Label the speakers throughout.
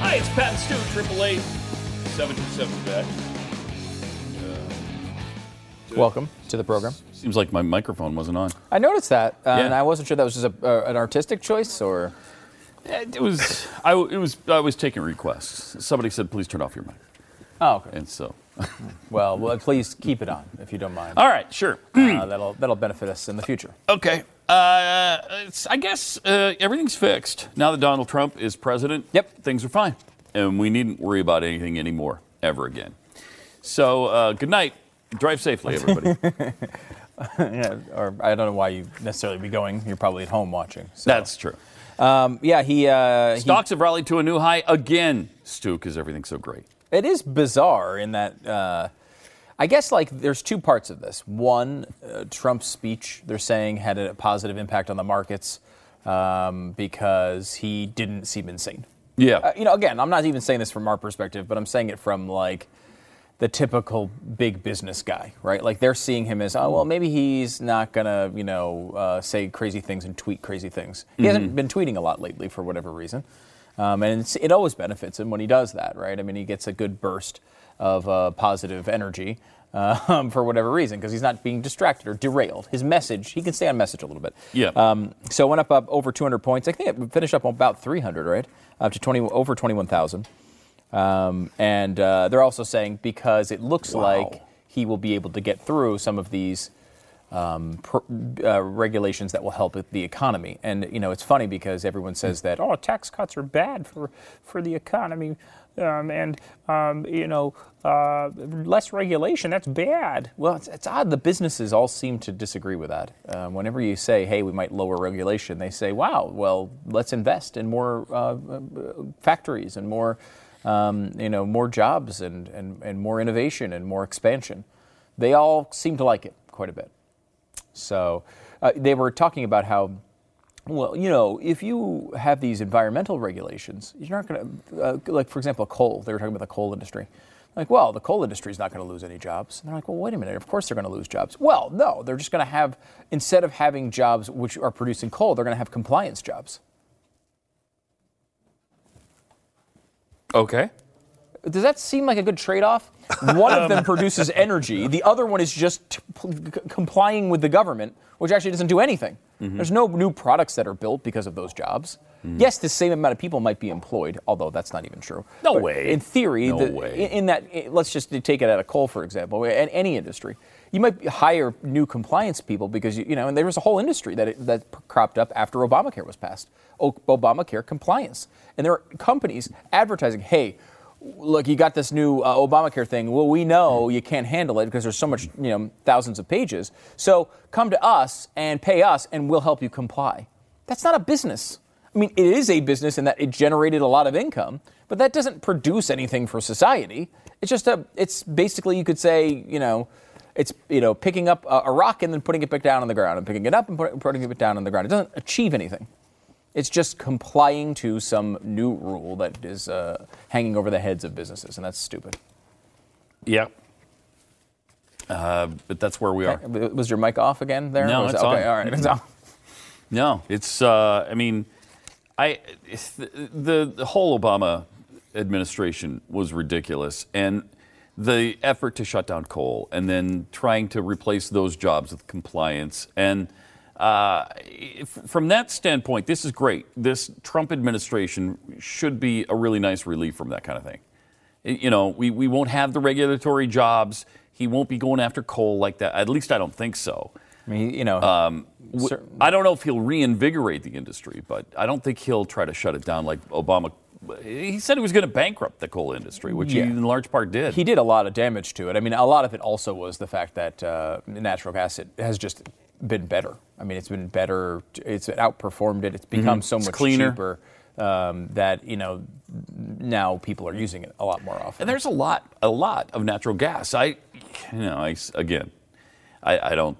Speaker 1: Hi, it's Pat and Stu, 888 727 back.
Speaker 2: Welcome to the program.
Speaker 1: Seems like my microphone wasn't on.
Speaker 2: I noticed that, uh,
Speaker 1: Yeah.
Speaker 2: and I wasn't sure that was just a, uh, an artistic choice or.
Speaker 1: It was I w- it was I was taking requests. Somebody said please turn off your mic.
Speaker 2: Oh, okay.
Speaker 1: And so
Speaker 2: Well, well, please keep it on if you don't mind.
Speaker 1: All right, sure.
Speaker 2: Uh, that'll that'll benefit us in the future.
Speaker 1: okay. Uh, it's, I guess uh, everything's fixed. Now that Donald Trump is president,
Speaker 2: Yep.
Speaker 1: things are fine. And we needn't worry about anything anymore ever again. So, uh, good night. Drive safely, everybody.
Speaker 2: Uh, Yeah, or I don't know why you necessarily be going. You're probably at home watching. So.
Speaker 1: That's true.
Speaker 2: Um, yeah, he. Uh, he-
Speaker 1: Stocks have rallied to a new high again, Stu, because everything's so great.
Speaker 2: it is bizarre in that. Uh, I guess like there's two parts of this. One, uh, Trump's speech they're saying had a positive impact on the markets um, because he didn't seem insane.
Speaker 1: Yeah.
Speaker 2: Uh, you know, again, I'm not even saying this from our perspective, but I'm saying it from like the typical big business guy, right? Like they're seeing him as, oh, well, maybe he's not gonna, you know, uh, say crazy things and tweet crazy things. He hasn't been tweeting a lot lately for whatever reason, um, and it's, it always benefits him when he does that, right? I mean, he gets a good burst of uh, positive energy. Um, for whatever reason, because he's not being distracted or derailed. His message, he can stay on message a little bit.
Speaker 1: Yeah.
Speaker 2: Um, so it went up, up over 200 points. I think it finished up about 300, right? Up to 20, over 21,000. Um, and uh, they're also saying because it looks like he will be able to get through some of these um, pr- uh, regulations that will help the economy. And you know, it's funny because everyone says that, oh,
Speaker 3: oh, tax cuts are bad for, for the economy, um, and um, you know, uh, less regulation. That's bad.
Speaker 2: well, it's, it's odd. The businesses all seem to disagree with that. Um, whenever you say, hey, we might lower regulation, they say, wow, well, let's invest in more uh, uh, factories and more, um, you know, more jobs and, and, and more innovation and more expansion. They all seem to like it quite a bit. So uh, they were talking about how, well, you know, if you have these environmental regulations, you're not going to, uh, like, for example, coal. They were talking about the coal industry. Like, well, the coal industry is not going to lose any jobs. And they're like, well, wait a minute. Of course they're going to lose jobs. Well, no, they're just going to have, instead of having jobs which are producing coal, they're going to have compliance jobs.
Speaker 1: Okay.
Speaker 2: Does that seem like a good trade-off? One of
Speaker 1: Um,
Speaker 2: them produces energy. The other one is just t- p- c- complying with the government, which actually doesn't do anything.
Speaker 1: Mm-hmm.
Speaker 2: There's no new products that are built because of those jobs. Yes, the same amount of people might be employed, although that's not even true.
Speaker 1: No way.
Speaker 2: In theory,
Speaker 1: No
Speaker 2: the-
Speaker 1: way.
Speaker 2: in- in that, i- let's just take it out of coal, for example, and any industry. You might hire new compliance people because you, you know, and there was a whole industry that it, that cropped up after Obamacare was passed. O- Obamacare compliance, and there are companies advertising, "Hey, look, you got this new uh, Obamacare thing. Well, we know you can't handle it because there's so much, you know, thousands of pages. So come to us and pay us, and we'll help you comply." That's not a business. I mean, it is a business in that it generated a lot of income, but that doesn't produce anything for society. It's just a, it's basically, you could say, you know, it's, you know, picking up a, a rock and then putting it back down on the ground and picking it up and put, putting it back down on the ground. It doesn't achieve anything. It's just complying to some new rule that is uh, hanging over the heads of businesses, and that's stupid.
Speaker 1: Yep. Uh, but that's where we are.
Speaker 2: Was your mic off again there?
Speaker 1: No,
Speaker 2: Or was
Speaker 1: it's
Speaker 2: it- okay,
Speaker 1: on.
Speaker 2: all right. It's on.
Speaker 1: No, it's. Uh, I mean, I it's the, the the whole Obama administration was ridiculous, and the effort to shut down coal, and then trying to replace those jobs with compliance, and uh, if, from that standpoint, this is great. This Trump administration should be a really nice relief from that kind of thing. You know, we, we won't have the regulatory jobs. He won't be going after coal like that. At least I don't think so. Um,
Speaker 2: I mean, you know,
Speaker 1: W-
Speaker 2: cer-
Speaker 1: I don't know if he'll reinvigorate the industry, but I don't think he'll try to shut it down like Obama. He said he was going to bankrupt the coal industry, which
Speaker 2: Yeah.
Speaker 1: he in large part did.
Speaker 2: he did a lot of damage to it. I mean, a lot of it also was the fact that uh, natural gas it has just been better. I mean, it's been better. It's outperformed it. It's become so much
Speaker 1: Mm-hmm. cleaner.
Speaker 2: cheaper um, that you know now people are using it a lot more often.
Speaker 1: and there's a lot, a lot of natural gas. I, you know, I s again, I, I don't,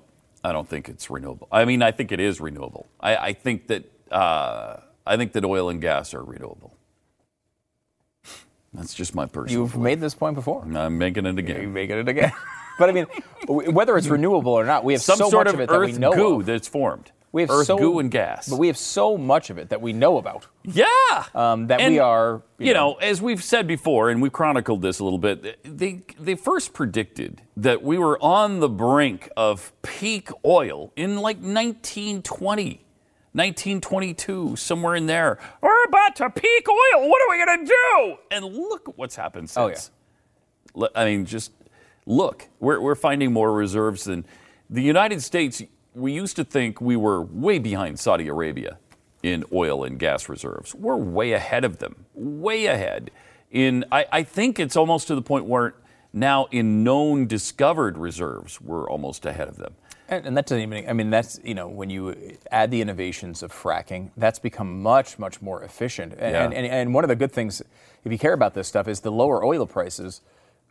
Speaker 1: I don't think it's renewable. I mean, I think it is renewable. I, I think that, uh, I think that oil and gas are renewable. That's just my personal.
Speaker 2: You've made this point before.
Speaker 1: I'm making it again.
Speaker 2: You're making it again. but I mean, w- whether it's renewable or not, we have
Speaker 1: Some
Speaker 2: so
Speaker 1: sort
Speaker 2: much
Speaker 1: of
Speaker 2: of it that
Speaker 1: earth
Speaker 2: we know
Speaker 1: goo
Speaker 2: of.
Speaker 1: that's formed.
Speaker 2: We have
Speaker 1: earth
Speaker 2: so,
Speaker 1: goo and gas.
Speaker 2: but we have so much of it that we know about
Speaker 1: Yeah.
Speaker 2: um, that we
Speaker 1: And,
Speaker 2: are.
Speaker 1: You know, as we've said before, and we chronicled this a little bit, they, they first predicted that we were on the brink of peak oil in like 1920, 1922, somewhere in there. We're about to peak oil. What are we going to do? And look at what's happened since.
Speaker 2: Oh, yeah.
Speaker 1: Le- I mean, just look, we're, we're finding more reserves than the United States. We used to think we were way behind Saudi Arabia in oil and gas reserves. We're way ahead of them, way ahead. In I, I think it's almost to the point where now in known discovered reserves, we're almost ahead of them.
Speaker 2: And, and that doesn't even, I mean, that's, you know, when you add the innovations of fracking, that's become much, much more efficient. And,
Speaker 1: Yeah.
Speaker 2: and, and, one of the good things, if you care about this stuff, is the lower oil prices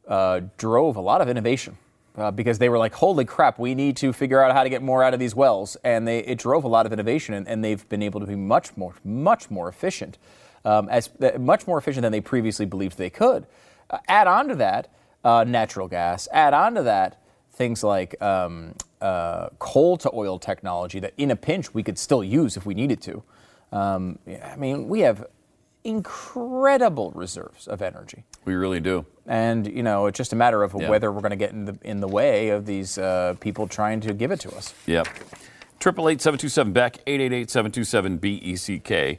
Speaker 2: uh, drove a lot of innovation. Uh, because they were like, holy crap, we need to figure out how to get more out of these wells. And they, it drove a lot of innovation, and, and they've been able to be much more, much more efficient, um, as, uh, much more efficient than they previously believed they could. Uh, add on to that uh, natural gas, add on to that things like um, uh, coal to oil technology that in a pinch we could still use if we needed to. Um, yeah, I mean, we have incredible reserves of energy.
Speaker 1: We really do.
Speaker 2: And, you know, it's just a matter of
Speaker 1: Yeah.
Speaker 2: whether we're going to get in the, in the way of these uh, people trying to give it to us.
Speaker 1: Yep. Triple eight seven two seven Beck eight eight eight seven two seven B E C K.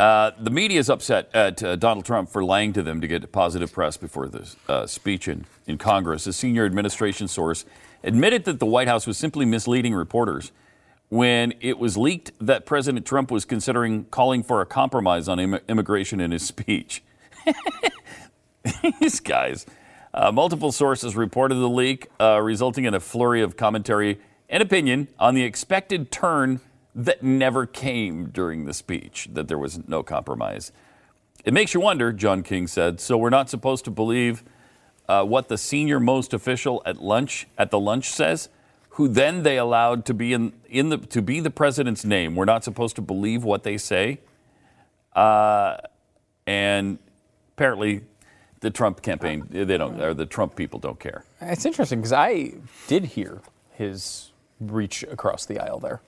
Speaker 1: Uh, the media is upset at uh, Donald Trump for lying to them to get positive press before the uh, speech in, in Congress. A senior administration source admitted that the White House was simply misleading reporters when it was leaked that President Trump was considering calling for a compromise on Im- immigration in his speech these guys. Uh, multiple sources reported the leak, uh, resulting in a flurry of commentary and opinion on the expected turn that never came during the speech, that there was no compromise. It makes you wonder, John King said. So we're not supposed to believe uh, what the senior most official at lunch at the lunch says, who then they allowed to be in, in the to be the president's name. We're not supposed to believe what they say. Uh, and apparently, the Trump campaign they don't or the Trump people don't care.
Speaker 2: It's interesting because I did hear his reach across the aisle there.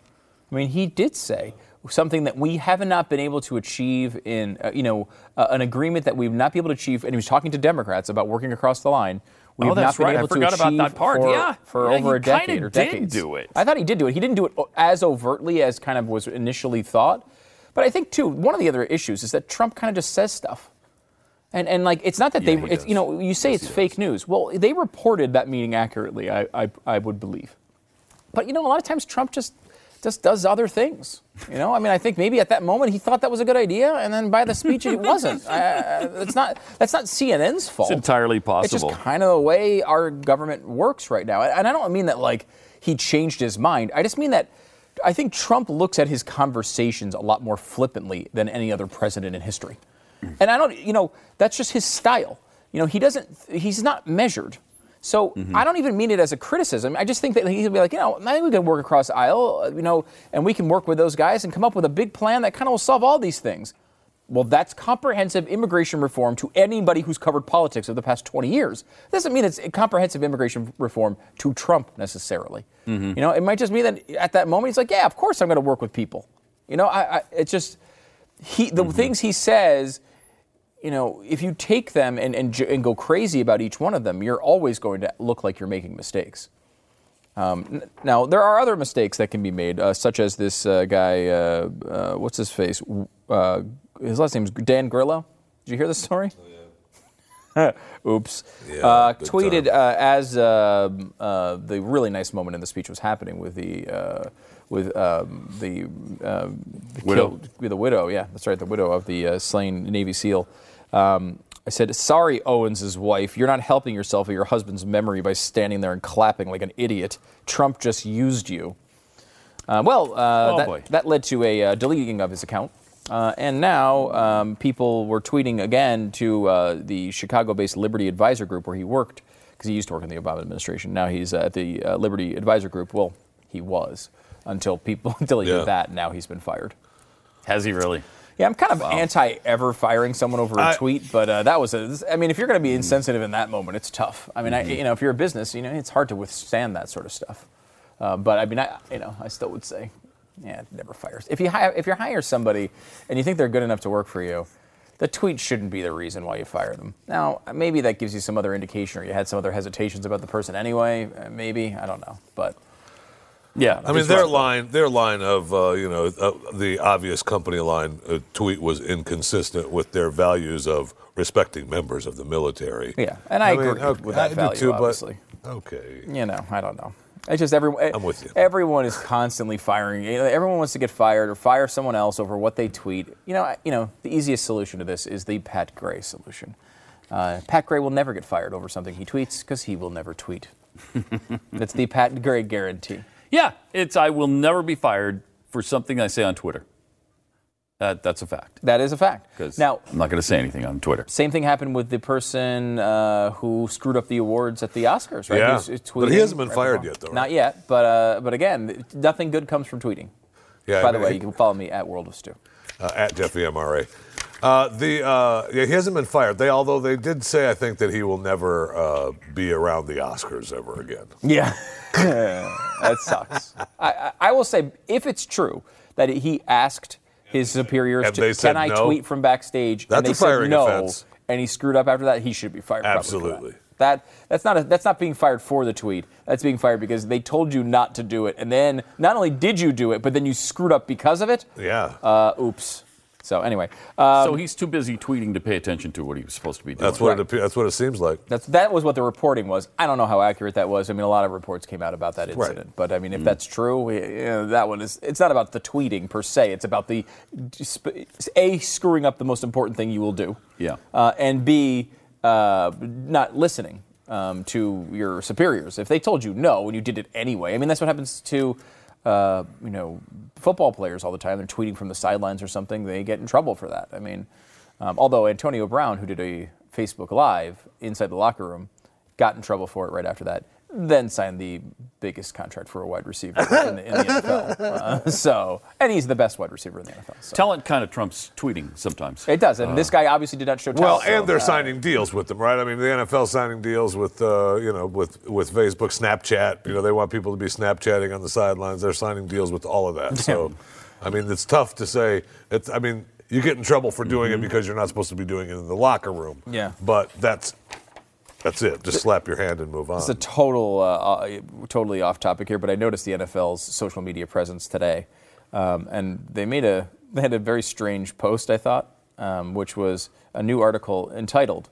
Speaker 2: I mean, he did say something that we have not been able to achieve in, uh, you know, uh, an agreement that we've not been able to achieve. And he was talking to Democrats about working across the line. We
Speaker 1: Oh,
Speaker 2: have
Speaker 1: that's
Speaker 2: not been
Speaker 1: right. I
Speaker 2: able to
Speaker 1: forgot about
Speaker 2: achieve
Speaker 1: that part.
Speaker 2: for,
Speaker 1: Yeah.
Speaker 2: for
Speaker 1: Yeah,
Speaker 2: over
Speaker 1: he
Speaker 2: a decade
Speaker 1: kinda
Speaker 2: or
Speaker 1: did
Speaker 2: decades.
Speaker 1: do it.
Speaker 2: I thought he did do it. He didn't do it o- as overtly as kind of was initially thought. But I think too, one of the other issues is that Trump kind of just says stuff. And, and like it's not that
Speaker 1: he
Speaker 2: they it's, you
Speaker 1: does.
Speaker 2: know you say it's fake news. Well, they reported that meeting accurately. I, I, I would believe. But you know, a lot of times Trump just just does other things. You know, I mean, I think maybe at that moment he thought that was a good idea, and then by the speech it wasn't. Uh, it's not that's not CNN's fault.
Speaker 1: entirely
Speaker 2: It's
Speaker 1: possible.
Speaker 2: just kind of the way our government works right now, and I don't mean that like he changed his mind. I just mean that. I think Trump looks at his conversations a lot more flippantly than any other president in history.
Speaker 1: Mm.
Speaker 2: And I don't, you know, that's just his style. You know, he doesn't, he's not measured. So
Speaker 1: Mm-hmm.
Speaker 2: I don't even mean it as a criticism. I just think that he'd be like, you know, I think we can work across the aisle, uh, you know, and we can work with those guys and come up with a big plan that kind of will solve all these things. Well, that's comprehensive immigration reform to anybody who's covered politics of the past 20 years. Doesn't mean it's comprehensive immigration reform to Trump necessarily. You know, it might just mean that at that moment he's like, yeah, of course I'm going to work with people. You know, I, I it's just he the things he says you know, if you take them and, and, ju- and go crazy about each one of them, you're always going to look like you're making mistakes. Um, n- now, there are other mistakes that can be made, uh, such as this uh, guy, uh, uh, what's his face? Uh, his last name's Dan Grillo. Did you hear this story? Oops. uh,
Speaker 4: big
Speaker 2: tweeted
Speaker 4: time.
Speaker 2: uh, as uh, uh, the really nice moment in the speech was happening with the uh, with um, the, uh, the
Speaker 1: Widow.
Speaker 2: killed- with the widow. Yeah, that's right, the widow of the uh, slain Navy SEAL. Um, I said, "Sorry, Owens' wife, you're not helping yourself or your husband's memory by standing there and clapping like an idiot. Trump just used you." Uh, well, uh,
Speaker 1: Oh, boy.
Speaker 2: that, that led to a uh, deleting of his account. Uh, and now um, people were tweeting again to uh, the Chicago based Liberty Advisor Group where he worked, because he used to work in the Obama administration. Now he's uh, at the uh, Liberty Advisor Group. Well, he was until people deleted
Speaker 4: Yeah.
Speaker 2: that. Now he's been fired.
Speaker 1: Has he really?
Speaker 2: Yeah, I'm kind of anti ever firing someone over a
Speaker 4: I-
Speaker 2: tweet, but uh, that was a. this- I mean, if you're going to be
Speaker 1: Hmm.
Speaker 2: insensitive in that moment, it's tough. I mean, I, you know, if you're a business, you know, it's hard to withstand that sort of stuff. Uh, but I mean, I you know, I still would say, yeah, never fires. If you hire if you hire somebody and you think they're good enough to work for you, the tweet shouldn't be the reason why you fire them. Now, maybe that gives you some other indication, or you had some other hesitations about the person anyway. uh, Maybe I don't know, but
Speaker 1: Yeah.
Speaker 4: I mean, their line, their line of uh, you know uh, the obvious company line uh, tweet was inconsistent with their values of respecting members of the military.
Speaker 2: yeah, and I,
Speaker 4: mean,
Speaker 2: agree
Speaker 4: okay,
Speaker 2: with that
Speaker 4: I do
Speaker 2: value,
Speaker 4: too, but-
Speaker 2: obviously.
Speaker 4: Okay.
Speaker 2: you know, I don't know. It's just everyone.
Speaker 4: I'm with you.
Speaker 2: Everyone is constantly firing. you know, Everyone wants to get fired or fire someone else over what they tweet. You know, I- you know, the easiest solution to this is the Pat Gray solution. Uh, Pat Gray will never get fired over something he tweets because he will never tweet. That's the Pat Gray guarantee.
Speaker 1: Yeah, it's I will never be fired for something I say on Twitter. That, that's a fact.
Speaker 2: That is a fact.
Speaker 1: 'Cause
Speaker 2: Now,
Speaker 1: I'm not going to say anything on Twitter.
Speaker 2: same thing happened with the person uh, who screwed up the awards at the Oscars, right?
Speaker 4: Yeah.
Speaker 2: Who's, uh,
Speaker 4: But he
Speaker 2: tweeting
Speaker 4: hasn't been
Speaker 2: right
Speaker 4: fired
Speaker 2: before.
Speaker 4: yet, though,
Speaker 2: Not
Speaker 4: right?
Speaker 2: yet, but uh, but again, nothing good comes from tweeting.
Speaker 4: Yeah,
Speaker 2: By
Speaker 4: I
Speaker 2: the
Speaker 4: mean,
Speaker 2: way, you can follow me at World of Stew.
Speaker 4: uh, at Jeffy MRA. Uh, the uh, yeah, he hasn't been fired. They although they did say I think that he will never uh, be around the Oscars ever again.
Speaker 2: Yeah. that sucks. I, I, I will say, if it's true that he asked his superiors,
Speaker 4: and
Speaker 2: to,
Speaker 4: they said
Speaker 2: can I
Speaker 4: no?
Speaker 2: tweet from backstage?
Speaker 4: That's
Speaker 2: and they
Speaker 4: a firing
Speaker 2: said no,
Speaker 4: offense.
Speaker 2: and he screwed up after that, he should be fired. probably for that.
Speaker 4: Absolutely.
Speaker 2: That, that's, not a, that's not being fired for the tweet. That's being fired because they told you not to do it. And then not only did you do it, but then you screwed up because of it.
Speaker 4: Yeah,
Speaker 2: Uh, oops. So, anyway, uh,
Speaker 1: so he's too busy tweeting to pay attention to what he was supposed to be doing.
Speaker 4: that's what it appears, that's what it seems like.
Speaker 2: that's, that was what the reporting was. I don't know how accurate that was. I mean, a lot of reports came out about that
Speaker 4: Right. Mm.
Speaker 2: incident. But I mean, if that's true, we, you know, that one is. It's not about the tweeting per se. It's about the sp- a screwing up the most important thing you will do.
Speaker 1: Yeah.
Speaker 2: Uh, and b uh, not listening um, to your superiors. If they told you no and you did it anyway, I mean, that's what happens to. Uh, you know, football players all the time. They're tweeting from the sidelines or something. They get in trouble for that. I mean, um, although Antonio Brown, who did a Facebook Live inside the locker room, got in trouble for it right after that. Then signed the biggest contract for a wide receiver in the, in the NFL. Uh, so, and he's the best wide receiver in the NFL. So.
Speaker 1: Talent kind of trumps tweeting sometimes. Uh,
Speaker 2: it does, and this guy obviously did not show.
Speaker 4: Well,
Speaker 2: talent, so,
Speaker 4: and they're
Speaker 2: uh,
Speaker 4: signing deals with them, right? I mean, the NFL signing deals with uh, you know with with Facebook, Snapchat. You know, they want people to be Snapchatting on the sidelines. They're signing deals with all of that. So, I mean, it's tough to say. It's I mean,
Speaker 2: Mm-hmm.
Speaker 4: you get in trouble for doing it because you're not supposed to be doing it in the locker room.
Speaker 2: Yeah.
Speaker 4: but that's. That's it. Just slap your hand and move on.
Speaker 2: It's a total, uh, uh, totally off topic here, but I noticed the NFL's social media presence today, um, and they made a they had a very strange post I thought, um, which was a new article entitled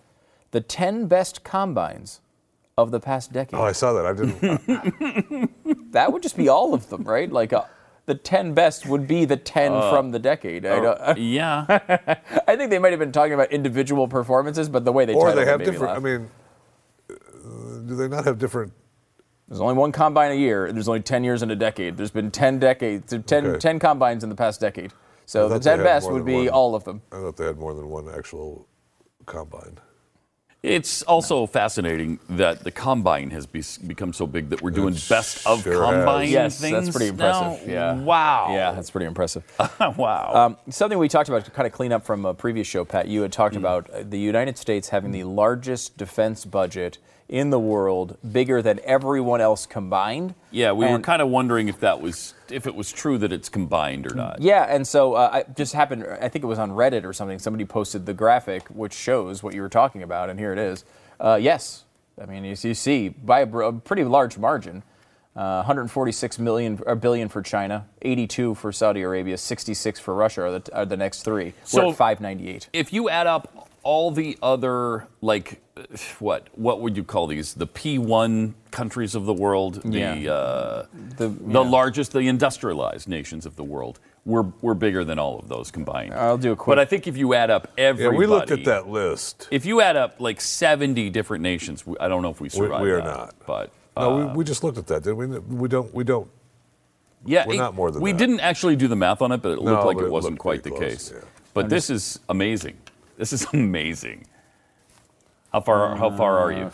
Speaker 2: "The 10 Best Combines of the Past Decade."
Speaker 4: Oh, I saw that. I didn't.
Speaker 2: that would just be all of them, right? Like uh, the 10 best would be the 10
Speaker 1: Uh,
Speaker 2: from the decade.
Speaker 4: Oh.
Speaker 2: I, don't, uh,
Speaker 1: yeah.
Speaker 2: I think they might have been talking about individual performances, but the way they
Speaker 4: or
Speaker 2: titled
Speaker 4: they
Speaker 2: it
Speaker 4: have
Speaker 2: made me
Speaker 4: different.
Speaker 2: laugh.
Speaker 4: I mean, uh, do they not have different?
Speaker 2: There's only one combine a year. There's only 10 years in a decade. There's been 10 decades, 10,
Speaker 4: Okay.
Speaker 2: 10 combines in the past decade. So
Speaker 4: I
Speaker 2: the
Speaker 4: thought they
Speaker 2: 10
Speaker 4: had
Speaker 2: best
Speaker 4: more
Speaker 2: would
Speaker 4: than
Speaker 2: be
Speaker 4: one.
Speaker 2: all of them.
Speaker 4: I thought they had more than one actual combine.
Speaker 1: It's also fascinating that the combine has be- become so big that we're doing
Speaker 4: It
Speaker 1: best of
Speaker 4: sure has.
Speaker 1: combine
Speaker 2: Yes,
Speaker 1: things.
Speaker 2: that's pretty impressive.
Speaker 1: now?
Speaker 2: Yeah.
Speaker 1: Wow.
Speaker 2: Yeah, that's pretty impressive.
Speaker 1: wow.
Speaker 2: Um, something we talked about to kind of clean up from a previous show, Pat, you had talked
Speaker 4: Mm.
Speaker 2: about uh, the United States having the largest defense budget in the world, bigger than everyone else combined.
Speaker 1: yeah, we were
Speaker 2: And-
Speaker 1: kind of wondering if that was if it was true that it's combined or not.
Speaker 2: Yeah, and so uh, I just happened. I think it was on Reddit or something. Somebody posted the graphic which shows what you were talking about, and here it is. Uh, yes, I mean as you see by a, br- a pretty large margin, uh, 146 million or billion for China, 82 for Saudi Arabia, 66 for Russia are the, are the next three.
Speaker 1: So-
Speaker 2: we're at 598.
Speaker 1: If you add up all the other like what what would you call these the P1 countries of the world, the
Speaker 2: Yeah.
Speaker 1: uh,
Speaker 2: The,
Speaker 1: the largest, the industrialized nations of the world, we're we're bigger than all of those combined.
Speaker 2: I'll do a quick-
Speaker 1: But I think if you add up
Speaker 4: Yeah,
Speaker 1: everybody,
Speaker 4: we looked at that list.
Speaker 1: If you add up like 70 different nations, we- I don't know if we survived.
Speaker 4: we are
Speaker 1: that,
Speaker 4: not.
Speaker 1: But
Speaker 4: No,
Speaker 2: Uh,
Speaker 4: we, we just looked at that, didn't we? We don't. We don't.
Speaker 1: yeah,
Speaker 4: we're
Speaker 1: it-
Speaker 4: not more than
Speaker 1: we
Speaker 4: that.
Speaker 1: didn't actually do the math on it, but it looked like
Speaker 4: but
Speaker 1: it
Speaker 4: it
Speaker 1: wasn't
Speaker 4: looked
Speaker 1: quite the
Speaker 4: pretty close,
Speaker 1: case.
Speaker 4: yeah.
Speaker 1: But this is amazing. This is amazing. How far?
Speaker 2: Uh,
Speaker 1: how far are you?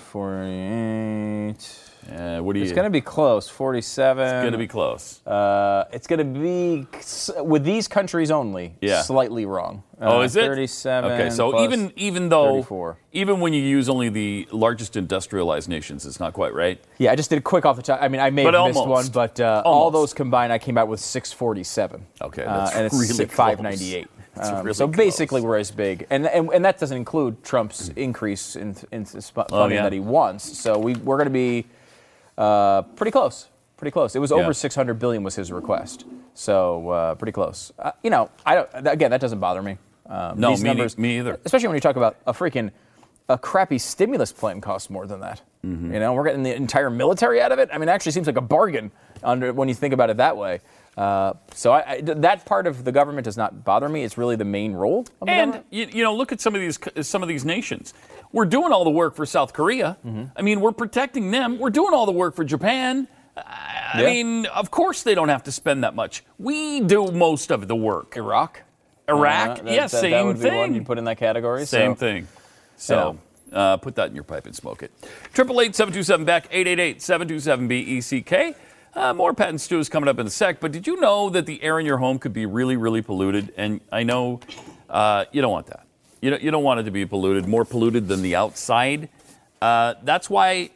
Speaker 2: 48.
Speaker 1: Uh, what do you?
Speaker 2: It's going to be close. 47.
Speaker 1: It's gonna be close.
Speaker 2: Uh, it's going to be s- with these countries only.
Speaker 1: Yeah.
Speaker 2: Slightly wrong.
Speaker 1: oh,
Speaker 2: Uh,
Speaker 1: is it?
Speaker 2: 37.
Speaker 1: Okay, so
Speaker 2: plus
Speaker 1: even even though
Speaker 2: 34.
Speaker 1: even when you use only the largest industrialized nations, it's not quite right.
Speaker 2: Yeah, I just did it quick off the top. I mean, I may
Speaker 1: But
Speaker 2: have missed one,
Speaker 1: almost.
Speaker 2: but uh, all
Speaker 1: Almost.
Speaker 2: those combined, I came out with 647.
Speaker 1: Okay,
Speaker 2: Uh,
Speaker 1: that's
Speaker 2: and it's
Speaker 1: really
Speaker 2: si-
Speaker 1: close.
Speaker 2: 598.
Speaker 1: That's
Speaker 2: Um,
Speaker 1: really
Speaker 2: so basically,
Speaker 1: close. Mm.
Speaker 2: we're as big, and, and and that doesn't include Trump's increase in, in sp- funding
Speaker 1: Oh, yeah.
Speaker 2: that he wants. So we we're going to be uh, pretty close, pretty close. It was
Speaker 1: Yeah.
Speaker 2: over 600 billion was his request, so uh, pretty close. Uh, you know, I don't. Again, that doesn't bother me. Um,
Speaker 1: No,
Speaker 2: these
Speaker 1: me ne-
Speaker 2: numbers,
Speaker 1: me either.
Speaker 2: Especially when you talk about a freaking a crappy stimulus plan costs more than that.
Speaker 1: Mm-hmm.
Speaker 2: You know, we're getting the entire military out of it. I mean, it actually seems like a bargain under when you think about it that way. Uh, so I, I- that part of the government does not bother me. It's really the main role. Of the
Speaker 1: And
Speaker 2: government.
Speaker 1: you, you know, look at some of these c- some of these nations. We're doing all the work for South Korea.
Speaker 2: Mm-hmm.
Speaker 1: I mean, we're protecting them. We're doing all the work for Japan. I I
Speaker 2: Yeah.
Speaker 1: mean, of course they don't have to spend that much. We do most of the work.
Speaker 2: Iraq,
Speaker 1: Iraq,
Speaker 2: Uh,
Speaker 1: yes,
Speaker 2: that,
Speaker 1: same
Speaker 2: that would
Speaker 1: thing.
Speaker 2: Be one you'd put in that category. so-
Speaker 1: Same thing. So uh, put that in your pipe and smoke it. Triple eight seven two seven back eight eight eight seven two seven B E C K. Uh, more patent stew is coming up in a sec. But did you know that the air in your home could be really really polluted? And I know uh, you don't want that. You don't, you don't want it to be polluted, more polluted than the outside. Uh, that's why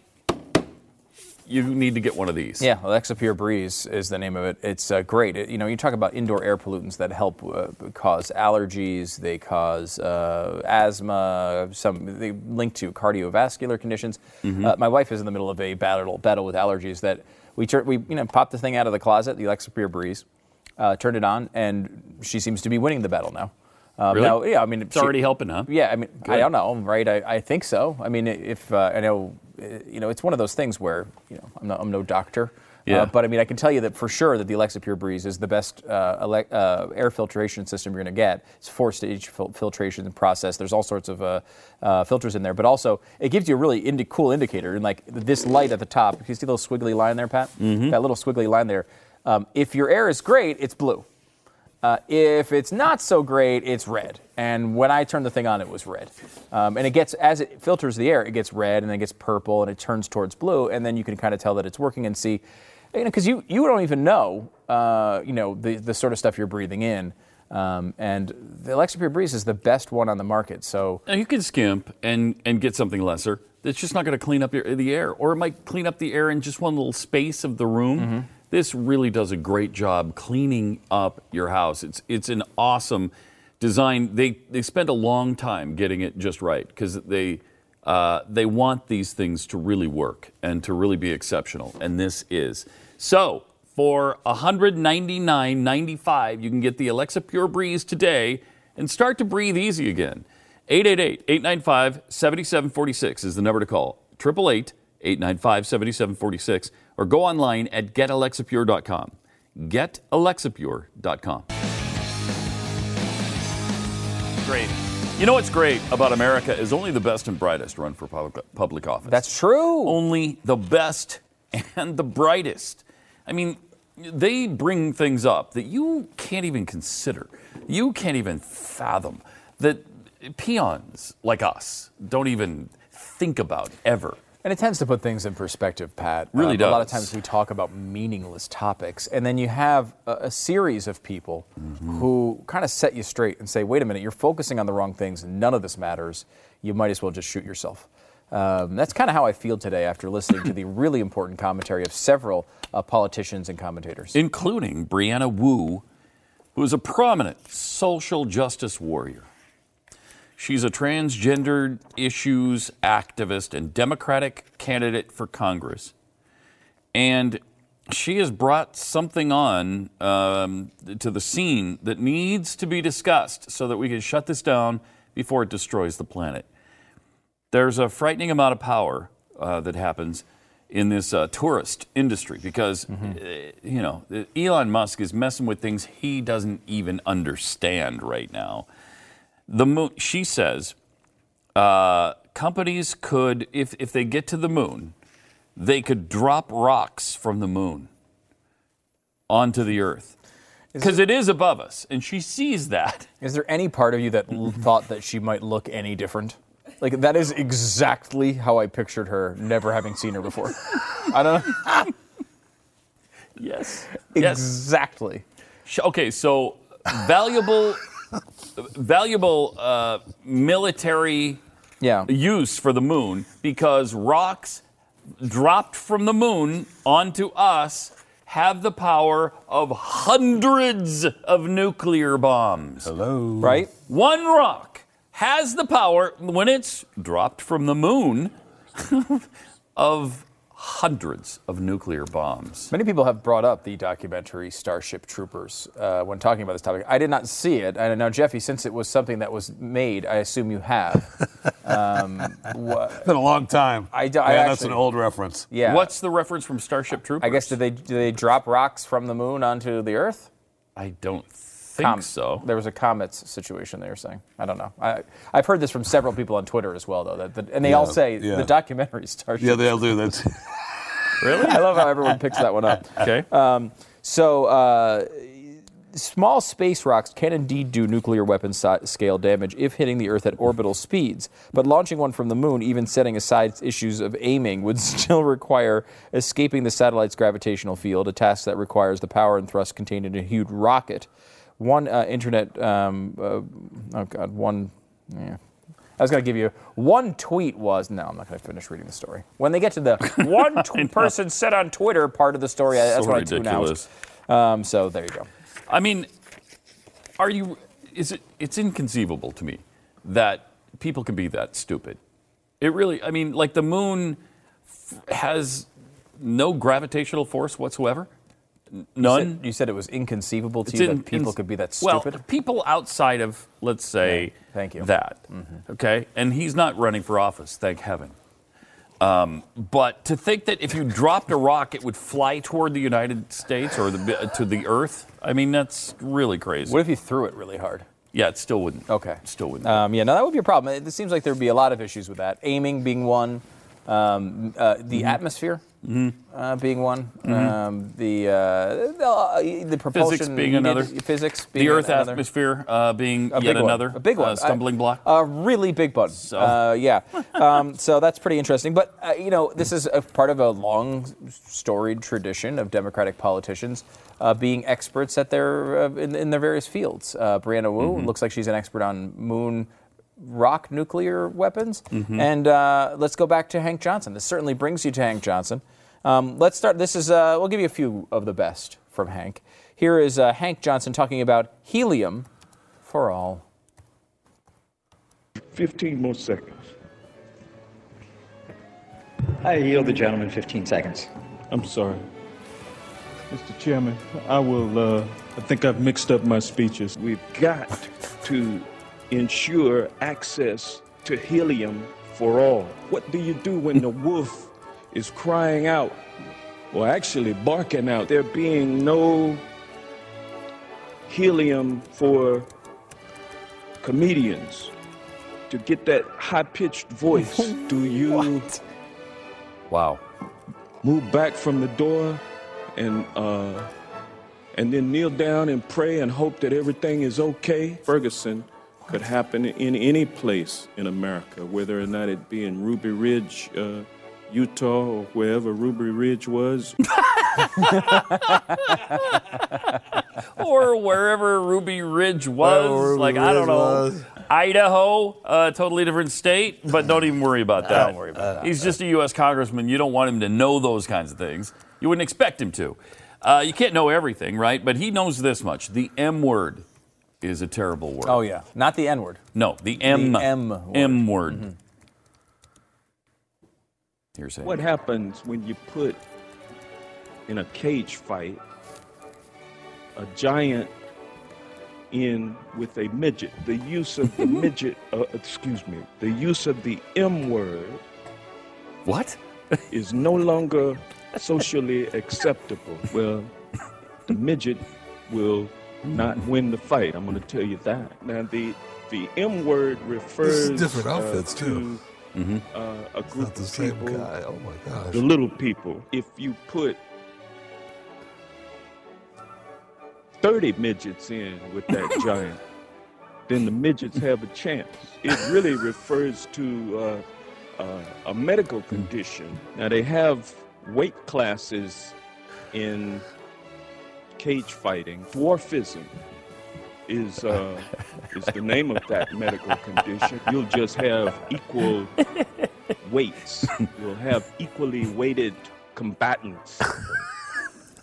Speaker 1: you need to get one of these.
Speaker 2: Yeah, Alexa Pure Breeze is the name of it. It's uh, great. It- you know, you talk about indoor air pollutants that help uh, cause allergies. They cause uh, asthma. Some they link to cardiovascular conditions.
Speaker 1: Mm-hmm.
Speaker 2: Uh, my wife is in the middle of a battle battle with allergies. That we tur- we you know popped the thing out of the closet, the Alexa Pure Breeze, uh, turned it on, and she seems to be winning the battle now. Um,
Speaker 1: Really?
Speaker 2: now, yeah, I mean,
Speaker 1: It's already helping, huh?
Speaker 2: yeah, I mean,
Speaker 1: Good.
Speaker 2: I don't know, right? I, I think so. I mean, if uh, I know, uh, you know, it's one of those things where you know I'm, not, I'm no doctor.
Speaker 1: Yeah.
Speaker 2: Uh, but I mean, I can tell you that for sure that the Alexa Pure Breeze is the best uh, ele- uh, air filtration system you're going to get. It's four-stage fil- filtration process. There's all sorts of uh, uh, filters in there, but also it gives you a really indi- cool indicator. And like this light at the top, you see the little squiggly line there, Pat? That little squiggly line there. Um, if your air is great, it's blue. Uh, if it's not so great, it's red. And when I turned the thing on, it was red. Um, and it gets, as it filters the air, it gets red and then it gets purple and it turns towards blue. And then you can kind of tell that it's working and see, you know, because you, you don't even know, uh, you know, the, the sort of stuff you're breathing in. Um, and the Alexa Pure Breeze is the best one on the market. So
Speaker 1: Now, you can skimp and, and get something lesser. It's just not going to clean up your, the air, or it might clean up the air in just one little space of the room. This really does a great job cleaning up your house. It's it's an awesome design. They they spend a long time getting it just right because they Uh, they want these things to really work and to really be exceptional, and this is. So for $199.95, you can get the Alexa Pure Breeze today and start to breathe easy again. 888-895-7746 is the number to call. 888-895-7746 or go online at getalexapure.com. Getalexapure.com. Great. You know what's great about America is only the best and brightest run for public, public office.
Speaker 2: That's true.
Speaker 1: only the best and the brightest. I mean, they bring things up that you can't even consider, you can't even fathom, that peons like us don't even think about ever.
Speaker 2: And it tends to put things in perspective, Pat.
Speaker 1: Really
Speaker 2: Uh, A lot of
Speaker 1: does.
Speaker 2: times we talk about meaningless topics, and then you have a, a series of people
Speaker 1: Mm-hmm.
Speaker 2: who kind of set you straight and say, wait a minute, you're focusing on the wrong things. None of this matters. You might as well just shoot yourself. Um, that's kind of how I feel today after listening to the really important commentary of several uh, politicians and commentators.
Speaker 1: including Brianna Wu, who is a prominent social justice warrior. She's a transgender issues activist and Democratic candidate for Congress. And she has brought something on um, to the scene that needs to be discussed so that we can shut this down before it destroys the planet there's a frightening amount of power uh, that happens in this uh, tourist industry because uh, you know Elon Musk is messing with things he doesn't even understand right now. The moon, she says, uh, companies could if if they get to the moon, they could drop rocks from the moon onto the Earth because it is above us, and she sees that.
Speaker 2: Is there any part of you that l-
Speaker 1: Mm-hmm.
Speaker 2: thought that she might look any different? Like, that is exactly how I pictured her, never having seen her before. I don't know.
Speaker 1: Yes. Yes.
Speaker 2: Exactly.
Speaker 1: Sh- Okay, so valuable, valuable uh, military
Speaker 2: Yeah.
Speaker 1: use for the moon because rocks dropped from the moon onto us have the power of hundreds of nuclear bombs.
Speaker 2: Right?
Speaker 1: One rock has the power when it's dropped from the moon of hundreds of nuclear bombs.
Speaker 2: Many people have brought up the documentary Starship Troopers uh, when talking about this topic. I did not see it. And now, Jeffy, since it was something that was made, I assume you have. Um,
Speaker 4: It's been a long time.
Speaker 2: I d- I
Speaker 4: Man, that's
Speaker 2: actually-
Speaker 4: an old reference.
Speaker 2: Yeah.
Speaker 1: What's the reference from Starship Troopers?
Speaker 2: I guess did they do they drop rocks from the moon onto the Earth?
Speaker 1: I don't think
Speaker 2: Com-
Speaker 1: so.
Speaker 2: There was a comets situation they were saying. I don't know. I, I've heard this from several people on Twitter as well, though, that, that- and they all
Speaker 4: Yeah,
Speaker 2: say
Speaker 4: yeah.
Speaker 2: the documentary Starship.
Speaker 4: Yeah, they'll do that.
Speaker 1: Really?
Speaker 2: I love how everyone picks that one up. Um,
Speaker 1: Okay.
Speaker 2: So, uh, small space rocks can indeed do nuclear weapon si- scale damage if hitting the Earth at orbital speeds, but launching one from the moon, even setting aside issues of aiming, would still require escaping the satellite's gravitational field, a task that requires the power and thrust contained in a huge rocket. One uh, internet, um, uh, oh God, one, yeah. I was going to give you one tweet was no, I'm not going to finish reading the story. When they get to the one tw- person said on Twitter part of the story, I, that's
Speaker 1: so
Speaker 2: what I tune out.
Speaker 1: ridiculous.
Speaker 2: Um, so there you go.
Speaker 1: I mean, are you? Is it? It's inconceivable to me that people can be that stupid. It really. I mean, like the moon f- has no gravitational force whatsoever. N-
Speaker 2: You
Speaker 1: None.
Speaker 2: said, you said it was inconceivable to
Speaker 1: It's
Speaker 2: you
Speaker 1: in-
Speaker 2: that people
Speaker 1: in-
Speaker 2: could be that
Speaker 1: well,
Speaker 2: stupid.
Speaker 1: people outside of, let's say,
Speaker 2: thank you. Mm-hmm.
Speaker 1: that. Okay, and he's not running for office, thank heaven. Um, but to think that if you dropped a rock, it would fly toward the United States or the, to the Earth, I mean, that's really crazy.
Speaker 2: what if you threw it really hard?
Speaker 1: yeah, it still wouldn't.
Speaker 2: Okay.
Speaker 1: still wouldn't.
Speaker 2: Um, yeah, no, that would be a problem. It, it seems like there'd be a lot of issues with that. Aiming being one, um, uh, the
Speaker 1: Mm-hmm.
Speaker 2: atmosphere uh, being one, um, the, uh, the, uh, the propulsion.
Speaker 1: physics being
Speaker 2: needed-
Speaker 1: another.
Speaker 2: physics being
Speaker 1: the Earth
Speaker 2: another.
Speaker 1: atmosphere uh, being
Speaker 2: A
Speaker 1: yet
Speaker 2: big one.
Speaker 1: another
Speaker 2: A big one.
Speaker 1: uh, stumbling block.
Speaker 2: A really big one. Uh, yeah. Um, so that's pretty interesting. But, uh, you know, this is a part of a long storied tradition of Democratic politicians uh, being experts at their, uh, in, in their various fields. Uh, Brianna Wu looks like she's an expert on moon rock nuclear weapons. And uh, let's go back to Hank Johnson. This certainly brings you to Hank Johnson. Um, let's start. This is, uh, we'll give you a few of the best from Hank. Here is uh, Hank Johnson talking about helium for all.
Speaker 5: 15 more seconds. I yield the gentleman 15 seconds.
Speaker 6: I'm sorry. Mr. Chairman, I will, uh, I think I've mixed up my speeches.
Speaker 7: We've got to ensure access to helium for all. What do you do when the wolf is crying out, or actually barking out, there being no helium for comedians to get that high pitched voice? do you
Speaker 1: Wow.
Speaker 7: move back from the door and uh, and then kneel down and pray and hope that everything is okay. Ferguson could happen in any place in America, whether or not it be in Ruby Ridge, uh, Utah, or wherever Ruby Ridge was.
Speaker 1: or wherever Ruby Ridge was.
Speaker 4: Wherever Ruby
Speaker 1: like I don't
Speaker 4: Ridge
Speaker 1: know,
Speaker 4: was.
Speaker 1: Idaho, uh, totally different state. But don't even worry about that.
Speaker 2: Don't worry about that.
Speaker 1: He's just a U.S. congressman. You don't want him to know those kinds of things. You wouldn't expect him to. Uh, you can't know everything, right? But he knows this much: the M word is a terrible word.
Speaker 2: Oh yeah, not the N word.
Speaker 1: No, the M
Speaker 2: The M word. Mm-hmm.
Speaker 1: M word. Here's
Speaker 7: What happens when you put in a cage fight a giant in with a midget? The use of the midget, uh, excuse me, the use of the M word
Speaker 1: What?
Speaker 7: is no longer socially acceptable. Well, the midget will not win the fight. I'm going to tell you that. Now, the the M word refers uh,
Speaker 4: different outfits, too.
Speaker 7: to uh, a group
Speaker 4: Not the
Speaker 7: of
Speaker 4: same
Speaker 7: people
Speaker 4: guy. Oh my gosh.
Speaker 7: the little people. If you put 30 midgets in with that giant, then the midgets have a chance. It really refers to uh, uh, a medical
Speaker 4: Hmm.
Speaker 7: condition. Now, they have weight classes in cage fighting. Dwarfism is uh, is the name of that medical condition. You'll just have equal weights. You'll have equally weighted combatants.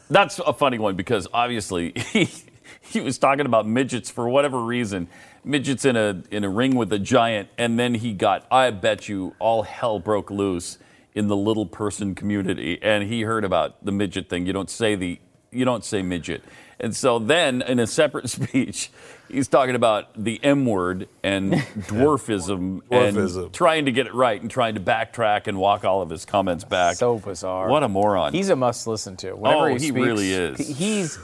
Speaker 1: That's a funny one because obviously he, he was talking about midgets for whatever reason. Midgets in a in a ring with a giant, and then he got I bet you all hell broke loose in the little person community, and he heard about the midget thing. You don't say the you don't say midget, and so then in a separate speech, he's talking about the M word and dwarfism,
Speaker 4: Dwarfism.
Speaker 1: and trying to get it right and trying to backtrack and walk all of his comments back.
Speaker 2: So bizarre.
Speaker 1: What a moron.
Speaker 2: He's a must listen to. Whenever
Speaker 1: Oh,
Speaker 2: he,
Speaker 1: he
Speaker 2: speaks,
Speaker 1: really is.
Speaker 2: he- He's,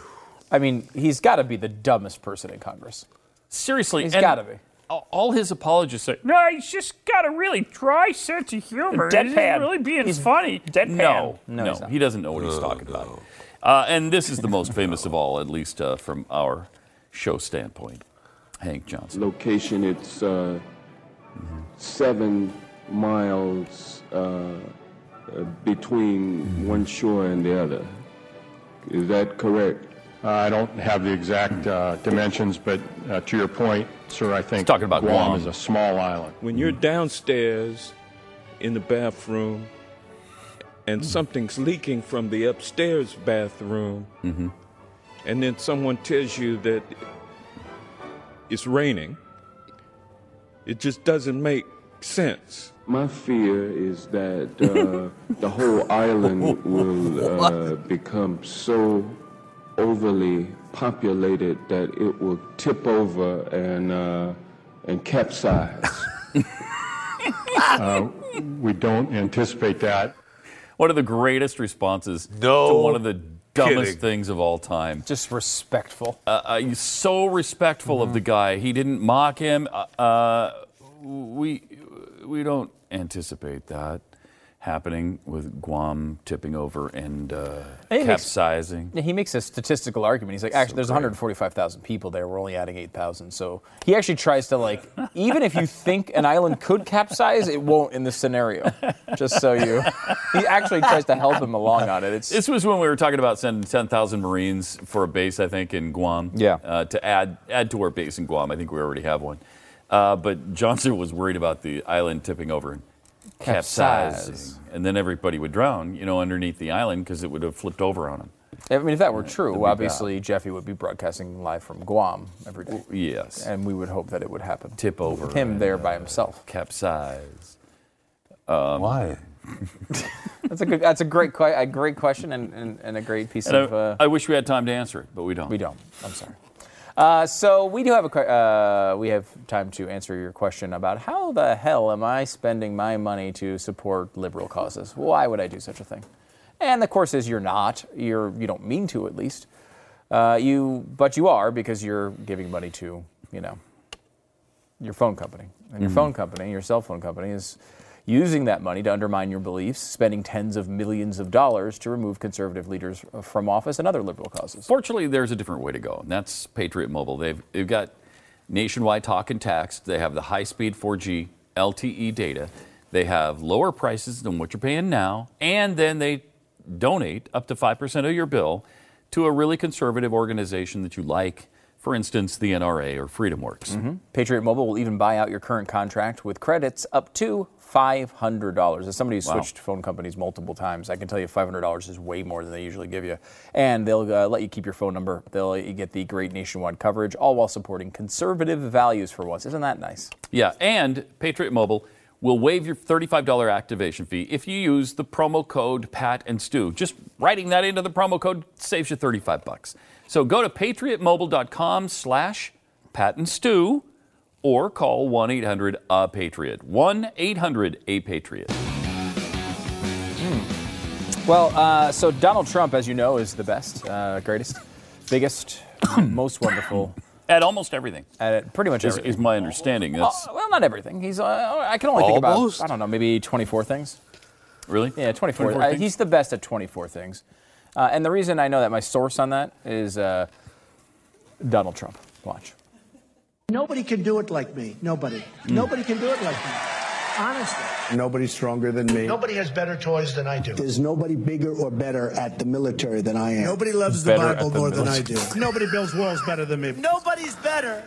Speaker 2: I mean, he's got to be the dumbest person in Congress.
Speaker 1: Seriously,
Speaker 2: He's
Speaker 1: and
Speaker 2: gotta be.
Speaker 1: all- All his apologists say,
Speaker 3: No, he's just got a really dry sense of humor. He's
Speaker 2: Deadpan.
Speaker 3: really being funny. Deadpan.
Speaker 1: no, no,
Speaker 2: No, he's not.
Speaker 1: he doesn't know what
Speaker 4: Oh,
Speaker 1: he's talking about. Uh, and this is the most famous of all, at least uh, from our show standpoint. Hank Johnson.
Speaker 6: Location, it's uh, seven miles uh, uh, between one shore and the other. Is that correct?
Speaker 8: I don't have the exact uh, dimensions, but uh, to your point, sir, I think
Speaker 1: talking about Guam.
Speaker 8: is a small island.
Speaker 7: When you're downstairs in the bathroom and something's leaking from the upstairs bathroom, and then someone tells you that it's raining, it just doesn't make sense.
Speaker 6: My fear is that uh, the whole island will uh, become so overly populated that it will tip over and uh, and capsize.
Speaker 8: Uh, We don't anticipate that.
Speaker 1: One of the greatest responses
Speaker 4: No
Speaker 1: to one of the dumbest
Speaker 4: kidding.
Speaker 1: things of all time.
Speaker 2: Just respectful.
Speaker 1: Uh, he's so respectful of the guy. He didn't mock him. Uh, uh, we we don't anticipate that happening with Guam tipping over and uh,
Speaker 2: It makes-
Speaker 1: capsizing.
Speaker 2: Yeah, he makes a statistical argument. He's like, actually, there's 145,000 people there. We're only adding 8,000. So he actually tries to like, even if you think an island could capsize, it won't in this scenario. Just so you, he actually tries to help him along on it. It's,
Speaker 1: This was when we were talking about sending 10,000 Marines for a base, I think, in Guam.
Speaker 2: Yeah.
Speaker 1: Uh, to add add to our base in Guam. I think we already have one. Uh, but Johnson was worried about the island tipping over and capsizing.
Speaker 2: Capsize.
Speaker 1: And then everybody would drown, you know, underneath the island because it would have flipped over on them.
Speaker 2: I mean, if that were true, obviously Jeffy would be broadcasting live from Guam every day,
Speaker 1: Yes.
Speaker 2: and we would hope that it would happen.
Speaker 1: uh, Tip over.
Speaker 2: him
Speaker 1: and
Speaker 2: there by himself.
Speaker 1: Capsize.
Speaker 4: Why?
Speaker 2: That's a good. That's a great, que- a great question and, and, and a great piece
Speaker 1: And
Speaker 2: of.
Speaker 1: I,
Speaker 2: Uh,
Speaker 1: I wish we had time to answer it, but we don't.
Speaker 2: we don't. I'm sorry. Uh, so we do have a. que- Uh, we have time to answer your question about how the hell am I spending my money to support liberal causes? Why would I do such a thing? And the course is you're not. You're you don't mean to at least. Uh, you but you are because you're giving money to you know your phone company. And your phone company, your cell phone company, is using that money to undermine your beliefs, spending tens of millions of dollars to remove conservative leaders uh, from office and other liberal causes.
Speaker 1: Fortunately, there's a different way to go, and that's Patriot Mobile. They've, they've got nationwide talk and text. They have the high-speed 4G LTE E data. They have lower prices than what you're paying now, and then they donate up to 5% of your bill to a really conservative organization that you like, for instance, the NRA or FreedomWorks.
Speaker 2: Patriot Mobile will even buy out your current contract with credits up to $500. As somebody who switched phone companies multiple times, I can tell you $500 is way more than they usually give you. And they'll uh, let you keep your phone number. They'll let you get the great nationwide coverage, all while supporting conservative values for once. Isn't that nice?
Speaker 1: Yeah, and Patriot Mobile will waive your $35 activation fee if you use the promo code Pat and Stu. Just writing that into the promo code saves you 35 bucks. So go to patriotmobile.com slash Pat and Stu or call 1-800-A-PATRIOT. 1-800-A-PATRIOT.
Speaker 2: Well, uh, so Donald Trump, as you know, is the best, uh, greatest, biggest, most wonderful
Speaker 1: At almost everything
Speaker 2: at pretty much
Speaker 1: is,
Speaker 2: everything.
Speaker 1: is my understanding. That's
Speaker 2: Uh, well, not everything. He's. Uh, I can only think about.
Speaker 4: Almost?
Speaker 2: I don't know, maybe 24 things.
Speaker 1: really?
Speaker 2: Yeah, 24.
Speaker 1: 24
Speaker 2: Uh,
Speaker 1: things?
Speaker 2: he's the best at 24 things, uh, and the reason I know that my source on that is uh, Donald Trump. Watch.
Speaker 9: Nobody can do it like me. Nobody.
Speaker 10: Mm.
Speaker 9: Nobody can do it like me. Honestly.
Speaker 10: Nobody's stronger than me.
Speaker 9: Nobody has better toys than I do.
Speaker 10: There's nobody bigger or better at the military than I am.
Speaker 9: Nobody loves
Speaker 2: Better at the
Speaker 9: Nobody builds worlds better than me. Nobody's better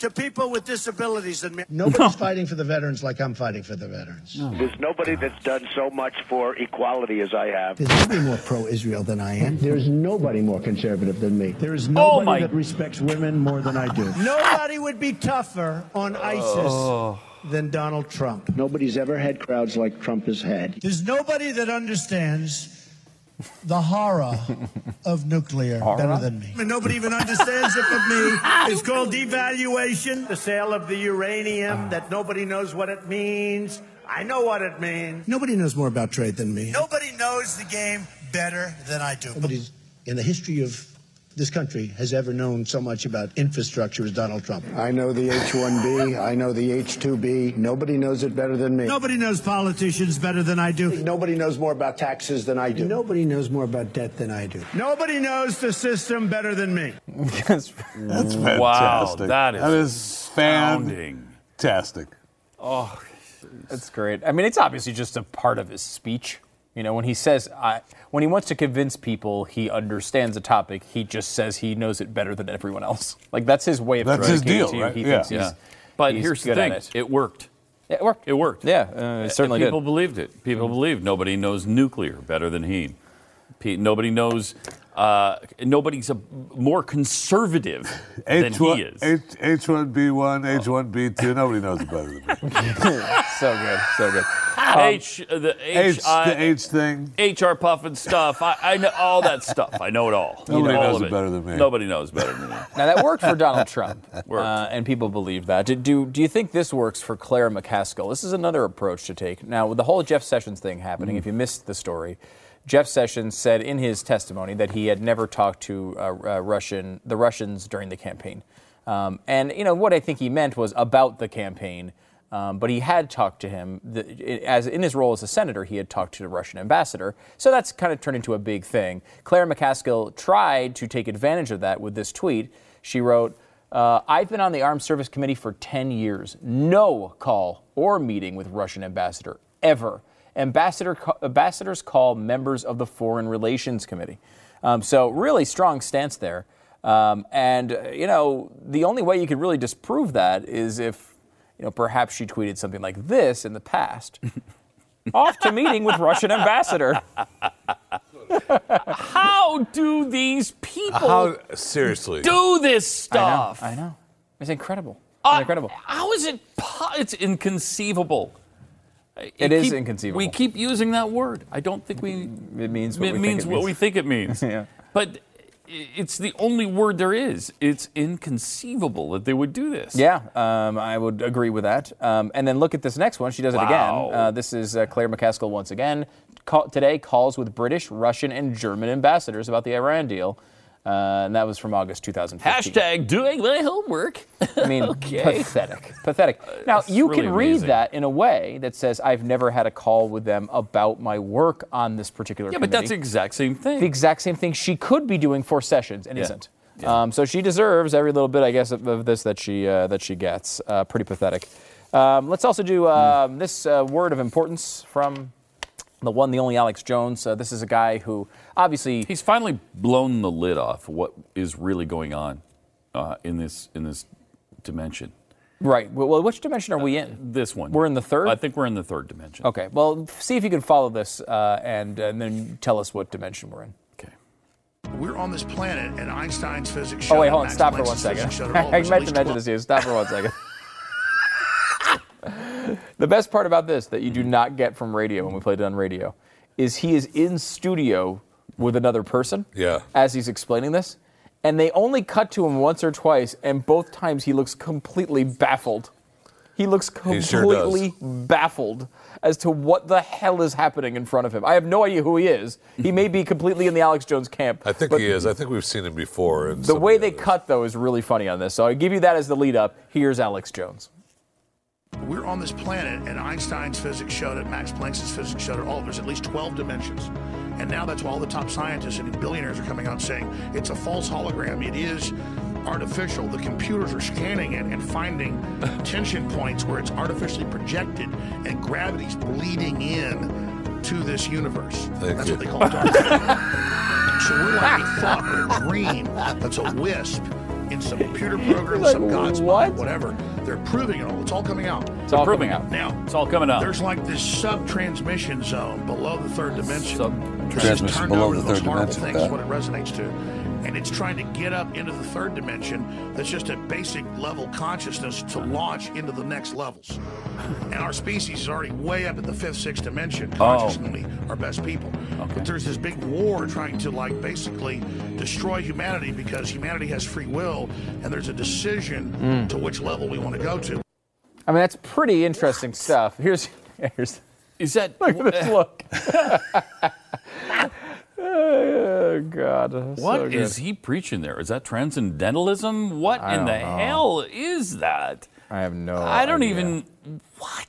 Speaker 9: to people with disabilities than me. Nobody's fighting for the veterans like I'm fighting for the veterans.
Speaker 11: There's nobody that's done so much for equality as I have.
Speaker 9: There's nobody more pro-Israel than I am.
Speaker 10: There's nobody more conservative than me. Oh
Speaker 9: There is
Speaker 1: nobody my- that
Speaker 9: respects women more than I do. Nobody would be tougher on ISIS
Speaker 10: Oh.
Speaker 9: than Donald Trump.
Speaker 10: Nobody's ever had crowds like Trump has had.
Speaker 9: There's nobody that understands the horror of nuclear better than me. nobody even understands it but me. It's called devaluation, the sale of the uranium that nobody knows what it means. I know what it means. Nobody knows more about trade than me. Nobody knows the game better than I do. Nobody in the history of this country has ever known so much about infrastructure as Donald Trump.
Speaker 10: I know the H-1B. I know the H-2B. Nobody knows it better than me.
Speaker 9: Nobody knows politicians better than I do.
Speaker 10: Nobody knows more about taxes than I do.
Speaker 9: Nobody knows more about debt than I do. Nobody knows the system better than me.
Speaker 2: Yes.
Speaker 4: That's
Speaker 1: Wow,
Speaker 4: fantastic.
Speaker 1: that is
Speaker 4: that is
Speaker 1: astounding.
Speaker 4: fantastic.
Speaker 1: Oh.
Speaker 2: That's great. I mean, it's obviously just a part of his speech. You know, when he says, I, when he wants to convince people he understands a topic, he just says he knows it better than everyone else. Like that's his way of
Speaker 4: That's his deal,
Speaker 2: communicating to you.
Speaker 4: right?
Speaker 2: He
Speaker 4: Yeah.
Speaker 2: thinks
Speaker 1: Yeah.
Speaker 2: he's,
Speaker 1: But
Speaker 2: he's
Speaker 1: here's the
Speaker 2: good
Speaker 1: thing.
Speaker 2: at it.
Speaker 1: It worked.
Speaker 2: Yeah, it worked.
Speaker 1: It worked.
Speaker 2: Yeah, uh, it certainly
Speaker 1: people
Speaker 2: did.
Speaker 1: believed it. People
Speaker 4: Mm-hmm.
Speaker 1: believed nobody knows nuclear better than he. Pe- nobody knows. Uh, nobody's a more conservative than
Speaker 4: H1,
Speaker 1: he is.
Speaker 4: H, H1B1, H1B2. Nobody knows it better than me.
Speaker 2: so good, so good.
Speaker 1: H, uh, the
Speaker 4: Um, H,
Speaker 1: Um, H,
Speaker 4: the H thing.
Speaker 1: HR puffin stuff. I, I know all that stuff. I know it all. You
Speaker 4: Nobody
Speaker 1: know, all
Speaker 4: knows
Speaker 1: of
Speaker 4: it better than me.
Speaker 1: Nobody knows better than me.
Speaker 2: Now that worked for Donald Trump,
Speaker 1: Worked.
Speaker 2: uh, and people believe that. Do, do do you think this works for Claire McCaskill? This is another approach to take. Now with the whole Jeff Sessions thing happening, if you missed the story, Jeff Sessions said in his testimony that he had never talked to uh, uh, Russian the Russians during the campaign, um, and you know what I think he meant was about the campaign. Um, but he had talked to him the, i- as in his role as a senator. He had talked to the Russian ambassador, so that's kind of turned into a big thing. Claire McCaskill tried to take advantage of that with this tweet. She wrote, uh, "I've been on the Armed Service Committee for 10 years. No call or meeting with Russian ambassador ever. Ambassador ca- ambassadors call members of the Foreign Relations Committee. Um, so really strong stance there." Um, and uh, you know, the only way you could really disprove that is if you know, perhaps she tweeted something like this in the past. Off to meeting with Russian ambassador.
Speaker 1: How do these people
Speaker 4: How, seriously.
Speaker 1: do this stuff?
Speaker 2: I know. It's incredible. It's
Speaker 1: Uh,
Speaker 2: incredible.
Speaker 1: How is it? Po- it's inconceivable.
Speaker 2: It is
Speaker 1: keep-
Speaker 2: inconceivable.
Speaker 1: We keep using that word. I don't think we.
Speaker 2: It means what
Speaker 1: it
Speaker 2: we think
Speaker 1: means
Speaker 2: it
Speaker 1: what
Speaker 2: means.
Speaker 1: we think it means.
Speaker 2: Yeah.
Speaker 1: But i- it's the only word there is. It's inconceivable that they would do this.
Speaker 2: Yeah, um, I would agree with that. Um, and then look at this next one. She does it
Speaker 1: Wow.
Speaker 2: again. Uh, this is uh, Claire McCaskill once again. Call, today calls with British, Russian, and German ambassadors about the Iran deal. Uh, and that was from August 2015.
Speaker 1: Hashtag doing my homework.
Speaker 2: I mean, pathetic. Pathetic. Now, you
Speaker 1: Uh, really
Speaker 2: can read
Speaker 1: amazing.
Speaker 2: that in a way that says, I've never had a call with them about my work on this particular
Speaker 1: Yeah, but that's the
Speaker 2: committee."
Speaker 1: exact same thing.
Speaker 2: the exact same thing she could be doing for Sessions and
Speaker 1: Yeah.
Speaker 2: isn't. Um, so she deserves every little bit, I guess, of, of this that she uh, that she gets. Uh, pretty pathetic. Um, let's also do
Speaker 1: Hmm.
Speaker 2: um, this uh, word of importance from the one, the only Alex Jones. Uh, this is a guy who obviously
Speaker 1: He's finally blown the lid off what is really going on uh, in this in this dimension.
Speaker 2: right. Well, which dimension are we in?
Speaker 1: This one.
Speaker 2: We're in the third.
Speaker 1: I think we're in the third dimension.
Speaker 2: Okay. Well, see if you can follow this uh, and and then tell us what dimension we're in.
Speaker 9: We're on this planet, and Einstein's physics.
Speaker 2: Oh wait,
Speaker 9: showed
Speaker 2: hold on.
Speaker 9: Max
Speaker 2: Stop for one
Speaker 9: Planck's
Speaker 2: second.
Speaker 9: physics showed all of
Speaker 2: I
Speaker 9: us at
Speaker 2: meant
Speaker 9: least
Speaker 2: to mention this to you. Stop for one second. the best part about this that you do not get from radio when we played it on radio is he is in studio with another person.
Speaker 4: Yeah.
Speaker 2: As he's explaining this, and they only cut to him once or twice, and both times he looks completely baffled. He looks
Speaker 4: He sure does.
Speaker 2: completely baffled as to what the hell is happening in front of him. I have no idea who he is. He may be completely in the Alex Jones camp.
Speaker 4: I think
Speaker 2: but
Speaker 4: he is. I think we've seen him before. And
Speaker 2: the way they cut, though, is really funny on this. So I give you that as the lead up. Here's Alex Jones.
Speaker 9: We're on this planet, and Einstein's physics showed it, Max Planck's physics showed it, all of us, at least 12 dimensions. And now that's why all the top scientists and billionaires are coming out saying it's a false hologram. It is artificial. The computers are scanning it and finding tension points where it's artificially projected, and gravity's bleeding in to this universe. that's
Speaker 4: you.
Speaker 9: what they call it. dark matter. so we're like a thought or a dream that's a wisp in some computer program, some god's mind, whatever. They're proving it all. It's all coming out.
Speaker 2: It's all
Speaker 1: Proving
Speaker 2: coming out.
Speaker 1: it.
Speaker 9: Now,
Speaker 1: It's all coming up.
Speaker 9: there's like this sub-transmission zone below the third dimension. This is
Speaker 12: Transmission
Speaker 9: turned
Speaker 12: below
Speaker 9: over
Speaker 12: the
Speaker 9: to those
Speaker 12: third
Speaker 9: horrible
Speaker 12: dimension,
Speaker 9: Things
Speaker 12: Pat.
Speaker 9: is what it resonates to, and it's trying to get up into the third dimension. That's just a basic level consciousness to launch into the next levels. And our species is already way up in the fifth, sixth dimension. Consciously, our best people. But there's this big war trying to like basically destroy humanity because humanity has free will, and there's a decision
Speaker 2: Mm.
Speaker 9: to which level we want to go to.
Speaker 2: I mean, that's pretty interesting stuff. Here's, here's.
Speaker 1: Is that
Speaker 2: look at this look? oh God!
Speaker 1: What is he preaching there? Is that transcendentalism? What
Speaker 2: I
Speaker 1: in the
Speaker 2: don't know.
Speaker 1: hell is that?
Speaker 2: I have no.
Speaker 1: I don't
Speaker 2: idea.
Speaker 1: even.
Speaker 13: Eh,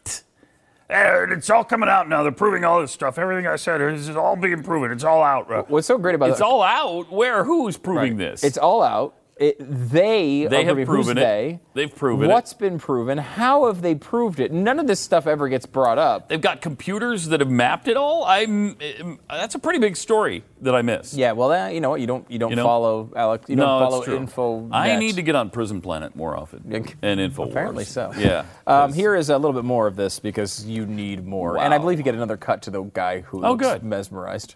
Speaker 13: It's all coming out now. They're proving all this stuff. Everything I said is is all being proven. It's all out. Right?
Speaker 2: What's so great about
Speaker 1: It's
Speaker 2: that-
Speaker 1: all out. Where? Who's proving
Speaker 2: Right.
Speaker 1: this?
Speaker 2: It's all out. It, they
Speaker 1: They
Speaker 2: are
Speaker 1: have
Speaker 2: proving-
Speaker 1: proven
Speaker 2: who's
Speaker 1: it.
Speaker 2: They?
Speaker 1: They've proven it.
Speaker 2: What's been proven? How have they proved it? None of this stuff ever gets brought up.
Speaker 1: They've got computers that have mapped it all. I'm. um, That's a pretty big story that I missed.
Speaker 2: Yeah, well, uh, you know what? You don't you don't
Speaker 1: You know?
Speaker 2: follow Alex. You
Speaker 1: no,
Speaker 2: don't
Speaker 1: it's
Speaker 2: follow
Speaker 1: true.
Speaker 2: info.
Speaker 1: I need to get on Prison Planet more often and InfoWars.
Speaker 2: Apparently so.
Speaker 1: Yeah.
Speaker 2: Um, here is a little bit more of this because you need more, and I
Speaker 1: Wow.
Speaker 2: believe you get another cut to the guy who
Speaker 1: Oh,
Speaker 2: looks
Speaker 1: good.
Speaker 2: mesmerized.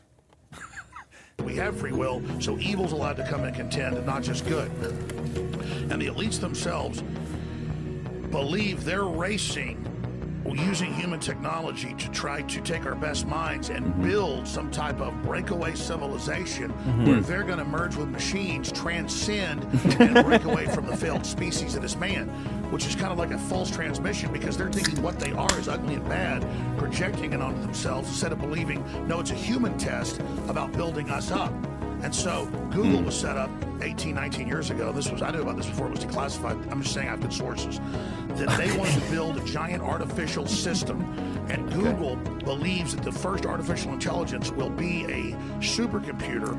Speaker 9: We have free will, so evil's allowed to come and contend, and not just good. And the elites themselves believe they're racing using human technology to try to take our best minds and build some type of breakaway civilization
Speaker 14: Mhm.
Speaker 9: where they're going to merge with machines, transcend, and break away from the failed species that is man, which is kind of like a false transmission because they're thinking what they are is ugly and bad, projecting it onto themselves instead of believing, no, it's a human test about building us up. And so Google was set up 18, 19 years ago. This was, I knew about this before it was declassified. I'm just saying I have good sources. That they wanted to build a giant artificial system. And Google believes that the first artificial intelligence will be a supercomputer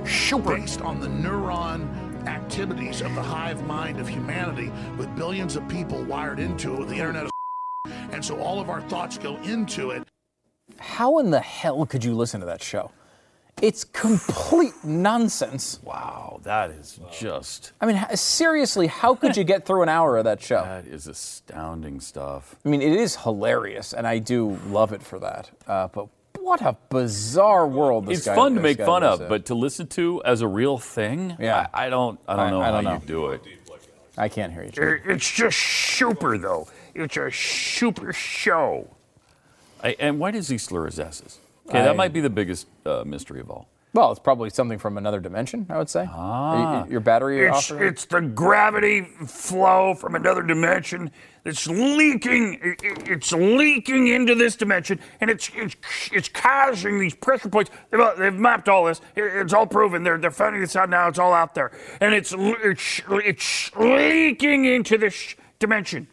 Speaker 9: based on the neuron activities of the hive mind of humanity with billions of people wired into it with the internet of and so all of our thoughts go into it
Speaker 2: How in the hell could you listen to that show? It's complete nonsense.
Speaker 1: Wow, that is just.
Speaker 2: I mean, h- seriously, how could you get through an hour of that show?
Speaker 1: That is astounding stuff.
Speaker 2: I mean, it is hilarious, and I do love it for that. Uh, but what a bizarre world this
Speaker 1: it's
Speaker 2: guy-
Speaker 1: fun to
Speaker 2: this
Speaker 1: make
Speaker 2: guy
Speaker 1: fun of,
Speaker 2: lives in.
Speaker 1: but to listen to as a real thing, yeah. I, I don't, I don't
Speaker 2: I-
Speaker 1: know
Speaker 2: I
Speaker 1: how
Speaker 2: don't know.
Speaker 1: you do it.
Speaker 2: I can't hear you.
Speaker 13: It's just super, though. It's a super show.
Speaker 1: I, and why does he slur his S's? Okay, that
Speaker 2: I-
Speaker 1: might be the biggest uh, mystery of all.
Speaker 2: Well, it's probably something from another dimension, I would say. Ah. Your battery
Speaker 13: It's,
Speaker 2: offer.
Speaker 13: it's the gravity flow from another dimension that's leaking. i- i- It's leaking into this dimension, and it's it's, it's causing these pressure points. They've, they've mapped all this. I- It's all proven. They're they're finding this out now. It's all out there, and it's l- it's, it's leaking into this sh- dimension.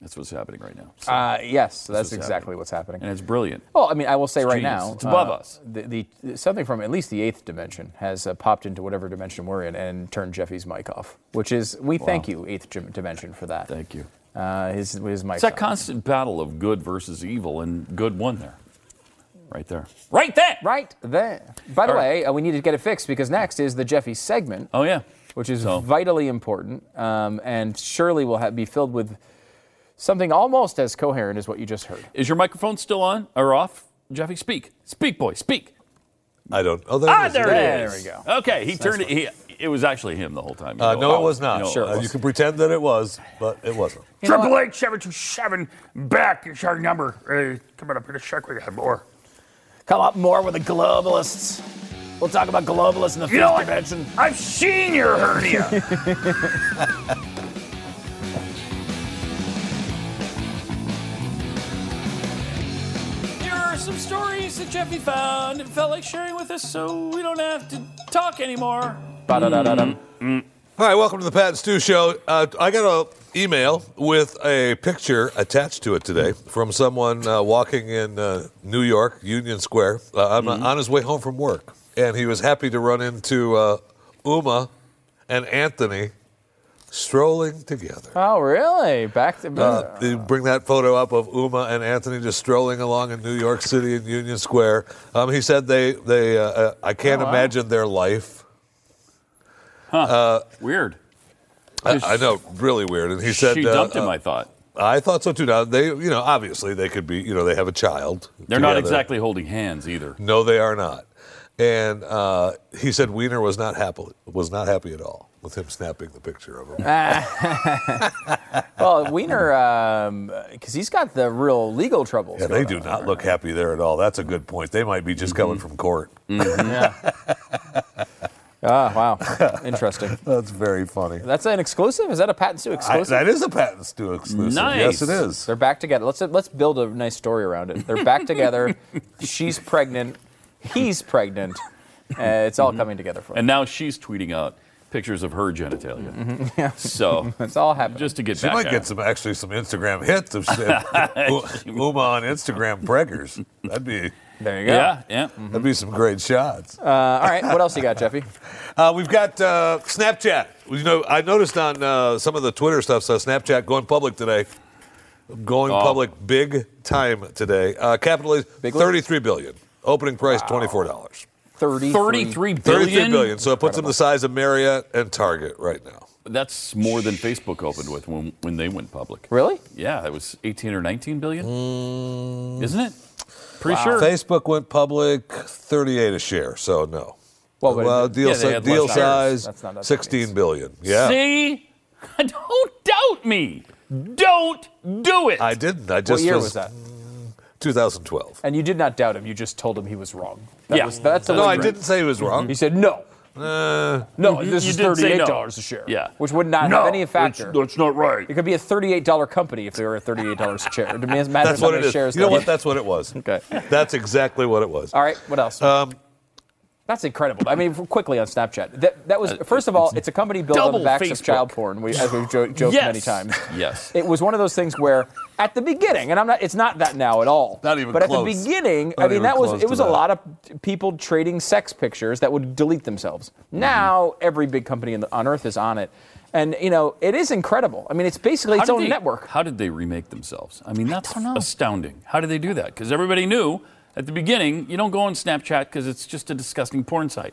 Speaker 1: That's what's happening right now.
Speaker 2: Uh, yes, that's
Speaker 1: what's
Speaker 2: exactly what's happening.
Speaker 1: And it's brilliant.
Speaker 2: Well, I mean, I will say
Speaker 1: It's
Speaker 2: right
Speaker 1: genius.
Speaker 2: now, uh,
Speaker 1: It's above us.
Speaker 2: The, the something from at least the eighth dimension has uh, popped into whatever dimension we're in and turned Jeffy's mic off, which is we thank you eighth dim- dimension for that.
Speaker 1: Thank you.
Speaker 2: Uh, his his mic.
Speaker 1: It's that
Speaker 2: off.
Speaker 1: constant battle of good versus evil, and good won there. Right there. Right there.
Speaker 2: Right there. By the
Speaker 1: All right.
Speaker 2: way, uh, we need to get it fixed because next is the Jeffy segment.
Speaker 1: Oh, yeah.
Speaker 2: Which is vitally important um, and surely will ha- be filled with something almost as coherent as what you just heard.
Speaker 1: Is your microphone still on or off? Jeffy, speak. Speak, boy, speak.
Speaker 4: I don't. Oh, there
Speaker 1: ah,
Speaker 4: it is.
Speaker 1: there
Speaker 2: There
Speaker 1: it is.
Speaker 2: we go.
Speaker 1: Okay, he turned it. He, it was actually him the whole time.
Speaker 4: Uh,
Speaker 1: You
Speaker 4: no,
Speaker 1: know,
Speaker 4: it was not.
Speaker 1: Oh, no, it
Speaker 4: Uh, you
Speaker 1: wasn't.
Speaker 4: can pretend that it was, but it wasn't.
Speaker 13: Triple eight seven two seven back is our number. Uh, coming up here to check we got more.
Speaker 12: Come up more with the globalists. We'll talk about globalists in the
Speaker 13: You know
Speaker 12: fifth
Speaker 13: what?
Speaker 12: dimension.
Speaker 13: I've seen your hernia.
Speaker 1: There are some stories that Jeffy found and felt like sharing with us, so we don't have to talk anymore.
Speaker 4: Ba-da-da-da-dum. All right, Mm. welcome to the Pat and Stu Show. Uh, I got an email with a picture attached to it today from someone uh, walking in uh, New York, Union Square, uh, on,
Speaker 2: Mm-hmm.
Speaker 4: on his way home from work. And he was happy to run into uh, Uma and Anthony strolling together.
Speaker 2: Oh, really? Back to
Speaker 4: Uh, they bring that photo up of Uma and Anthony just strolling along in New York City in Union Square. Um, he said they, they uh, uh, I can't
Speaker 1: Oh, wow.
Speaker 4: imagine their life. Uh,
Speaker 1: Weird.
Speaker 4: I, I know, really weird. And he said
Speaker 1: She
Speaker 4: uh,
Speaker 1: dumped him,
Speaker 4: uh,
Speaker 1: I thought.
Speaker 4: I thought so too. Now they, you know, obviously they could be, you know, they have a child.
Speaker 1: They're not
Speaker 4: together.
Speaker 1: exactly holding hands either.
Speaker 4: No, they are not. And uh, he said Wiener was not happy was not happy at all with him snapping the picture of him.
Speaker 2: Ah. well, Wiener, because he's got the real legal troubles.
Speaker 4: Yeah, they do not look happy there at all. That's a good point. They might be just coming from court.
Speaker 2: Mm-hmm. yeah. Ah, wow. Interesting.
Speaker 4: That's very funny.
Speaker 2: That's an exclusive. Is that a patent Stu exclusive?
Speaker 4: that is a patent Stu exclusive. Yes, it is.
Speaker 2: They're back together. Let's let's build a nice story around it. They're back together. She's pregnant. He's pregnant. Uh, it's
Speaker 4: Mm-hmm.
Speaker 2: all coming together for
Speaker 1: And now she's tweeting out pictures of her genitalia. So
Speaker 2: Mm-hmm. it's all happening.
Speaker 1: Just to get
Speaker 4: She
Speaker 1: back
Speaker 4: might
Speaker 1: at
Speaker 4: get
Speaker 1: it.
Speaker 4: some actually some Instagram hits if, if Uma on Instagram preggers. That'd be
Speaker 2: there
Speaker 1: you go. Yeah, yeah.
Speaker 4: That'd be some great shots.
Speaker 2: Uh, all right, what else you got, Jeffy?
Speaker 4: Uh, we've got uh, Snapchat. You know, I noticed on uh, some of the Twitter stuff. So Snapchat going public today, going
Speaker 1: Oh.
Speaker 4: public big time today. Uh, capitalized thirty-three billion. Opening price twenty-four dollars.
Speaker 2: 33,
Speaker 1: 33
Speaker 4: Thirty-three
Speaker 1: billion?
Speaker 4: billion. So it puts them the size of Marriott and Target right now.
Speaker 1: That's more than Facebook opened with when, when they went public.
Speaker 2: Really?
Speaker 1: Yeah, it was 18 or 19 billion.
Speaker 4: Mm.
Speaker 1: Isn't it? Pretty
Speaker 4: Wow.
Speaker 1: sure.
Speaker 4: Facebook went public 38 a share, so no.
Speaker 2: Well, but-
Speaker 4: well deal,
Speaker 1: Yeah, they
Speaker 4: si-
Speaker 1: had less
Speaker 4: deal
Speaker 1: shares.
Speaker 4: size
Speaker 1: That's not- that's not
Speaker 4: 16 billion. Yeah.
Speaker 1: See? Don't doubt me. Don't do it.
Speaker 4: I didn't. I just
Speaker 2: what year was, that?
Speaker 4: 2012.
Speaker 2: And you did not doubt him. You just told him he was wrong. That
Speaker 4: Yeah.
Speaker 2: was- that's
Speaker 4: No,
Speaker 2: a-
Speaker 4: I didn't say he was wrong.
Speaker 2: He said no.
Speaker 4: Uh,
Speaker 2: No, this
Speaker 1: you did
Speaker 2: is
Speaker 1: say
Speaker 2: thirty-eight
Speaker 1: no.
Speaker 2: dollars a share.
Speaker 1: Yeah.
Speaker 2: which would not have any factor.
Speaker 13: That's, that's not right.
Speaker 2: It could be a thirty-eight dollar company if they were at thirty-eight dollars a share. It matters
Speaker 4: that's
Speaker 2: how
Speaker 4: what it
Speaker 2: many
Speaker 4: is.
Speaker 2: shares.
Speaker 4: You know
Speaker 2: they-
Speaker 4: what? That's what it was. okay. That's exactly what it was.
Speaker 2: All right, what else?
Speaker 4: Um,
Speaker 2: That's incredible. I mean, f- quickly on Snapchat. That, that was first of all, it's a company built on the
Speaker 1: Uh, double
Speaker 2: backs
Speaker 1: Facebook.
Speaker 2: of child porn, we, as we've jo- joked
Speaker 1: Yes.
Speaker 2: many times.
Speaker 1: Yes.
Speaker 2: It was one of those things where, at the beginning, and I'm not, it's not that now at all. Not even. But at the
Speaker 4: close.
Speaker 2: beginning,
Speaker 4: Not
Speaker 2: I mean,
Speaker 4: even
Speaker 2: that was
Speaker 4: close
Speaker 2: it
Speaker 4: to
Speaker 2: was a
Speaker 4: that.
Speaker 2: lot of people trading sex pictures that would delete themselves.
Speaker 4: Mm-hmm.
Speaker 2: Now every big company in the, on earth is on it, and you know it is incredible. I mean, it's basically its
Speaker 1: did
Speaker 2: own
Speaker 1: they-
Speaker 2: network.
Speaker 1: How did they remake themselves? I mean, that's astounding. How did they do that? Because everybody knew at the beginning you don't go on Snapchat because it's just a disgusting porn site.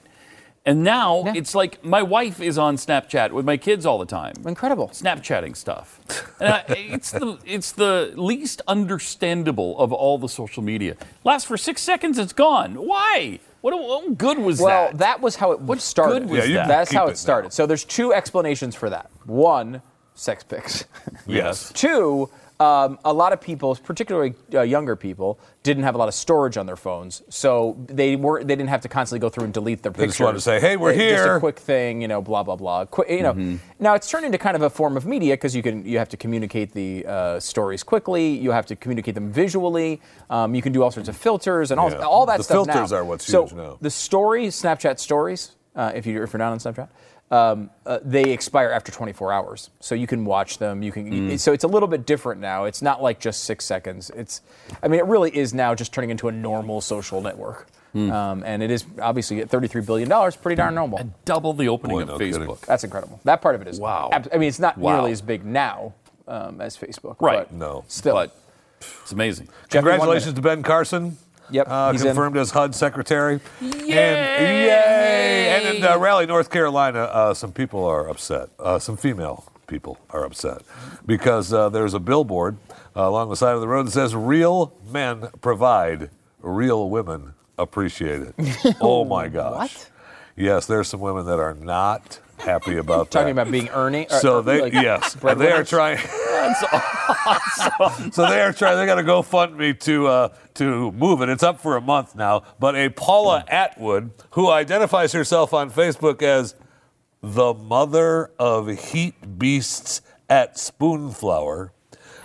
Speaker 1: And now it's like my wife is on Snapchat with my kids all the time.
Speaker 2: Incredible.
Speaker 1: Snapchatting stuff. And I, it's, the, it's the least understandable of all the social media. Lasts for six seconds, it's gone. Why? What, what good was
Speaker 2: well,
Speaker 1: that?
Speaker 2: that? was how it started.
Speaker 1: good was Yeah, you that? can
Speaker 2: That's how
Speaker 1: keep it
Speaker 2: it,
Speaker 1: now.
Speaker 2: started. So there's two explanations for that. One, sex pics.
Speaker 4: Yes.
Speaker 2: Two, um, a lot of people, particularly uh, younger people, didn't have a lot of storage on their phones, so they were they didn't have to constantly go through and delete their
Speaker 4: They
Speaker 2: pictures.
Speaker 4: just wanted to say, "Hey, we're
Speaker 2: Uh, Just
Speaker 4: here."
Speaker 2: a quick thing, you know, blah blah blah. Qui- you know,
Speaker 4: Mhm.
Speaker 2: now it's turned into kind of a form of media because you can you have to communicate the uh, stories quickly. You have to communicate them visually. Um, you can do all sorts of filters and all,
Speaker 4: Yeah.
Speaker 2: all that
Speaker 4: The
Speaker 2: stuff.
Speaker 4: filters
Speaker 2: now.
Speaker 4: are what's
Speaker 2: so
Speaker 4: huge now.
Speaker 2: The story, Snapchat stories, uh, if you if you're not on Snapchat. Um, uh, they expire after 24 hours, so you can watch them. You can,
Speaker 14: Mm.
Speaker 2: so it's a little bit different now. It's not like just six seconds. It's, I mean, it really is now just turning into a normal social network,
Speaker 1: Mm.
Speaker 2: um, and it is obviously at 33 billion dollars, pretty darn normal.
Speaker 1: double the opening of Facebook.
Speaker 2: That's incredible. That part of it is wow. I mean, it's not
Speaker 1: Wow.
Speaker 2: nearly as big now um, as Facebook.
Speaker 1: Right.
Speaker 2: But
Speaker 4: no.
Speaker 2: Still.
Speaker 1: But it's amazing.
Speaker 2: Jeff, you want a
Speaker 4: Congratulations to Ben Carson.
Speaker 2: Yep.
Speaker 4: Uh,
Speaker 2: he's in.
Speaker 4: confirmed as HUD secretary. Yay! And, yay! And in uh, Raleigh, North Carolina, uh, some people are upset. Uh, some female people are upset because uh, there's a billboard uh, along the side of the road that says, Real men provide, real women appreciate it. oh my gosh. What? Yes, there's some women that are not happy about that.
Speaker 2: Talking about being Ernie- or-
Speaker 4: So
Speaker 2: or
Speaker 4: they,
Speaker 2: like
Speaker 4: yes, and they are
Speaker 2: breadwinners?
Speaker 4: trying. So they are trying. They got to go fund me to uh, to move it. It's up for a month now. But a Paula Atwood, who identifies herself on Facebook as the mother of heat beasts at Spoonflower,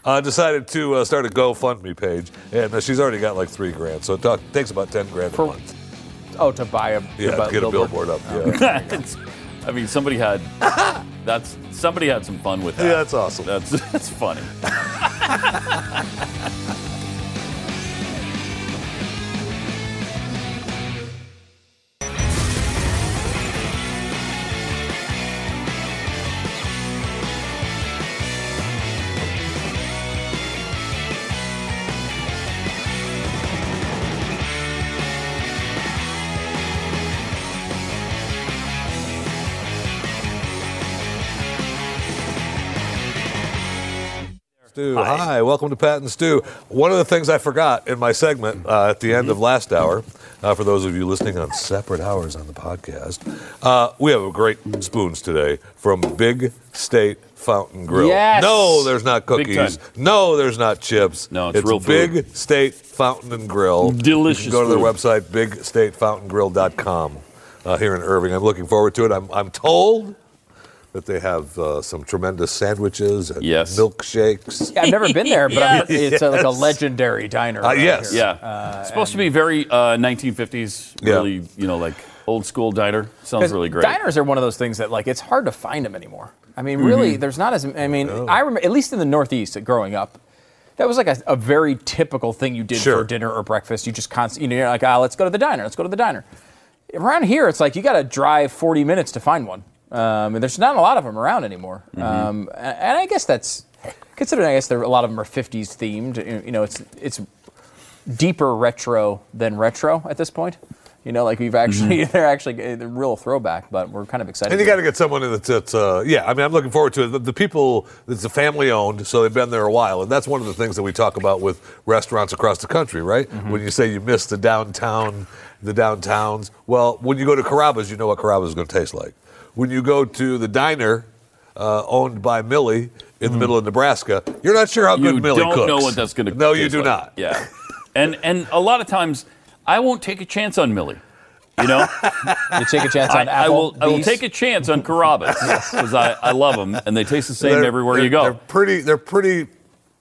Speaker 4: uh, decided to uh, start a GoFundMe page, and uh, she's already got like three grand. So it talk, takes about ten grand a month.
Speaker 2: Oh, to buy a
Speaker 4: Yeah,
Speaker 2: to buy
Speaker 4: to get a billboard up. Yeah.
Speaker 1: It's- I mean, somebody had that's somebody had some fun with that.
Speaker 4: Yeah, that's awesome. Uh,
Speaker 1: That's that's funny.
Speaker 4: Stu, hi. welcome to Pat and Stu. One of the things I forgot in my segment uh, at the end
Speaker 1: Mm-hmm.
Speaker 4: of last hour, uh, for those of you listening on separate hours on the podcast, uh, we have a great spoons today from Big State Fountain Grill.
Speaker 1: Yes!
Speaker 4: No, there's not
Speaker 1: Big
Speaker 4: cookies.
Speaker 1: time.
Speaker 4: No, there's not chips. No,
Speaker 1: it's real food.
Speaker 4: Big State Fountain and Grill.
Speaker 1: Delicious
Speaker 4: You can go to their
Speaker 1: food.
Speaker 4: website, bigstatefountaingrill.com, uh, here in Irving. I'm looking forward to it. I'm, I'm told. That they have uh, some tremendous sandwiches and
Speaker 1: Yes.
Speaker 4: milkshakes.
Speaker 2: Yeah, I've never been there, but I'm-
Speaker 4: Yes.
Speaker 2: it's uh like a legendary diner.
Speaker 4: Uh,
Speaker 2: around
Speaker 4: yes.
Speaker 2: here.
Speaker 1: Yeah,
Speaker 2: Uh,
Speaker 1: it's supposed to be very uh, 1950s,
Speaker 4: Yeah.
Speaker 1: really, you know, like old school diner. Sounds
Speaker 2: 'Cause
Speaker 1: really great.
Speaker 2: Diners are one of those things that like it's hard to find them anymore. I mean, really,
Speaker 1: Mhm.
Speaker 2: there's not as. I mean, I remember at least in the Northeast uh, growing up. That was like a, a very typical thing you did
Speaker 4: Sure.
Speaker 2: for dinner or breakfast. You just constantly, you know, you're like, ah, let's go to the diner. Let's go to the diner. Around here, it's like you got to drive 40 minutes to find one. Um, and there's not a lot of them around anymore.
Speaker 1: Mm-hmm.
Speaker 2: Um, a- and I guess that's considering. I guess there, a lot of them are 50s themed. you- You know, it's it's deeper retro than retro at this point. You know, like we've
Speaker 1: Mm-hmm.
Speaker 2: actually they're actually uh, they're real throwback, but we're kind of excited.
Speaker 4: And you got to get someone in that's, that's uh, yeah. I mean, I'm looking forward to it. The, the people that's a family owned, so they've been there a while, and that's one of the things that we talk about with restaurants across the country, right?
Speaker 1: Mm-hmm.
Speaker 4: When you say you miss the downtown, the downtowns. Well, when you go to Carrabba's, you know what Carrabba's is going to taste like. When you go to the diner uh, owned by Millie in the middle of Nebraska, you're not sure how
Speaker 1: Mm-hmm. you
Speaker 4: good Millie
Speaker 1: don't
Speaker 4: cooks.
Speaker 1: know what that's going to.
Speaker 4: No, you do not.
Speaker 1: Yeah, and and a lot of times I won't take a chance on Millie. You know,
Speaker 2: you take a chance on
Speaker 1: I, I will. I will
Speaker 2: Applebee's?
Speaker 1: take a chance on Carrabba's because I, I love them and they taste the same
Speaker 4: They're-
Speaker 1: everywhere
Speaker 4: they're-
Speaker 1: you go.
Speaker 4: They're pretty. They're pretty.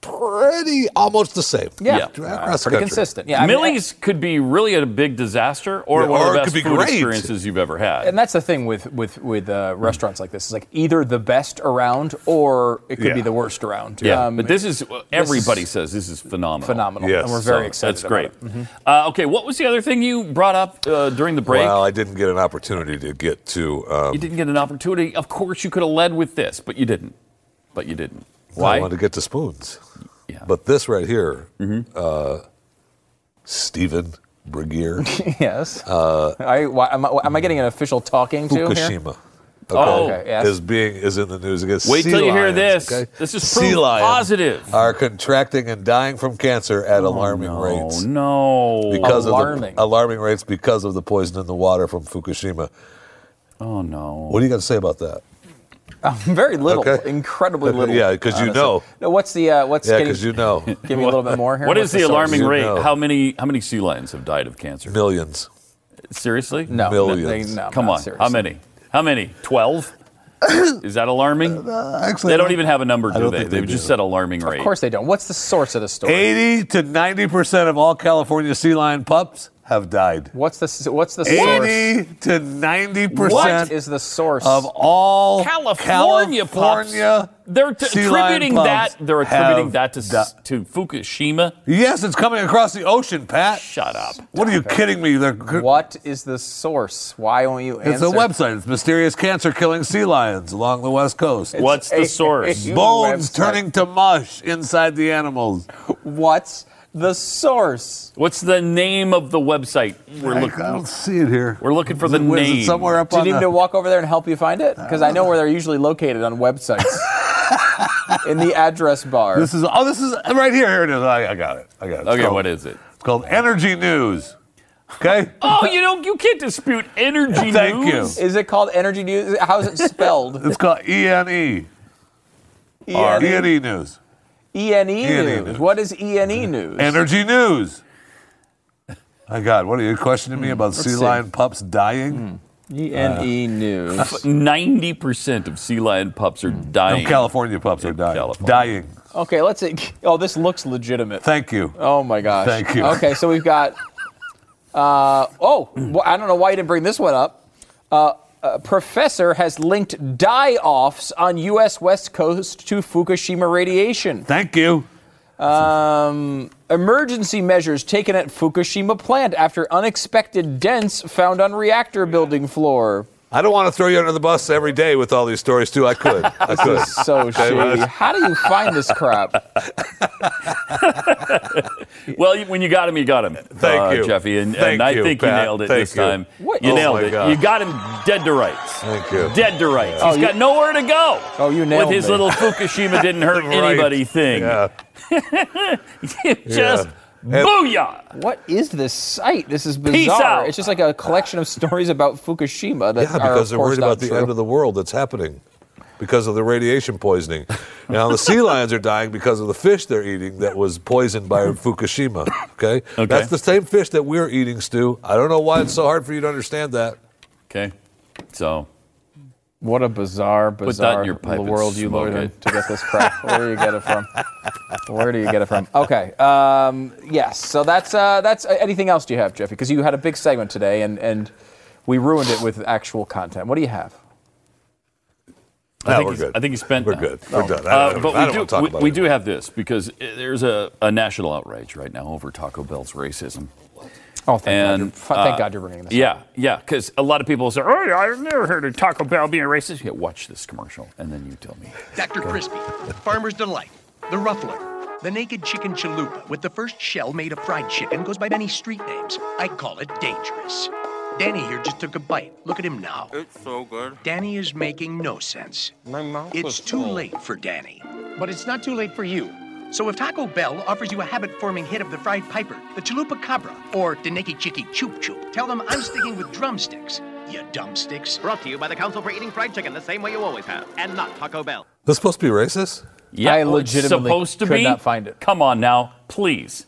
Speaker 4: Pretty almost the same.
Speaker 2: Uh,
Speaker 4: across the country.
Speaker 1: Millie's could be really a big disaster or
Speaker 4: Yeah,
Speaker 1: one
Speaker 4: or
Speaker 1: of
Speaker 4: it
Speaker 1: the
Speaker 4: could
Speaker 1: best
Speaker 4: be
Speaker 1: food
Speaker 4: great.
Speaker 1: experiences you've ever had.
Speaker 2: And that's the thing with with with uh, restaurants like this. It's like either the best around or it could
Speaker 1: Yeah.
Speaker 2: be the worst around.
Speaker 1: Yeah,
Speaker 2: Um,
Speaker 1: but this
Speaker 4: uh,
Speaker 1: is
Speaker 2: this
Speaker 1: everybody
Speaker 2: is
Speaker 1: says this is phenomenal.
Speaker 2: Phenomenal, Yes. and we're very excited
Speaker 1: That's
Speaker 2: about
Speaker 1: great.
Speaker 2: it. Mm-hmm.
Speaker 1: Uh, okay, what was the other thing you brought up uh, during the break?
Speaker 4: Well, I didn't get an opportunity to get to. Um,
Speaker 1: you didn't get an opportunity. Of course, you could have led with this, but you didn't. But you didn't.
Speaker 4: No,
Speaker 1: Why?
Speaker 4: I wanted to get to spoons. But this right here,
Speaker 1: Mm-hmm.
Speaker 4: uh, Stephen Brigier,
Speaker 2: yes.
Speaker 4: uh,
Speaker 2: I, why, am, I, am I getting an official talking to here?
Speaker 4: Fukushima.
Speaker 2: Oh, okay, yes.
Speaker 4: is being is in the news again.
Speaker 1: Wait
Speaker 4: sea
Speaker 1: till you hear
Speaker 4: lions,
Speaker 1: this.
Speaker 4: okay?
Speaker 1: This is
Speaker 4: sea
Speaker 1: proof
Speaker 4: lions
Speaker 1: positive. Oh,
Speaker 4: Are contracting and dying from cancer at alarming rates.
Speaker 1: No,
Speaker 4: because
Speaker 1: Alarming.
Speaker 4: of the, alarming rates because of the poison in the water from Fukushima.
Speaker 1: Oh no!
Speaker 4: What do you got to say about that?
Speaker 2: Um, very little, incredibly
Speaker 4: Okay,
Speaker 2: little.
Speaker 4: yeah, 'cause you
Speaker 2: honestly.
Speaker 4: know.
Speaker 2: No, what's the uh, what's?
Speaker 4: Yeah,
Speaker 2: getting-
Speaker 4: 'cause you know.
Speaker 2: Give me a little bit more here.
Speaker 1: What
Speaker 2: What's
Speaker 1: is the
Speaker 2: source?
Speaker 1: alarming
Speaker 4: You
Speaker 1: rate?
Speaker 4: know.
Speaker 1: How many how many sea lions have died of cancer?
Speaker 4: Millions.
Speaker 1: Seriously?
Speaker 2: No,
Speaker 4: Millions.
Speaker 2: they- no,
Speaker 1: Come
Speaker 2: no,
Speaker 1: on.
Speaker 2: seriously.
Speaker 1: How many? How many? Twelve? is that alarming?
Speaker 4: Uh, actually,
Speaker 1: they
Speaker 4: I
Speaker 1: don't
Speaker 4: don't-
Speaker 1: even have a number,
Speaker 4: I
Speaker 1: do
Speaker 4: don't
Speaker 1: they?
Speaker 4: think they
Speaker 1: They've just
Speaker 4: do.
Speaker 1: said alarming rate.
Speaker 2: Of course they don't. What's the source of the story?
Speaker 4: 80 to 90% of all California sea lion pups have died.
Speaker 2: What's the s- what's the source?
Speaker 4: 80 to 90%
Speaker 2: What is the source
Speaker 4: of all
Speaker 1: California,
Speaker 4: California
Speaker 1: pups. They're t-
Speaker 4: sea lion
Speaker 1: attributing
Speaker 4: pups
Speaker 1: that. They're attributing
Speaker 4: have
Speaker 1: that to s to Fukushima.
Speaker 4: Yes, it's coming across the ocean, Pat.
Speaker 1: Shut up.
Speaker 4: What are you kidding me? They're,
Speaker 2: What is the source? Why won't you answer?
Speaker 4: it's a website. It's mysterious cancer killing sea lions along the west coast.
Speaker 1: What's the
Speaker 2: a-
Speaker 1: source?
Speaker 2: a-
Speaker 4: Bones
Speaker 2: website.
Speaker 4: turning to mush inside the animals.
Speaker 2: What's the source?
Speaker 1: What's the name of the website? We're
Speaker 4: I, I
Speaker 1: looking.
Speaker 4: don't see it here.
Speaker 1: We're looking for the
Speaker 4: Is it- is
Speaker 1: name.
Speaker 4: it somewhere up
Speaker 2: Do you
Speaker 4: on
Speaker 2: need me
Speaker 4: the,
Speaker 2: to walk over there and help you find it? Because I know where they're usually located on websites. In the address bar.
Speaker 4: This is oh, this is right here. Here it is. I, I got it. I got it. It's
Speaker 1: Okay,
Speaker 4: called-
Speaker 1: what is it?
Speaker 4: It's called Energy News. Okay.
Speaker 1: Oh, you don't. You can't dispute energy
Speaker 4: Thank you.
Speaker 1: news.
Speaker 2: Is it called Energy News? How is it spelled?
Speaker 4: It's called E ENE.
Speaker 2: ENE?
Speaker 4: ENE E News. ENE
Speaker 2: ENE E News.
Speaker 4: E News. Mm-hmm.
Speaker 2: What is ENE News?
Speaker 4: Energy News. My God, what are you questioning me about sea
Speaker 2: Hmm, see. Hmm.
Speaker 4: lion pups dying?
Speaker 2: ENE E News.
Speaker 1: Uh,
Speaker 2: Mm.
Speaker 1: Ninety percent of sea lion pups are dying.
Speaker 4: No, California pups are dying.
Speaker 1: California.
Speaker 4: Dying.
Speaker 2: Okay, let's see. Oh, this looks legitimate.
Speaker 4: Thank you.
Speaker 2: Oh my gosh.
Speaker 4: Thank you.
Speaker 2: Okay, so we've got. Uh, oh, well, I don't know why you didn't bring this one up. Uh, uh, professor has linked die offs on U.S. West Coast to Fukushima radiation.
Speaker 4: Thank you.
Speaker 2: Um, emergency measures taken at Fukushima plant after unexpected dents found on reactor building floor.
Speaker 4: I don't want to throw you under the bus every day with all these stories, too. I could. I could.
Speaker 2: This is so shitty. How do you find this crap?
Speaker 1: Well, you- when you got him, you got him.
Speaker 4: Thank
Speaker 1: uh,
Speaker 4: you.
Speaker 1: Jeffy. And,
Speaker 4: Thank
Speaker 1: and I
Speaker 4: you,
Speaker 1: think
Speaker 4: Pat.
Speaker 1: you nailed it
Speaker 4: Thank
Speaker 1: this
Speaker 4: you.
Speaker 1: time.
Speaker 2: What?
Speaker 1: You
Speaker 4: Oh,
Speaker 1: nailed
Speaker 4: my
Speaker 1: it.
Speaker 4: God.
Speaker 1: You got him dead to rights.
Speaker 4: Thank you.
Speaker 1: Dead to rights.
Speaker 2: Oh,
Speaker 1: He's
Speaker 2: you-
Speaker 1: got nowhere to go.
Speaker 2: Oh, you nailed
Speaker 1: With his
Speaker 2: me.
Speaker 1: little Fukushima didn't hurt
Speaker 4: Right.
Speaker 1: anybody thing.
Speaker 4: Yeah.
Speaker 1: Just
Speaker 4: And-
Speaker 1: booyah.
Speaker 2: What is this site? This is bizarre.
Speaker 1: out.
Speaker 2: It's just like a collection of stories about Fukushima that
Speaker 4: Yeah,
Speaker 2: are of
Speaker 4: because they're
Speaker 2: course
Speaker 4: worried
Speaker 2: not
Speaker 4: about the
Speaker 2: true.
Speaker 4: end of the world that's happening because of the radiation poisoning. Now the sea lions are dying because of the fish they're eating that was poisoned by Fukushima. Okay?
Speaker 1: Okay.
Speaker 4: that's the same fish that we're eating, Stu. I don't know why it's so hard for you to understand that.
Speaker 1: Okay. So,
Speaker 2: What a bizarre,
Speaker 1: Put that in
Speaker 2: bizarre
Speaker 1: your pipe and
Speaker 2: world you
Speaker 1: smoke
Speaker 2: live in
Speaker 1: it.
Speaker 2: to get this crap. Where do you get it from? Where do you get it from? Okay. Um, yes. So that's uh, that's uh, anything else do you have, Jeffy? Because you had a big segment today, and and we ruined it with actual content. What do you have?
Speaker 1: I
Speaker 4: No,
Speaker 1: think
Speaker 4: we're
Speaker 1: he's-
Speaker 4: good.
Speaker 1: I think he spent.
Speaker 4: We're good.
Speaker 2: Oh.
Speaker 4: We're done. I
Speaker 1: Uh,
Speaker 4: don't,
Speaker 1: but
Speaker 4: I don't
Speaker 1: we
Speaker 4: want to
Speaker 1: do
Speaker 4: talk
Speaker 1: we,
Speaker 4: about
Speaker 1: we
Speaker 4: it.
Speaker 1: do have this because uh, there's a, a national outrage right now over Taco Bell's racism.
Speaker 2: Oh, thank
Speaker 1: And,
Speaker 2: God! You're, thank
Speaker 1: uh,
Speaker 2: God you're bringing this.
Speaker 1: Yeah, yeah, because a lot of people say, "Oh, yeah, I've never heard of Taco Bell being racist." Yeah, watch this commercial, and then you tell me.
Speaker 14: Dr. Crispy, Farmer's Delight, The Ruffler, The Naked Chicken Chalupa with the first shell made of fried chicken goes by many street names. I call it dangerous. Danny here just took a bite. Look at him now.
Speaker 15: It's so good.
Speaker 14: Danny is making no sense.
Speaker 15: My mouth
Speaker 14: It's too late for Danny, but it's not too late for you. So if Taco Bell offers you a habit-forming hit of the fried piper, the chalupa cabra, or the naked chicky choop choop, tell them I'm sticking with drumsticks. You dumbsticks.
Speaker 16: Brought to you by the Council for Eating Fried Chicken the same way you always have, and not Taco Bell.
Speaker 4: This supposed to be racist?
Speaker 1: Yeah,
Speaker 2: I
Speaker 1: well, it's
Speaker 2: legitimately
Speaker 1: supposed to
Speaker 2: could
Speaker 1: be.
Speaker 2: not find it.
Speaker 1: Come on now, please.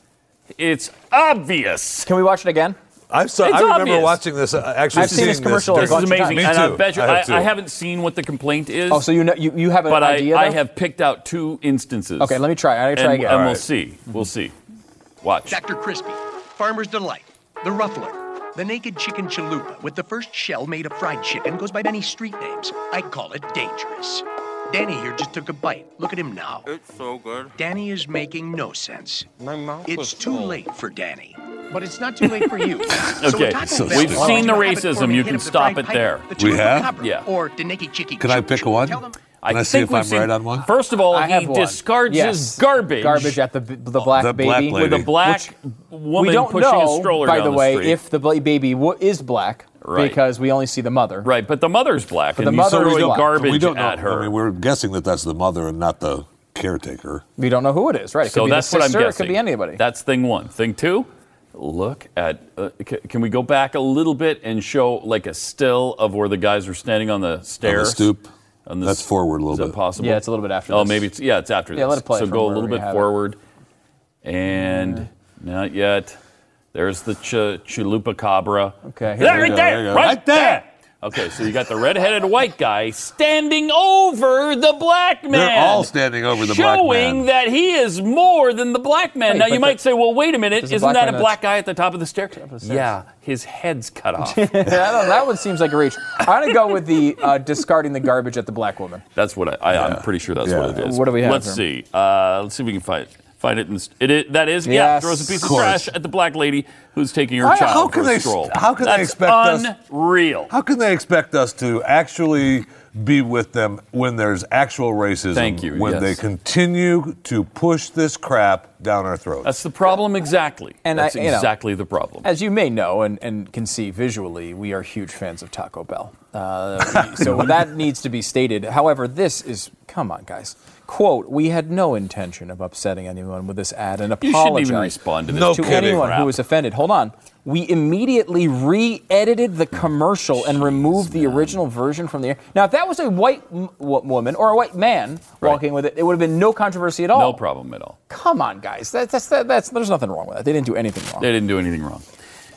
Speaker 1: It's obvious.
Speaker 2: Can we watch it again?
Speaker 4: I saw.
Speaker 1: It's
Speaker 4: I remember
Speaker 1: obvious.
Speaker 4: watching this. uh, Actually,
Speaker 2: I've seen this
Speaker 4: seeing
Speaker 2: commercial a
Speaker 4: during-
Speaker 1: This is
Speaker 2: bunch of times.
Speaker 1: amazing,
Speaker 4: Me
Speaker 1: and I
Speaker 4: too.
Speaker 1: bet you
Speaker 4: I
Speaker 1: I,
Speaker 4: have too.
Speaker 1: I haven't seen what the complaint is.
Speaker 2: Oh, so you know you, you have an
Speaker 1: but I,
Speaker 2: idea.
Speaker 1: I
Speaker 2: though?
Speaker 1: have picked out two instances.
Speaker 2: Okay, let me try. I gotta try
Speaker 1: and,
Speaker 2: again.
Speaker 1: and
Speaker 2: All
Speaker 1: we'll
Speaker 2: right.
Speaker 1: see. We'll see. Watch.
Speaker 14: Dr. Crispy, Farmer's Delight, The Ruffler, The Naked Chicken Chalupa with the first shell made of fried chicken goes by many street names. I call it dangerous. Danny here just took a bite. Look at him now.
Speaker 15: It's so good.
Speaker 14: Danny is making no sense.
Speaker 15: My mouth
Speaker 14: It's too late for Danny. But it's not too late for you.
Speaker 1: Okay, so we've seen the racism. You can stop it there.
Speaker 4: We have?
Speaker 1: Yeah.
Speaker 14: Or the naked chicky.
Speaker 4: Can I pick one?
Speaker 14: Tell them-
Speaker 4: Can I see
Speaker 1: think
Speaker 4: if
Speaker 1: we've
Speaker 4: I'm
Speaker 1: seen-
Speaker 4: right on one?
Speaker 1: First of all,
Speaker 2: I have
Speaker 1: he
Speaker 2: one.
Speaker 1: discards his
Speaker 2: Yes.
Speaker 1: garbage.
Speaker 2: Garbage at the b- the black
Speaker 4: the black
Speaker 2: baby.
Speaker 4: lady.
Speaker 1: with a black woman
Speaker 2: we don't
Speaker 1: pushing
Speaker 2: know,
Speaker 1: a stroller
Speaker 2: by
Speaker 1: down
Speaker 2: the way,
Speaker 1: street.
Speaker 2: if the bla- baby wa is black
Speaker 1: Right.
Speaker 2: because we only see the mother.
Speaker 1: right, but the mother's black,
Speaker 2: the
Speaker 1: and you
Speaker 2: mother is
Speaker 1: throw
Speaker 2: black.
Speaker 1: garbage
Speaker 4: we don't know.
Speaker 1: at her.
Speaker 4: I mean, we're guessing that that's the mother and not the caretaker.
Speaker 2: We don't know who it is, right? It
Speaker 1: so
Speaker 2: could be
Speaker 1: that's
Speaker 2: the
Speaker 1: what I'm
Speaker 2: sister,
Speaker 1: guessing.
Speaker 2: It could be anybody.
Speaker 1: That's thing one. Thing two. Look at. Uh, c- can we go back a little bit and show like a still of where the guys are standing on the
Speaker 4: On
Speaker 1: stairs?
Speaker 4: the stoop.
Speaker 1: on this?
Speaker 15: That's forward a little
Speaker 1: Is that
Speaker 15: bit.
Speaker 1: possible?
Speaker 2: Yeah, it's a little bit after
Speaker 1: Oh,
Speaker 2: this.
Speaker 1: maybe it's yeah, it's after
Speaker 2: Yeah,
Speaker 1: this.
Speaker 2: let it play
Speaker 1: So
Speaker 2: from
Speaker 1: go a
Speaker 2: where
Speaker 1: little
Speaker 2: we
Speaker 1: bit
Speaker 2: have it.
Speaker 1: forward, and not yet. There's the ch- chalupa cabra.
Speaker 2: Okay, here
Speaker 1: there,
Speaker 2: we
Speaker 1: right there,
Speaker 2: go, there you go.
Speaker 1: right
Speaker 2: Right
Speaker 1: there. Okay, so you got the red-headed white guy standing over the black man.
Speaker 4: They're all standing over the black
Speaker 1: showing
Speaker 4: man.
Speaker 1: that he is more than the black man.
Speaker 2: Wait,
Speaker 1: now
Speaker 2: but
Speaker 1: you might
Speaker 2: the-
Speaker 1: say, well, wait a minute,
Speaker 2: Does the
Speaker 1: isn't
Speaker 2: black
Speaker 1: that
Speaker 2: man
Speaker 1: a
Speaker 2: not-
Speaker 1: black guy at the top of the stair?
Speaker 2: stairs.
Speaker 1: Yeah, his head's cut off.
Speaker 2: I don't know, that one seems like a reach. I'm gonna go with the uh, discarding the garbage at the black woman.
Speaker 1: That's what I, I I'm pretty sure that's what it is.
Speaker 2: What do we have
Speaker 1: Let's
Speaker 2: here?
Speaker 1: see. Uh, let's see if we can find find it. In, st- it, is- that is yeah.
Speaker 2: Yes.
Speaker 1: Throws a piece of,
Speaker 2: Of course.
Speaker 1: trash at the black lady who's taking her
Speaker 4: Why-
Speaker 1: child
Speaker 4: how
Speaker 1: for
Speaker 4: can
Speaker 1: a
Speaker 4: they s-
Speaker 1: stroll.
Speaker 4: how can they
Speaker 1: That's
Speaker 4: expect us-
Speaker 1: Unreal.
Speaker 4: How can they expect us to actually be with them when there's actual racism?
Speaker 1: Thank you,
Speaker 4: When
Speaker 1: yes.
Speaker 4: they continue to push this crap down our throats.
Speaker 1: That's the problem exactly.
Speaker 2: And
Speaker 1: that's
Speaker 2: I- you know-
Speaker 1: exactly the problem.
Speaker 2: As you may know and, and can see visually, we are huge fans of Taco Bell. Uh, so that needs to be stated. However, this is, come on, guys. Quote, we had no intention of upsetting anyone with this ad and
Speaker 1: You shouldn't
Speaker 2: apologize
Speaker 1: even respond to this
Speaker 2: to
Speaker 1: stupid
Speaker 2: anyone
Speaker 1: crap.
Speaker 2: who was offended. Hold on. We immediately re edited the commercial and removed the original version from the air. Now, if that was a white m- wo- woman or a white man walking with it, it would have been no controversy at all.
Speaker 1: No problem at all.
Speaker 2: Come on, guys. That, that's, that, that's, there's nothing wrong with that. They didn't do anything wrong.
Speaker 1: They didn't do anything wrong.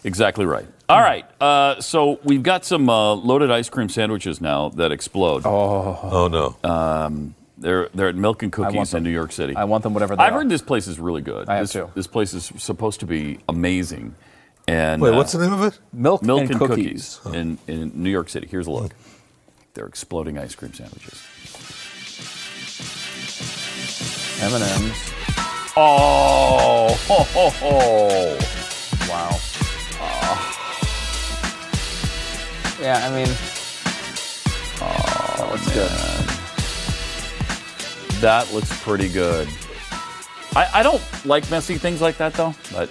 Speaker 1: Exactly right. All right. Uh, so we've got some uh, loaded ice cream sandwiches now that explode. Oh,
Speaker 4: oh no.
Speaker 1: Um, they're they're at Milk and
Speaker 2: want
Speaker 1: Cookies in
Speaker 2: them.
Speaker 1: New York City.
Speaker 2: I want them whatever they
Speaker 1: I've
Speaker 2: are.
Speaker 1: heard this place is really good.
Speaker 2: I have
Speaker 1: this,
Speaker 2: too.
Speaker 1: This place is supposed to be amazing. And uh,
Speaker 4: Wait, what's the name of it? Oh.
Speaker 2: Milk,
Speaker 1: Milk
Speaker 2: and
Speaker 1: and, cookies, in, in New York City. Here's a look.
Speaker 4: Hmm.
Speaker 1: They're exploding ice cream sandwiches.
Speaker 2: M&M's.
Speaker 1: Oh, ho, ho, ho.
Speaker 2: Wow. Yeah, I mean,
Speaker 1: Oh, that looks good. That looks pretty good. I, I don't like messy things like that though, but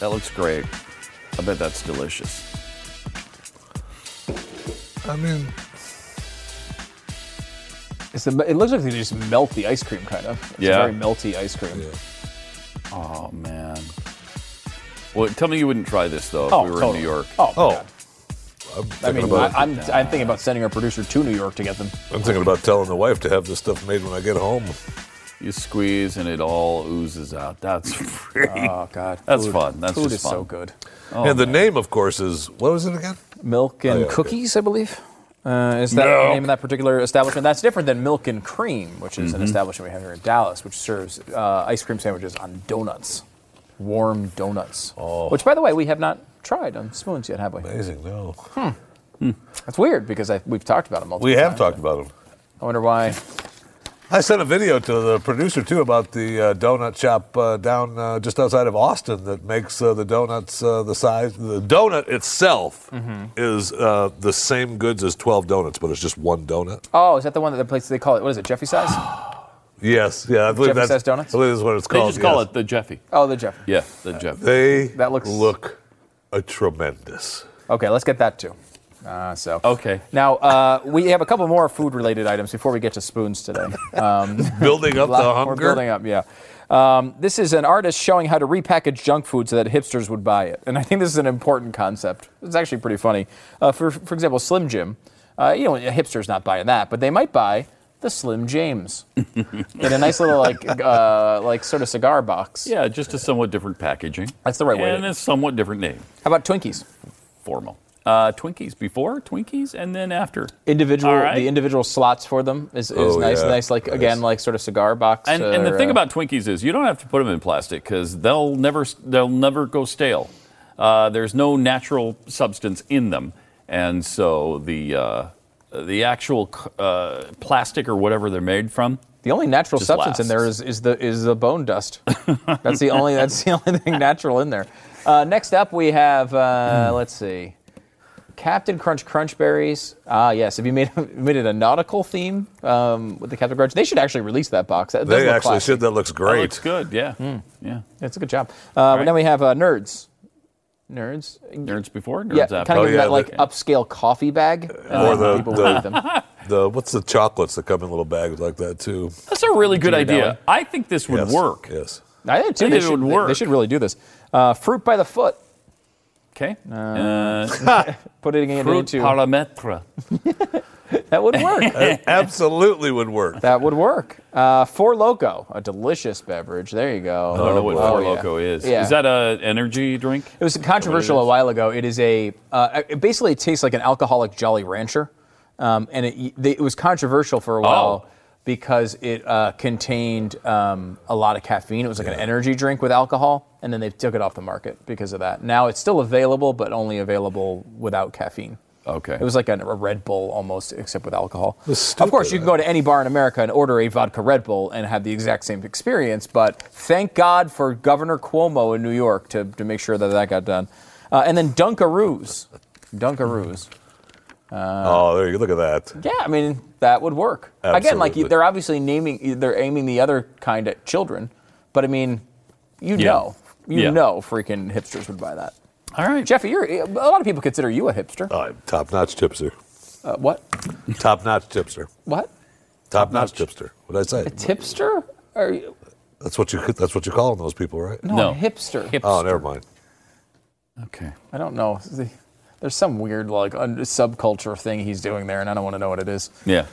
Speaker 1: that looks great. I bet that's delicious.
Speaker 4: I mean,
Speaker 2: it's the, it looks like they just melt the ice cream, kind of. It's
Speaker 1: Yeah.
Speaker 2: a very melty ice cream.
Speaker 1: Oh man. Well, tell me you wouldn't try this though if
Speaker 2: Oh,
Speaker 1: we were
Speaker 2: totally.
Speaker 1: in New York.
Speaker 2: Oh, my God. I
Speaker 4: I'm
Speaker 2: mean, I,
Speaker 4: about-
Speaker 2: I'm, I'm thinking about sending our producer to New York to get them.
Speaker 4: I'm thinking about telling the wife to have this stuff made when I get home.
Speaker 1: You squeeze and it all oozes out. That's free.
Speaker 2: Oh, God.
Speaker 1: That's
Speaker 2: Food-
Speaker 1: fun. That's
Speaker 2: food
Speaker 1: just
Speaker 2: is
Speaker 1: fun.
Speaker 2: so good.
Speaker 1: Oh,
Speaker 4: and the name, of course, is what was it again?
Speaker 2: Milk and
Speaker 4: Oh, yeah, okay.
Speaker 2: cookies, I believe. Uh, is that the
Speaker 4: Milk.
Speaker 2: name of that particular establishment? That's different than Milk and Cream, which is an
Speaker 4: Mm-hmm.
Speaker 2: establishment we have here in Dallas, which serves uh, ice cream sandwiches on donuts, warm donuts. Oh. Which, by the way, we have not tried on Hmm. spoons yet, have we?
Speaker 4: Amazing, no.
Speaker 2: That's weird because I, we've talked about them multiple
Speaker 4: We
Speaker 2: times.
Speaker 4: have talked about them.
Speaker 2: I wonder why.
Speaker 4: I sent a video to the producer too about the uh, donut shop uh, down uh, just outside of Austin that makes uh, the donuts uh, the size. The donut itself
Speaker 1: Mm-hmm.
Speaker 4: is uh, the same goods as twelve donuts, but it's just one donut.
Speaker 2: Oh, is that the one that the place they call it? What is it, Jeffy size?
Speaker 4: Yes, yeah, I believe
Speaker 2: Jeffy
Speaker 4: that's
Speaker 2: Says Donuts?
Speaker 4: I believe that's what it's
Speaker 1: They
Speaker 4: called.
Speaker 1: just call
Speaker 4: yes.
Speaker 1: it the Jeffy.
Speaker 2: Oh, the Jeffy.
Speaker 1: Yeah, the Jeffy.
Speaker 4: They
Speaker 2: That looks-
Speaker 4: look a tremendous.
Speaker 2: Okay, let's get that too. Uh, so
Speaker 1: Okay.
Speaker 2: now uh, we have a couple more food-related items before we get to spoons today. Um,
Speaker 4: Building up the
Speaker 2: lot- We're
Speaker 4: hunger?
Speaker 2: building up, yeah. Um, this is an artist showing how to repackage junk food so that hipsters would buy it, and I think this is an important concept. It's actually pretty funny. Uh, for for example, Slim Jim, uh, you know, a hipster's not buying that, but they might buy the Slim James in a nice little like uh, like sort of cigar box.
Speaker 1: Yeah, just a somewhat different packaging.
Speaker 2: That's the right way to-
Speaker 1: And a somewhat different name.
Speaker 2: How about Twinkies?
Speaker 1: Formal. Uh, Twinkies before Twinkies and then after.
Speaker 2: individual
Speaker 1: All right.
Speaker 2: the individual slots for them is, is
Speaker 4: Oh,
Speaker 2: nice
Speaker 4: yeah.
Speaker 2: nice like again like sort of cigar box
Speaker 1: And, and the
Speaker 2: or,
Speaker 1: thing
Speaker 2: uh,
Speaker 1: about Twinkies is you don't have to put them in plastic because they'll never they'll never go stale. Uh, there's no natural substance in them, and so the uh, the actual uh, plastic or whatever they're made from.
Speaker 2: the only natural
Speaker 1: just
Speaker 2: substance in there
Speaker 1: lasts.
Speaker 2: is, is the is the bone dust that's the only that's the only thing natural in there uh, next up we have
Speaker 4: Hmm.
Speaker 2: uh, let's see Captain Crunch Crunch Berries. Ah, yes. Have you made made it a nautical theme um, with the Captain Crunch? They should actually release that box. That does
Speaker 4: They
Speaker 2: look
Speaker 4: actually
Speaker 2: classy. Hmm.
Speaker 4: should. That looks
Speaker 1: That
Speaker 4: great.
Speaker 1: looks good. Yeah, yeah.
Speaker 2: It's a good job. Uh, but Then we have uh, Nerds. Nerds.
Speaker 1: Nerds before, nerds
Speaker 2: yeah,
Speaker 1: after.
Speaker 2: kind
Speaker 4: Oh,
Speaker 2: of give
Speaker 4: yeah,
Speaker 2: that like
Speaker 4: the-
Speaker 2: upscale coffee bag. and
Speaker 4: or
Speaker 2: then
Speaker 4: the,
Speaker 2: Uh, people will eat them.
Speaker 4: the, the what's the chocolates that come in little bags like that too?
Speaker 1: That's a really good
Speaker 2: Ghirardelli.
Speaker 1: idea. I think this would
Speaker 4: yes.
Speaker 1: work.
Speaker 4: Yes.
Speaker 2: I think, too,
Speaker 1: I think
Speaker 2: they
Speaker 1: it
Speaker 2: should,
Speaker 1: would
Speaker 2: they- They,
Speaker 1: work.
Speaker 2: should really do this. Uh, fruit by the foot.
Speaker 1: Okay. Uh,
Speaker 2: Putting it
Speaker 1: fruit
Speaker 2: into
Speaker 1: parametra.
Speaker 2: That would work.
Speaker 4: That absolutely would work.
Speaker 2: That would work. Uh, Four Loco, a delicious beverage. There you go.
Speaker 1: I don't know what
Speaker 2: Oh,
Speaker 1: Four
Speaker 2: yeah.
Speaker 1: Loko is.
Speaker 2: Yeah.
Speaker 1: Is that an energy drink?
Speaker 2: It was controversial
Speaker 1: What it
Speaker 2: a
Speaker 1: is?
Speaker 2: while ago. It is a uh, it basically tastes like an alcoholic Jolly Rancher, um, and it they, it was controversial for a
Speaker 1: Oh.
Speaker 2: while because it uh, contained um, a lot of caffeine. It was like an energy drink with alcohol, and then they took it off the market because of that. Now it's still available, but only available without caffeine.
Speaker 1: Okay.
Speaker 2: It was like an- a Red Bull almost, except with alcohol. Of course, you can go to any bar in America and order a vodka Red Bull and have the exact same experience. But thank God for Governor Cuomo in New York to, to make sure that that got done. Uh, and then Dunkaroos. Dunkaroos.
Speaker 4: oh, there you look at that.
Speaker 2: Uh, Yeah, I mean, that would work. Again, like
Speaker 4: Absolutely.
Speaker 2: they're obviously naming, they're aiming the other kind at children. But I mean, you
Speaker 1: Yeah.
Speaker 2: know, you
Speaker 1: Yeah.
Speaker 2: know freaking hipsters would buy that.
Speaker 1: All right.
Speaker 2: Jeffy, you're, a lot of people consider you a hipster.
Speaker 4: Top notch tipster.
Speaker 2: Uh, what?
Speaker 4: Top notch tipster.
Speaker 2: What?
Speaker 4: Top notch tipster. What did I say?
Speaker 2: Tipster? Are you?
Speaker 4: That's what you that's what you call them, those people, right?
Speaker 2: No, hipster.
Speaker 4: Oh, never mind.
Speaker 1: Okay.
Speaker 2: I don't know. There's some weird like un- subculture thing he's doing there, and I don't want to know what it is.
Speaker 1: Yeah.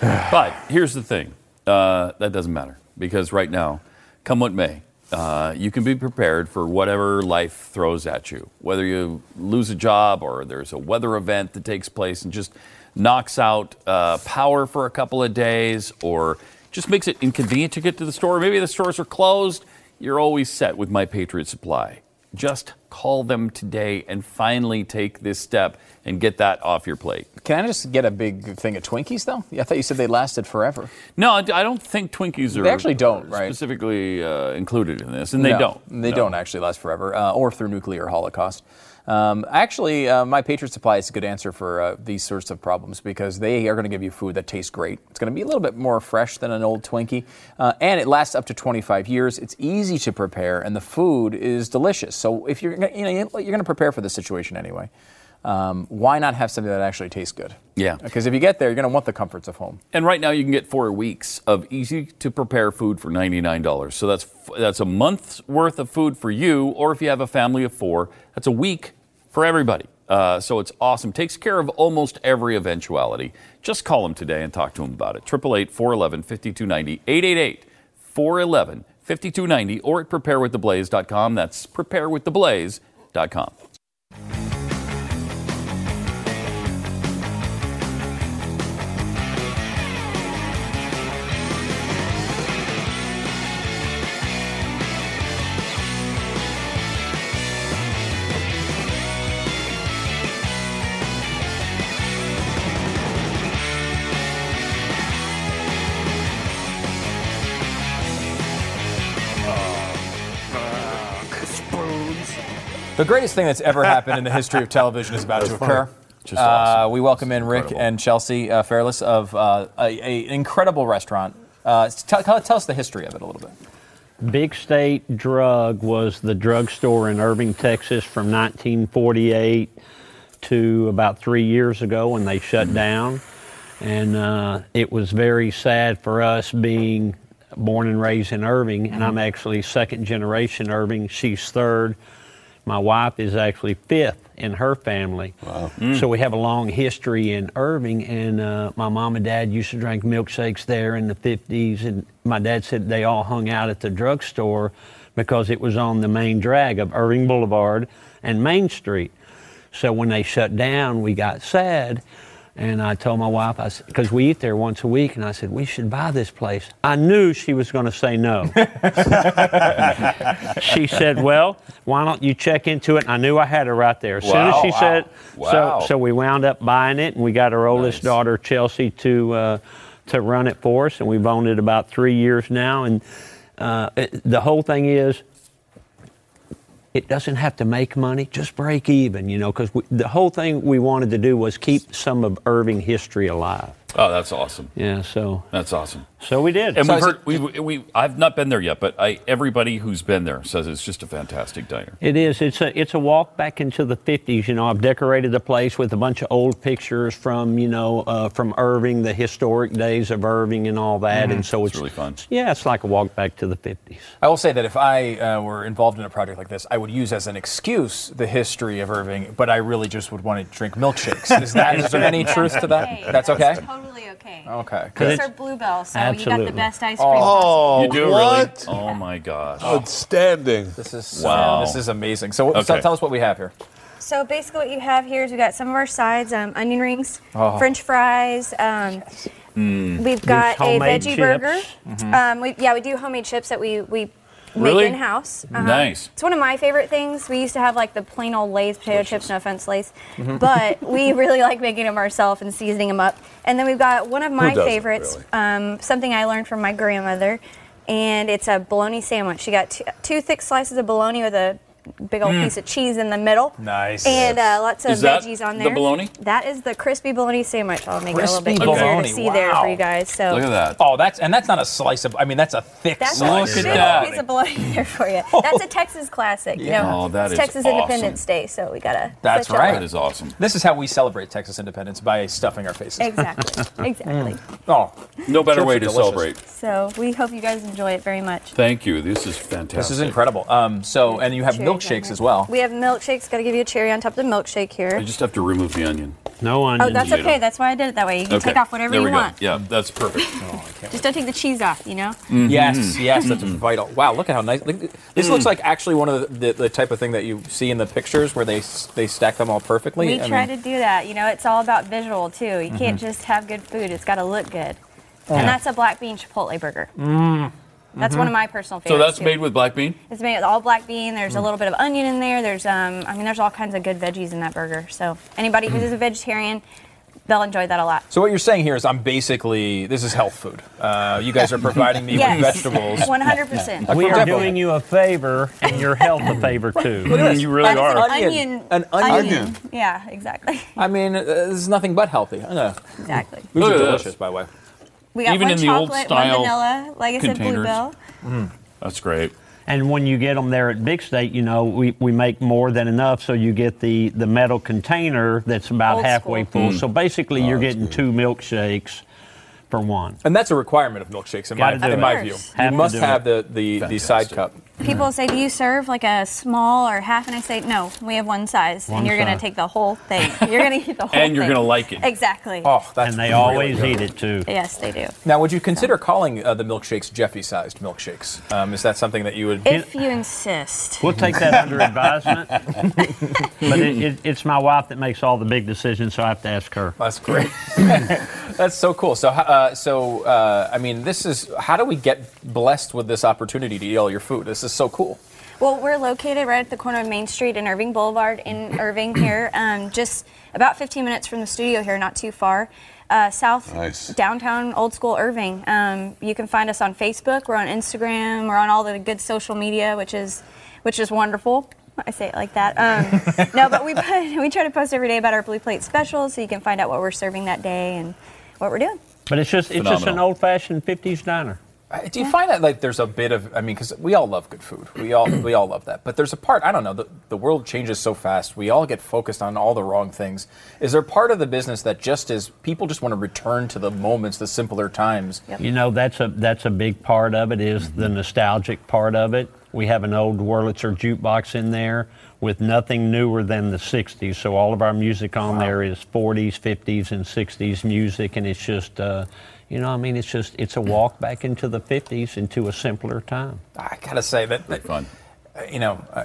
Speaker 1: but here's the thing uh, that doesn't matter because right now, come what may, uh, you can be prepared for whatever life throws at you. Whether you lose a job or there's a weather event that takes place and just knocks out uh, power for a couple of days or just makes it inconvenient to get to the store. Maybe the stores are closed. You're always set with My Patriot Supply. Just call them today and finally take this step and get that off your plate.
Speaker 2: Can I just get a big thing of Twinkies though? I thought you said they lasted forever.
Speaker 1: No, I I don't think Twinkies are.
Speaker 2: They actually don't, right?
Speaker 1: Specifically uh, included in this, and they
Speaker 2: No,
Speaker 1: don't.
Speaker 2: They
Speaker 1: No.
Speaker 2: don't actually last forever, uh, or through nuclear holocaust. Um, actually, uh, my Patriot Supply is a good answer for uh, these sorts of problems because they are going to give you food that tastes great. It's going to be a little bit more fresh than an old Twinkie, uh, and it lasts up to 25 years. It's easy to prepare, and the food is delicious. So if you're gonna, you know, you're going to prepare for this situation anyway, um, why not have something that actually tastes good?
Speaker 1: Yeah.
Speaker 2: Because if you get there, you're going to want the comforts of home.
Speaker 1: And right now, you can get four weeks of easy to prepare food for ninety nine dollars. So that's f- that's a month's worth of food for you, or if you have a family of four, that's a week for everybody. Uh, so it's awesome. Takes care of almost every eventuality. Just call them today and talk to them about it. 888 411 5290 888 411 5290 or at preparewiththeblaze.com. That's preparewiththeblaze.com.
Speaker 17: Oh,
Speaker 13: Spoons.
Speaker 2: The greatest thing that's ever happened in the history of television is about to
Speaker 13: funny.
Speaker 2: occur.
Speaker 13: Just
Speaker 2: Uh,
Speaker 13: awesome.
Speaker 2: we welcome in Rick
Speaker 13: incredible.
Speaker 2: and Chelsea uh, Fairless of uh, a, a incredible restaurant. Uh, s- tell, tell- tell us the history of it a little bit.
Speaker 15: Big State Drug was the drugstore in Irving, Texas from 1948 to about three years ago when they shut down. And uh, it was very sad for us being born and raised in Irving. And I'm actually second generation Irving, she's third. My wife is actually fifth in her family. Wow. So we have a long history in Irving, and uh, my mom and dad used to drink milkshakes there in the 50s. And my dad said they all hung out at the drugstore because it was on the main drag of Irving Boulevard and Main Street. So when they shut down, we got sad. And I told my wife, I because we eat there once a week, and I said, we should buy this place. I knew she was going to say no. she said, well, why don't you check into it? And I knew I had her right there. As soon as
Speaker 18: Wow.
Speaker 15: she
Speaker 18: Wow.
Speaker 15: said,
Speaker 18: Wow.
Speaker 15: so, so we wound up buying it, and we got our oldest daughter, Chelsea, to, uh, to run it for us. And we've owned it about three years now. And uh, it- the whole thing is, it doesn't have to make money, just break even, you know, because the whole thing we wanted to do was keep some of Irving history alive.
Speaker 1: Oh, that's awesome.
Speaker 15: Yeah, so
Speaker 1: That's awesome.
Speaker 15: so we did.
Speaker 1: And
Speaker 15: So
Speaker 1: we've
Speaker 15: I
Speaker 1: heard we, we I've not been there yet, but I everybody who's been there says it's just a fantastic diner.
Speaker 15: It is. It's a it's a walk back into the fifties. You know, I've decorated the place with a bunch of old pictures from you know uh, from Irving, the historic days of Irving, and all that.
Speaker 2: Mhm.
Speaker 15: And so it's, really fun. Yeah, it's like a walk back to the fifties.
Speaker 2: I will say that if I uh, were involved in a project like this, I would use as an excuse the history of Irving, but I really just would want to drink milkshakes. Is, that, is there any truth to that? That's okay.
Speaker 18: Totally okay.
Speaker 2: Okay.
Speaker 18: These are bluebell, so you got the best ice cream.
Speaker 2: Oh,
Speaker 18: possible.
Speaker 1: You do
Speaker 2: what?
Speaker 1: really? Oh my gosh!
Speaker 4: Outstanding.
Speaker 2: This is
Speaker 1: Wow.
Speaker 2: This is amazing. So,
Speaker 1: Okay.
Speaker 2: so tell us what we have here.
Speaker 18: So basically, what you have here is we got some of our sides: um, onion rings,
Speaker 2: Oh.
Speaker 18: French fries. Um,
Speaker 1: Mm.
Speaker 13: Mm-hmm.
Speaker 18: We've got a
Speaker 2: homemade
Speaker 18: veggie
Speaker 2: chips.
Speaker 18: burger.
Speaker 2: Mhm.
Speaker 18: Um, we, yeah, we do homemade chips that we we
Speaker 1: Really?
Speaker 18: make in house.
Speaker 1: Nice.
Speaker 18: It's one of my favorite things. We used to have like the plain old Lay's potato chips. No offense, Lay's,
Speaker 1: Mhm.
Speaker 18: but we really like making them ourselves and seasoning them up. And then we've got one of my
Speaker 19: doesn't,
Speaker 18: favorites, um, something I learned from my grandmother, and it's a bologna sandwich. She got two, two thick slices of bologna with a big old
Speaker 1: Mm.
Speaker 18: piece of cheese in the middle.
Speaker 2: Nice.
Speaker 18: And uh, lots of
Speaker 1: Is that
Speaker 18: veggies on
Speaker 1: the
Speaker 18: there.
Speaker 1: bologna?
Speaker 18: That is the crispy bologna sandwich. I'll make it a
Speaker 2: Crispy
Speaker 18: little bit easier
Speaker 2: bologna,
Speaker 18: to see there
Speaker 2: wow.
Speaker 18: for you guys. So
Speaker 2: that. Oh, that's and that's not a slice of. I mean, that's a thick
Speaker 18: That's a,
Speaker 2: slice.
Speaker 18: big piece of bologna there for you. That's a Texas classic. You
Speaker 2: Yeah.
Speaker 18: know,
Speaker 2: Oh, that
Speaker 18: it's
Speaker 2: is
Speaker 18: Texas
Speaker 2: awesome.
Speaker 18: Independence Day, so we gotta.
Speaker 2: That's
Speaker 18: switch it
Speaker 2: right.
Speaker 18: up.
Speaker 2: is awesome. This is how we celebrate Texas independence by stuffing our faces.
Speaker 18: Exactly. Exactly.
Speaker 2: Oh,
Speaker 20: Mm.
Speaker 1: No better
Speaker 2: Chips
Speaker 1: way
Speaker 2: are
Speaker 1: to
Speaker 2: delicious.
Speaker 1: celebrate.
Speaker 18: So we hope you guys enjoy it very much.
Speaker 1: Thank you. This is fantastic.
Speaker 2: This is incredible. Um, so, and you have
Speaker 18: Cherries on
Speaker 2: milkshakes
Speaker 18: there.
Speaker 2: as well.
Speaker 18: We have milkshakes. Gotta give you a cherry on top of the milkshake here.
Speaker 1: I just have to remove the onion.
Speaker 15: No
Speaker 18: Oh, that's okay. That's why I did it that way. You can take off whatever
Speaker 1: there
Speaker 18: you
Speaker 1: we go.
Speaker 18: want.
Speaker 1: Yeah, that's perfect.
Speaker 18: Just don't take the cheese off. You know.
Speaker 2: Yes, yes, that's vital. Wow, look at how nice. Look, this looks like actually one of the, the, the type of thing that you see in the pictures where they s- they stack them all perfectly.
Speaker 18: We
Speaker 2: I
Speaker 18: try
Speaker 2: mean,
Speaker 18: to do that. You know, it's all about visual too. You
Speaker 2: Mhm.
Speaker 18: can't just have good food; it's got to look good.
Speaker 1: Yeah.
Speaker 2: Oh,
Speaker 18: And that's a black bean chipotle burger.
Speaker 1: Mm.
Speaker 18: That's one of my personal
Speaker 1: So
Speaker 18: favorites.
Speaker 1: that's
Speaker 18: too.
Speaker 1: made with black bean.
Speaker 18: It's made with all black bean. There's a
Speaker 1: Mm.
Speaker 18: little bit of onion in there. There's, um, I mean, there's all kinds of good veggies in that burger. So anybody who
Speaker 2: Mm.
Speaker 18: is a vegetarian, they'll enjoy that a lot.
Speaker 2: So what you're saying here is I'm basically this is health food. Uh, you guys are providing me
Speaker 18: Yes.
Speaker 2: with vegetables.
Speaker 18: 100%.
Speaker 2: Like
Speaker 15: we
Speaker 2: from
Speaker 15: are
Speaker 2: Depo.
Speaker 15: doing you a favor and your health a favor too. Mm-hmm.
Speaker 2: Look at this.
Speaker 18: That's An onion.
Speaker 2: An onion.
Speaker 18: Yeah, exactly.
Speaker 2: I mean, uh, this is nothing but healthy. I know.
Speaker 18: Exactly.
Speaker 2: These
Speaker 1: Look
Speaker 2: are
Speaker 1: at
Speaker 2: delicious,
Speaker 1: this.
Speaker 2: by the way.
Speaker 18: We got
Speaker 1: Even
Speaker 18: one
Speaker 1: in the old
Speaker 18: chocolate,
Speaker 1: style
Speaker 18: one vanilla, like I said,
Speaker 15: containers.
Speaker 18: bluebell.
Speaker 1: That's great.
Speaker 15: Mm-hmm. And when you get them there at Big State, you know we, we make more than enough, so you get the the metal container that's about
Speaker 2: Old
Speaker 15: halfway full.
Speaker 2: school. Mm.
Speaker 15: So basically, you're getting two milkshakes for one.
Speaker 2: And that's a requirement of milkshakes in my,
Speaker 15: Gotta do
Speaker 2: in
Speaker 15: it.
Speaker 2: my
Speaker 15: Of
Speaker 2: view.
Speaker 15: course.
Speaker 2: You
Speaker 15: Have to
Speaker 2: must
Speaker 15: do
Speaker 2: have the, the, the side cup.
Speaker 18: People say, "Do you serve like a small or half?" And I say, "No, we have one size,
Speaker 2: One
Speaker 18: and you're going
Speaker 2: size.
Speaker 18: to take the whole thing. You're going to eat the whole
Speaker 2: And you're
Speaker 18: thing.
Speaker 2: gonna like it.
Speaker 18: Exactly.
Speaker 2: Oh, that's
Speaker 15: And they
Speaker 2: really
Speaker 15: always
Speaker 2: good.
Speaker 15: eat it too.
Speaker 18: Yes, they do.
Speaker 2: Now, would you consider calling uh, the milkshakes Jeffy-sized milkshakes? Um, is that something that you would?
Speaker 18: If you insist.
Speaker 15: We'll take that under advisement. But it, it, it's my wife that makes all the big decisions, so I have to ask her.
Speaker 2: That's great. That's so cool. So, uh, so uh, I mean, this is how do we get blessed with this opportunity to eat all your food? This is so cool.
Speaker 18: Well, we're located right at the corner of Main Street and Irving Boulevard in Irving here, um, just about 15 minutes from the studio here, not too far. Uh, south
Speaker 4: Nice.
Speaker 18: downtown old school Irving. Um, you can find us on Facebook, we're on Instagram, we're on all the good social media, which is which is wonderful. I say it like that. Um, no, but we put, we try to post every day about our blue plate specials, so you can find out what we're serving that day and what we're doing.
Speaker 15: But it's just it's just an
Speaker 2: Phenomenal.
Speaker 15: old-fashioned '50s diner.
Speaker 2: Uh, Do you find that like there's a bit of I mean because we all love good food we all we all love that but there's a part I don't know the, the world changes so fast we all get focused on all the wrong things is there part of the business that just is people just want to return to the moments the simpler times
Speaker 15: You know, that's a that's a big part of it is
Speaker 2: Mm-hmm.
Speaker 15: the nostalgic part of it. We have an old Wurlitzer jukebox in there with nothing newer than the 60s. So all of our music on there is 40s, 50s, and 60s music, and it's just. Uh, you know, I mean, it's just, it's a walk back into the 50s, into a simpler time.
Speaker 2: I gotta say that, that fun. You know, uh,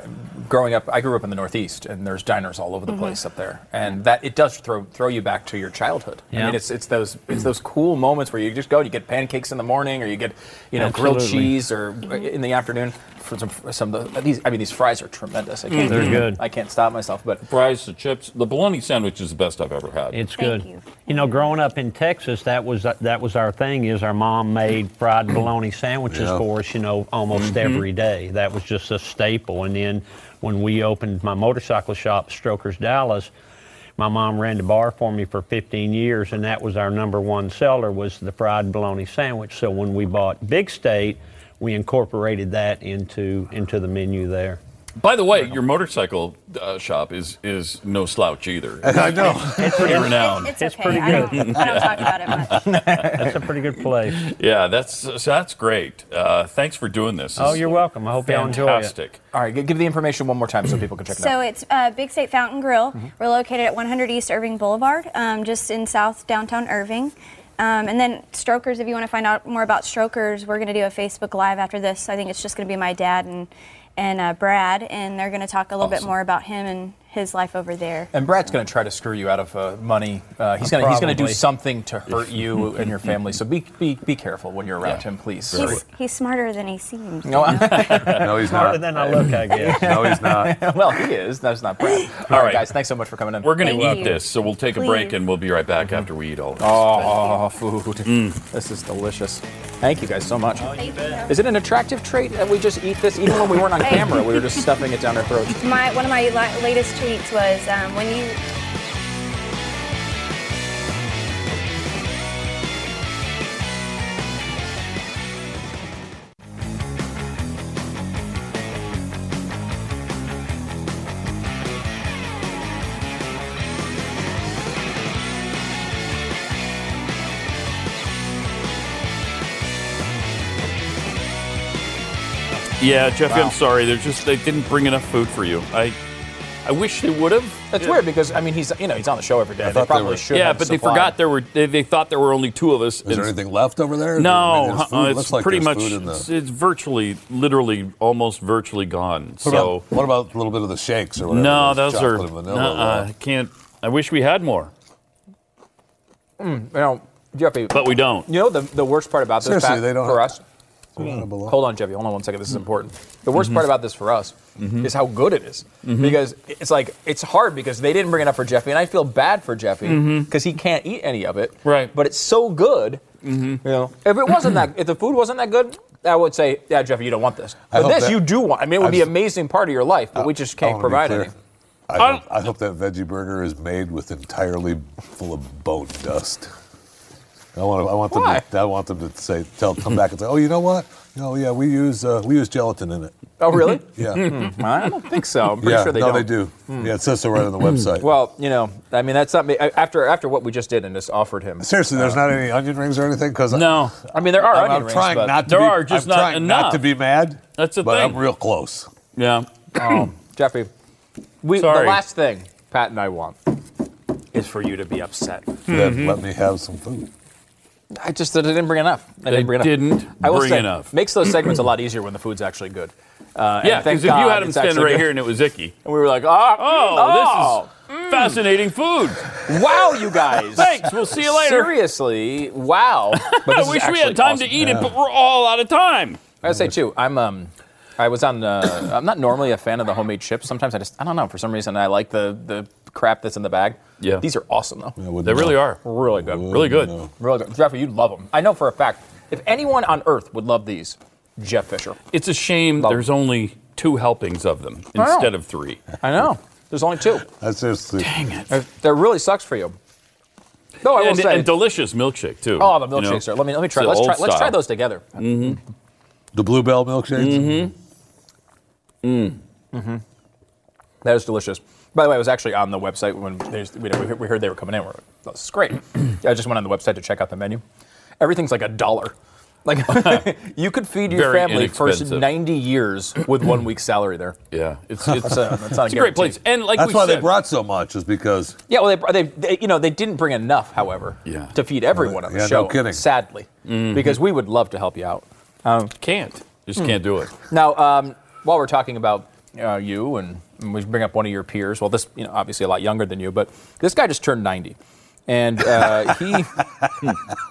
Speaker 2: growing up, I grew up in the Northeast, and there's diners all over the
Speaker 15: Mhm.
Speaker 2: place up there, and that it does throw throw you back to your childhood. I
Speaker 15: Yeah.
Speaker 2: mean, it's it's those it's those cool moments where you just go, and you get pancakes in the morning, or you get you know grilled
Speaker 15: Absolutely.
Speaker 2: cheese, or in the afternoon for some some of the these. I mean, these fries are tremendous. I can't,
Speaker 1: They're good.
Speaker 2: I can't stop myself, but
Speaker 1: Fries, the chips, the bologna sandwich is the best I've ever had.
Speaker 15: It's good. You. know, growing up in Texas, that was that was our thing. Is our mom made fried bologna sandwiches
Speaker 1: Yeah.
Speaker 15: for us? You know, almost
Speaker 18: Mm-hmm.
Speaker 1: Mhm.
Speaker 15: every day. That was just a staple. And then when we opened my motorcycle shop, Strokers Dallas, My mom ran the bar for me for 15 years, and that was our number one seller was the fried bologna sandwich. So when we bought Big State, we incorporated that into into the menu there.
Speaker 1: By the way, your motorcycle uh, shop is is no slouch either.
Speaker 4: I know.
Speaker 1: It's pretty renowned.
Speaker 18: It's, it's okay. I don't, I don't talk about it much.
Speaker 15: That's a pretty good place.
Speaker 1: Yeah, that's so that's great. Uh, thanks for doing this.
Speaker 15: Oh,
Speaker 1: It's
Speaker 15: you're welcome. I hope y'all enjoy it.
Speaker 1: fantastic.
Speaker 2: All right, g- give the information one more time so people can check it
Speaker 18: So
Speaker 2: out. Mm-hmm.
Speaker 18: it's uh, Big State Fountain Grill. We're located at 100 East Irving Boulevard, um, just in South downtown Irving. Um, and then Strokers, if you want to find out more about Strokers, we're going to do a Facebook Live after this. I think it's just going to be my dad and and uh, Brad, and they're going to talk a little bit
Speaker 2: Awesome.
Speaker 18: more about him and his life over there.
Speaker 2: And Brad's going to try to screw you out of uh, money. Uh, he's
Speaker 15: Uh,
Speaker 2: going to he's going to do
Speaker 15: probably.
Speaker 2: something to hurt you and your family. So be be, be careful when you're around him, please.
Speaker 18: He's, he's smarter than he seems.
Speaker 2: No,
Speaker 4: no, he's
Speaker 15: Smarter than I look, I guess.
Speaker 4: No, he's not.
Speaker 2: well, he is. That's not Brad. All right, guys. Thanks so much for coming in.
Speaker 1: We're going to
Speaker 18: Thank
Speaker 1: eat
Speaker 18: you.
Speaker 1: this, so we'll take a break
Speaker 18: Please.
Speaker 1: and we'll be right back
Speaker 15: Mm-hmm.
Speaker 1: after we eat all this.
Speaker 2: Oh, food. This is delicious. Thank you guys so much. Is it an attractive trait that we just eat this? Even when we weren't on
Speaker 18: Hey.
Speaker 2: camera, we were just stuffing it down our throats.
Speaker 18: My one of my la- latest tweets was um, when you
Speaker 1: Yeah, Jeffy,
Speaker 2: Wow.
Speaker 1: I'm sorry. They're just they didn't bring enough food for you. I I wish they would have.
Speaker 2: That's weird because I mean he's you know he's on the show every day. They probably should.
Speaker 1: Yeah,
Speaker 2: have
Speaker 1: but they
Speaker 2: supplied-
Speaker 1: forgot there were they, they thought there were only two of us.
Speaker 4: Is there anything left over there? I
Speaker 1: No,
Speaker 4: mean, there's food.
Speaker 1: uh-uh,
Speaker 4: Looks
Speaker 1: it's
Speaker 4: like
Speaker 1: pretty
Speaker 4: there's
Speaker 1: much
Speaker 4: food in the-
Speaker 1: it's, it's virtually, literally, almost virtually gone.
Speaker 4: What,
Speaker 1: So
Speaker 4: about, what about a little bit of the shakes or whatever?
Speaker 1: no,
Speaker 4: There's
Speaker 1: those are
Speaker 4: chocolate and vanilla,
Speaker 1: nuh-uh,
Speaker 4: well,
Speaker 1: can't. I wish we had more,
Speaker 2: Mm, You know, Jeffy.
Speaker 1: but we don't.
Speaker 2: You know the, the worst part about this
Speaker 4: Seriously,
Speaker 2: Pat,
Speaker 4: they don't
Speaker 2: for
Speaker 4: have- Mm-hmm.
Speaker 2: us.
Speaker 4: Unbelievable.
Speaker 2: Hold on, Jeffy. Hold on one second. This is important. The worst
Speaker 1: Mm-hmm.
Speaker 2: part about this for us is how good it is. because it's like it's hard because they didn't bring enough for Jeffy, and I feel bad for Jeffy because he can't eat any of it.
Speaker 1: Mm-hmm. Right. Mm-hmm.
Speaker 2: But it's so good. You know, if it wasn't that, if the food wasn't that good, I would say, yeah, Jeffy, you don't want this.
Speaker 4: I
Speaker 2: But
Speaker 4: hope
Speaker 2: this
Speaker 4: that-
Speaker 2: you do want. I mean, it
Speaker 4: I
Speaker 2: would be an
Speaker 4: just-
Speaker 2: amazing part of your life, but we just
Speaker 4: I
Speaker 2: can't
Speaker 4: wanna be
Speaker 2: provide
Speaker 4: clear.
Speaker 2: any.
Speaker 4: I hope, I hope that veggie burger is made with entirely full of bone dust. I want, I want them.
Speaker 2: Why?
Speaker 4: To, I want them to say, tell, come back and say, oh, you know what? No, yeah, we use uh, we use gelatin in it.
Speaker 2: Oh, really?
Speaker 4: Yeah,
Speaker 2: Hmm. I don't think so. I'm pretty
Speaker 4: yeah.
Speaker 2: sure they
Speaker 4: no,
Speaker 2: don't. Hmm.
Speaker 4: they do. Yeah, it says so right on the website.
Speaker 2: Well, you know, I mean, that's not me. I- After after what we just did and just offered him.
Speaker 4: seriously, there's not any onion rings or anything because
Speaker 1: No,
Speaker 2: I mean, there are
Speaker 4: I'm,
Speaker 2: onion
Speaker 4: I'm
Speaker 2: rings,
Speaker 4: trying
Speaker 2: but-
Speaker 4: not to.
Speaker 1: There
Speaker 4: be,
Speaker 1: are just
Speaker 4: I'm
Speaker 1: not
Speaker 4: trying
Speaker 1: enough.
Speaker 4: not to be mad.
Speaker 1: That's the
Speaker 4: but
Speaker 1: thing.
Speaker 4: I'm real close.
Speaker 1: yeah.
Speaker 2: Oh, Jeffrey, we, the
Speaker 1: Sorry.
Speaker 2: last thing Pat and I want is for you to be upset. Mm-hmm.
Speaker 4: Then let me have some food.
Speaker 2: I just that I didn't bring enough. I
Speaker 1: They
Speaker 2: didn't bring enough.
Speaker 1: didn't
Speaker 2: I will
Speaker 1: bring
Speaker 2: say,
Speaker 1: enough.
Speaker 2: Makes those segments a lot easier when the food's actually good. Uh, and
Speaker 1: Yeah,
Speaker 2: thank
Speaker 1: because if you
Speaker 2: God
Speaker 1: had him
Speaker 2: it's
Speaker 1: standing
Speaker 2: actually
Speaker 1: right
Speaker 2: good.
Speaker 1: here and it was icky,
Speaker 2: and we were like, oh,
Speaker 1: oh, this
Speaker 2: oh,
Speaker 1: is fascinating food.
Speaker 2: this is wow, you guys.
Speaker 1: Thanks, we'll see you later.
Speaker 2: Seriously, wow. But this
Speaker 1: I
Speaker 2: is
Speaker 1: wish we
Speaker 2: actually
Speaker 1: had time
Speaker 2: awesome.
Speaker 1: to eat it, but we're all out of time.
Speaker 2: I gotta say too, I'm um, I was on. Uh, I'm not normally a fan of the homemade chips. Sometimes I just, I don't know, for some reason I like the the crap that's in the bag.
Speaker 1: Yeah.
Speaker 2: these are awesome though.
Speaker 4: I wouldn't
Speaker 1: They really
Speaker 4: know.
Speaker 1: are.
Speaker 2: Really good.
Speaker 1: Really good.
Speaker 2: Really good. Jeffrey, you'd love them. I know for a fact. If anyone on earth would love these, Jeff Fisher.
Speaker 1: It's a shame
Speaker 2: Love.
Speaker 1: there's only two helpings of them
Speaker 2: know.
Speaker 1: instead of three.
Speaker 2: I know. There's only two.
Speaker 4: I seriously. Dang it.
Speaker 2: That really sucks for you. No, I will
Speaker 1: And,
Speaker 2: say.
Speaker 1: and delicious milkshake too.
Speaker 2: oh, the
Speaker 1: you know?
Speaker 2: milkshakes are. Let me let me try.
Speaker 1: It's
Speaker 2: Let's
Speaker 1: old
Speaker 2: try. Let's try
Speaker 1: style. Mm-hmm.
Speaker 2: those together.
Speaker 4: The bluebell milkshakes.
Speaker 1: Mm-hmm. Mm.
Speaker 2: Mm-hmm. That is delicious. By the way, I was actually on the website when they just- we we heard they were coming in. We're like, "Oh, this is great. I just went on the website to check out the menu. Everything's like a dollar. Like you could feed your
Speaker 1: Very
Speaker 2: family for
Speaker 1: inexpensive.
Speaker 2: 90 years with one week's salary there.
Speaker 1: Yeah, it's it's,
Speaker 2: That's a, that's uh, not
Speaker 1: it's a great
Speaker 2: guarantee.
Speaker 1: place. And like
Speaker 4: That's
Speaker 1: we
Speaker 4: why
Speaker 1: said,
Speaker 4: they brought so much, is Uh, because
Speaker 2: Yeah, well, they, they, they you know they didn't bring enough, however,
Speaker 1: Yeah.
Speaker 2: to feed everyone on the
Speaker 4: Yeah, no
Speaker 2: show.
Speaker 4: kidding.
Speaker 2: Sadly, Mm-hmm. because we would love to help you out. Um, Hmm.
Speaker 1: can't just can't do it.
Speaker 2: Now, um, while we're talking about uh, you, and and we bring up one of your peers. Well, this you know obviously a lot younger than you, but this guy just turned 90, and uh, he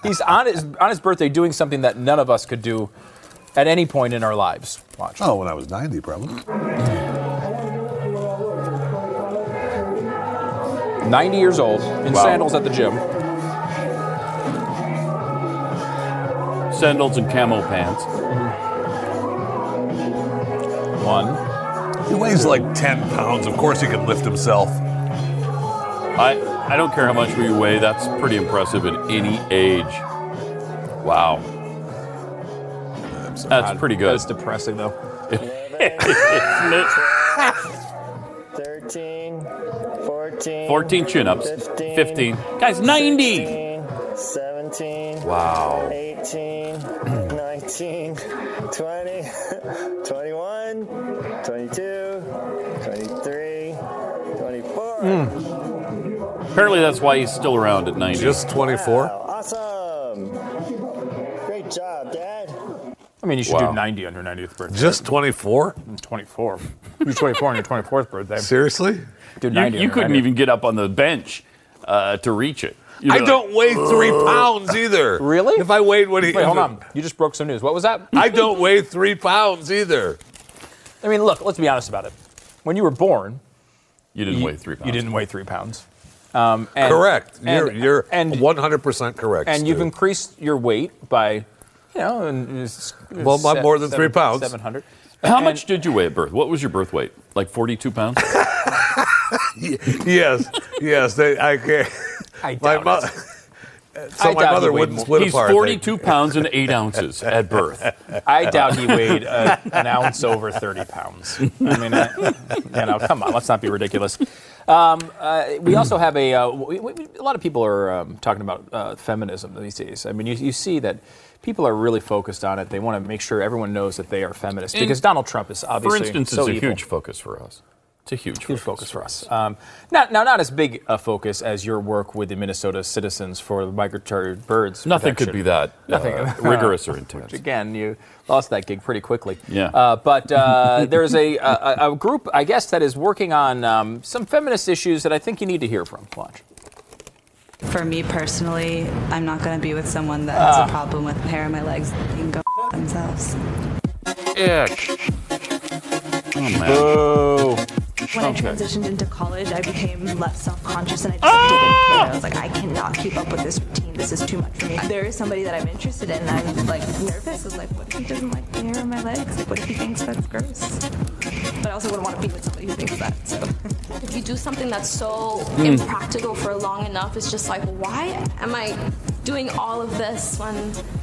Speaker 2: he's on his on his birthday doing something that none of us could do at any point in our lives. Watch.
Speaker 4: oh, when I was 90, probably.
Speaker 2: 90 years old in
Speaker 1: Wow.
Speaker 2: sandals at the gym.
Speaker 1: Sandals and camo pants.
Speaker 2: One.
Speaker 4: He weighs like 10 pounds. Of course, he can lift himself.
Speaker 1: I, I don't care how much we weigh, that's pretty impressive at any age. Wow. That's pretty good. That's
Speaker 2: depressing, though.
Speaker 1: Mm-hmm.
Speaker 19: Thirteen, fourteen,
Speaker 1: 14 chin ups, 15. Guys, 90!
Speaker 19: 17,
Speaker 1: Wow.
Speaker 19: 18, 19, 20, 21, 22, 23, 24.
Speaker 17: Mm.
Speaker 1: Apparently, that's why he's still around at 90. Just 24?
Speaker 19: Awesome. Great job, Dad.
Speaker 2: I mean, you should
Speaker 1: Wow.
Speaker 2: do 90 on your 90th birthday.
Speaker 4: Just 24?
Speaker 2: 24. You're 24 on your 24th birthday.
Speaker 4: Seriously?
Speaker 2: Dude,
Speaker 1: You,
Speaker 2: 90
Speaker 1: you
Speaker 2: on your
Speaker 1: couldn't
Speaker 2: 90th.
Speaker 1: even get up on the bench uh, to reach it. You'd
Speaker 4: I
Speaker 1: be like,
Speaker 4: don't weigh three pounds either.
Speaker 2: Really?
Speaker 4: If I weighed what he.
Speaker 2: Wait, hold on. You just broke some news. What was that?
Speaker 4: I don't weigh three pounds either.
Speaker 2: I mean, look, let's be honest about it. When you were born,
Speaker 1: You didn't
Speaker 2: you,
Speaker 1: weigh three pounds.
Speaker 2: You didn't weigh three pounds. Um, and-
Speaker 4: correct.
Speaker 2: and-
Speaker 4: you're you're
Speaker 2: and-
Speaker 4: 100% correct.
Speaker 2: and you've
Speaker 4: Stu.
Speaker 2: increased your weight by, you know, and it's-
Speaker 4: Well, by
Speaker 2: se-
Speaker 4: more than three
Speaker 2: seven-
Speaker 4: pounds.
Speaker 2: 700.
Speaker 1: How much did you weigh at birth? What was your birth weight? Like 42 pounds?
Speaker 4: yes, yes. They, I can't.
Speaker 2: I
Speaker 4: my
Speaker 2: doubt
Speaker 4: mother. So
Speaker 2: I
Speaker 4: my
Speaker 2: doubt
Speaker 4: mother
Speaker 2: he weighed
Speaker 4: wouldn't
Speaker 2: more.
Speaker 4: split
Speaker 1: He's
Speaker 4: apart.
Speaker 1: 42 pounds and 8 ounces at birth.
Speaker 2: I doubt he weighed uh an ounce over 30 pounds. I mean, I, you know, come on, let's not be ridiculous. Um, uh, we also have a, uh, we, we, a lot of people are um, talking about uh, feminism these days. I mean, you, you see that people are really focused on it. They want to make sure everyone knows that they are feminists
Speaker 1: And
Speaker 2: because Donald Trump is obviously
Speaker 1: For instance,
Speaker 2: so
Speaker 1: it's a
Speaker 2: evil.
Speaker 1: huge focus for us. It's a huge,
Speaker 2: Huge focus for us. Um, not, now, not as big a focus as your work with the Minnesota citizens for the migratory birds.
Speaker 1: Nothing could
Speaker 2: protection.
Speaker 1: be that
Speaker 2: Nothing.
Speaker 1: uh, rigorous or intense.
Speaker 2: Which, again, you lost that gig pretty quickly.
Speaker 1: Yeah.
Speaker 2: Uh, but uh, there's a, a, a group, I guess, that is working on um, some feminist issues that I think you need to hear from. Watch.
Speaker 21: For me personally, I'm not going to be with someone that has
Speaker 2: Ah.
Speaker 21: a problem with hair on my legs. They can go themselves.
Speaker 1: Ick. Oh, man.
Speaker 21: When I
Speaker 1: Okay.
Speaker 21: transitioned into college, I became less self-conscious and I just didn't
Speaker 2: Ah!
Speaker 21: care. I was like, I cannot keep up with this routine. This is too much for me. There is somebody that I'm interested in, and I'm like nervous. I was like, what if he doesn't like the hair on my legs? Like, what if he thinks that's gross? But I also wouldn't want to be with somebody who thinks that. So
Speaker 22: If you do something that's so
Speaker 21: Mm.
Speaker 22: impractical for long enough, it's just like, why am I doing all of this when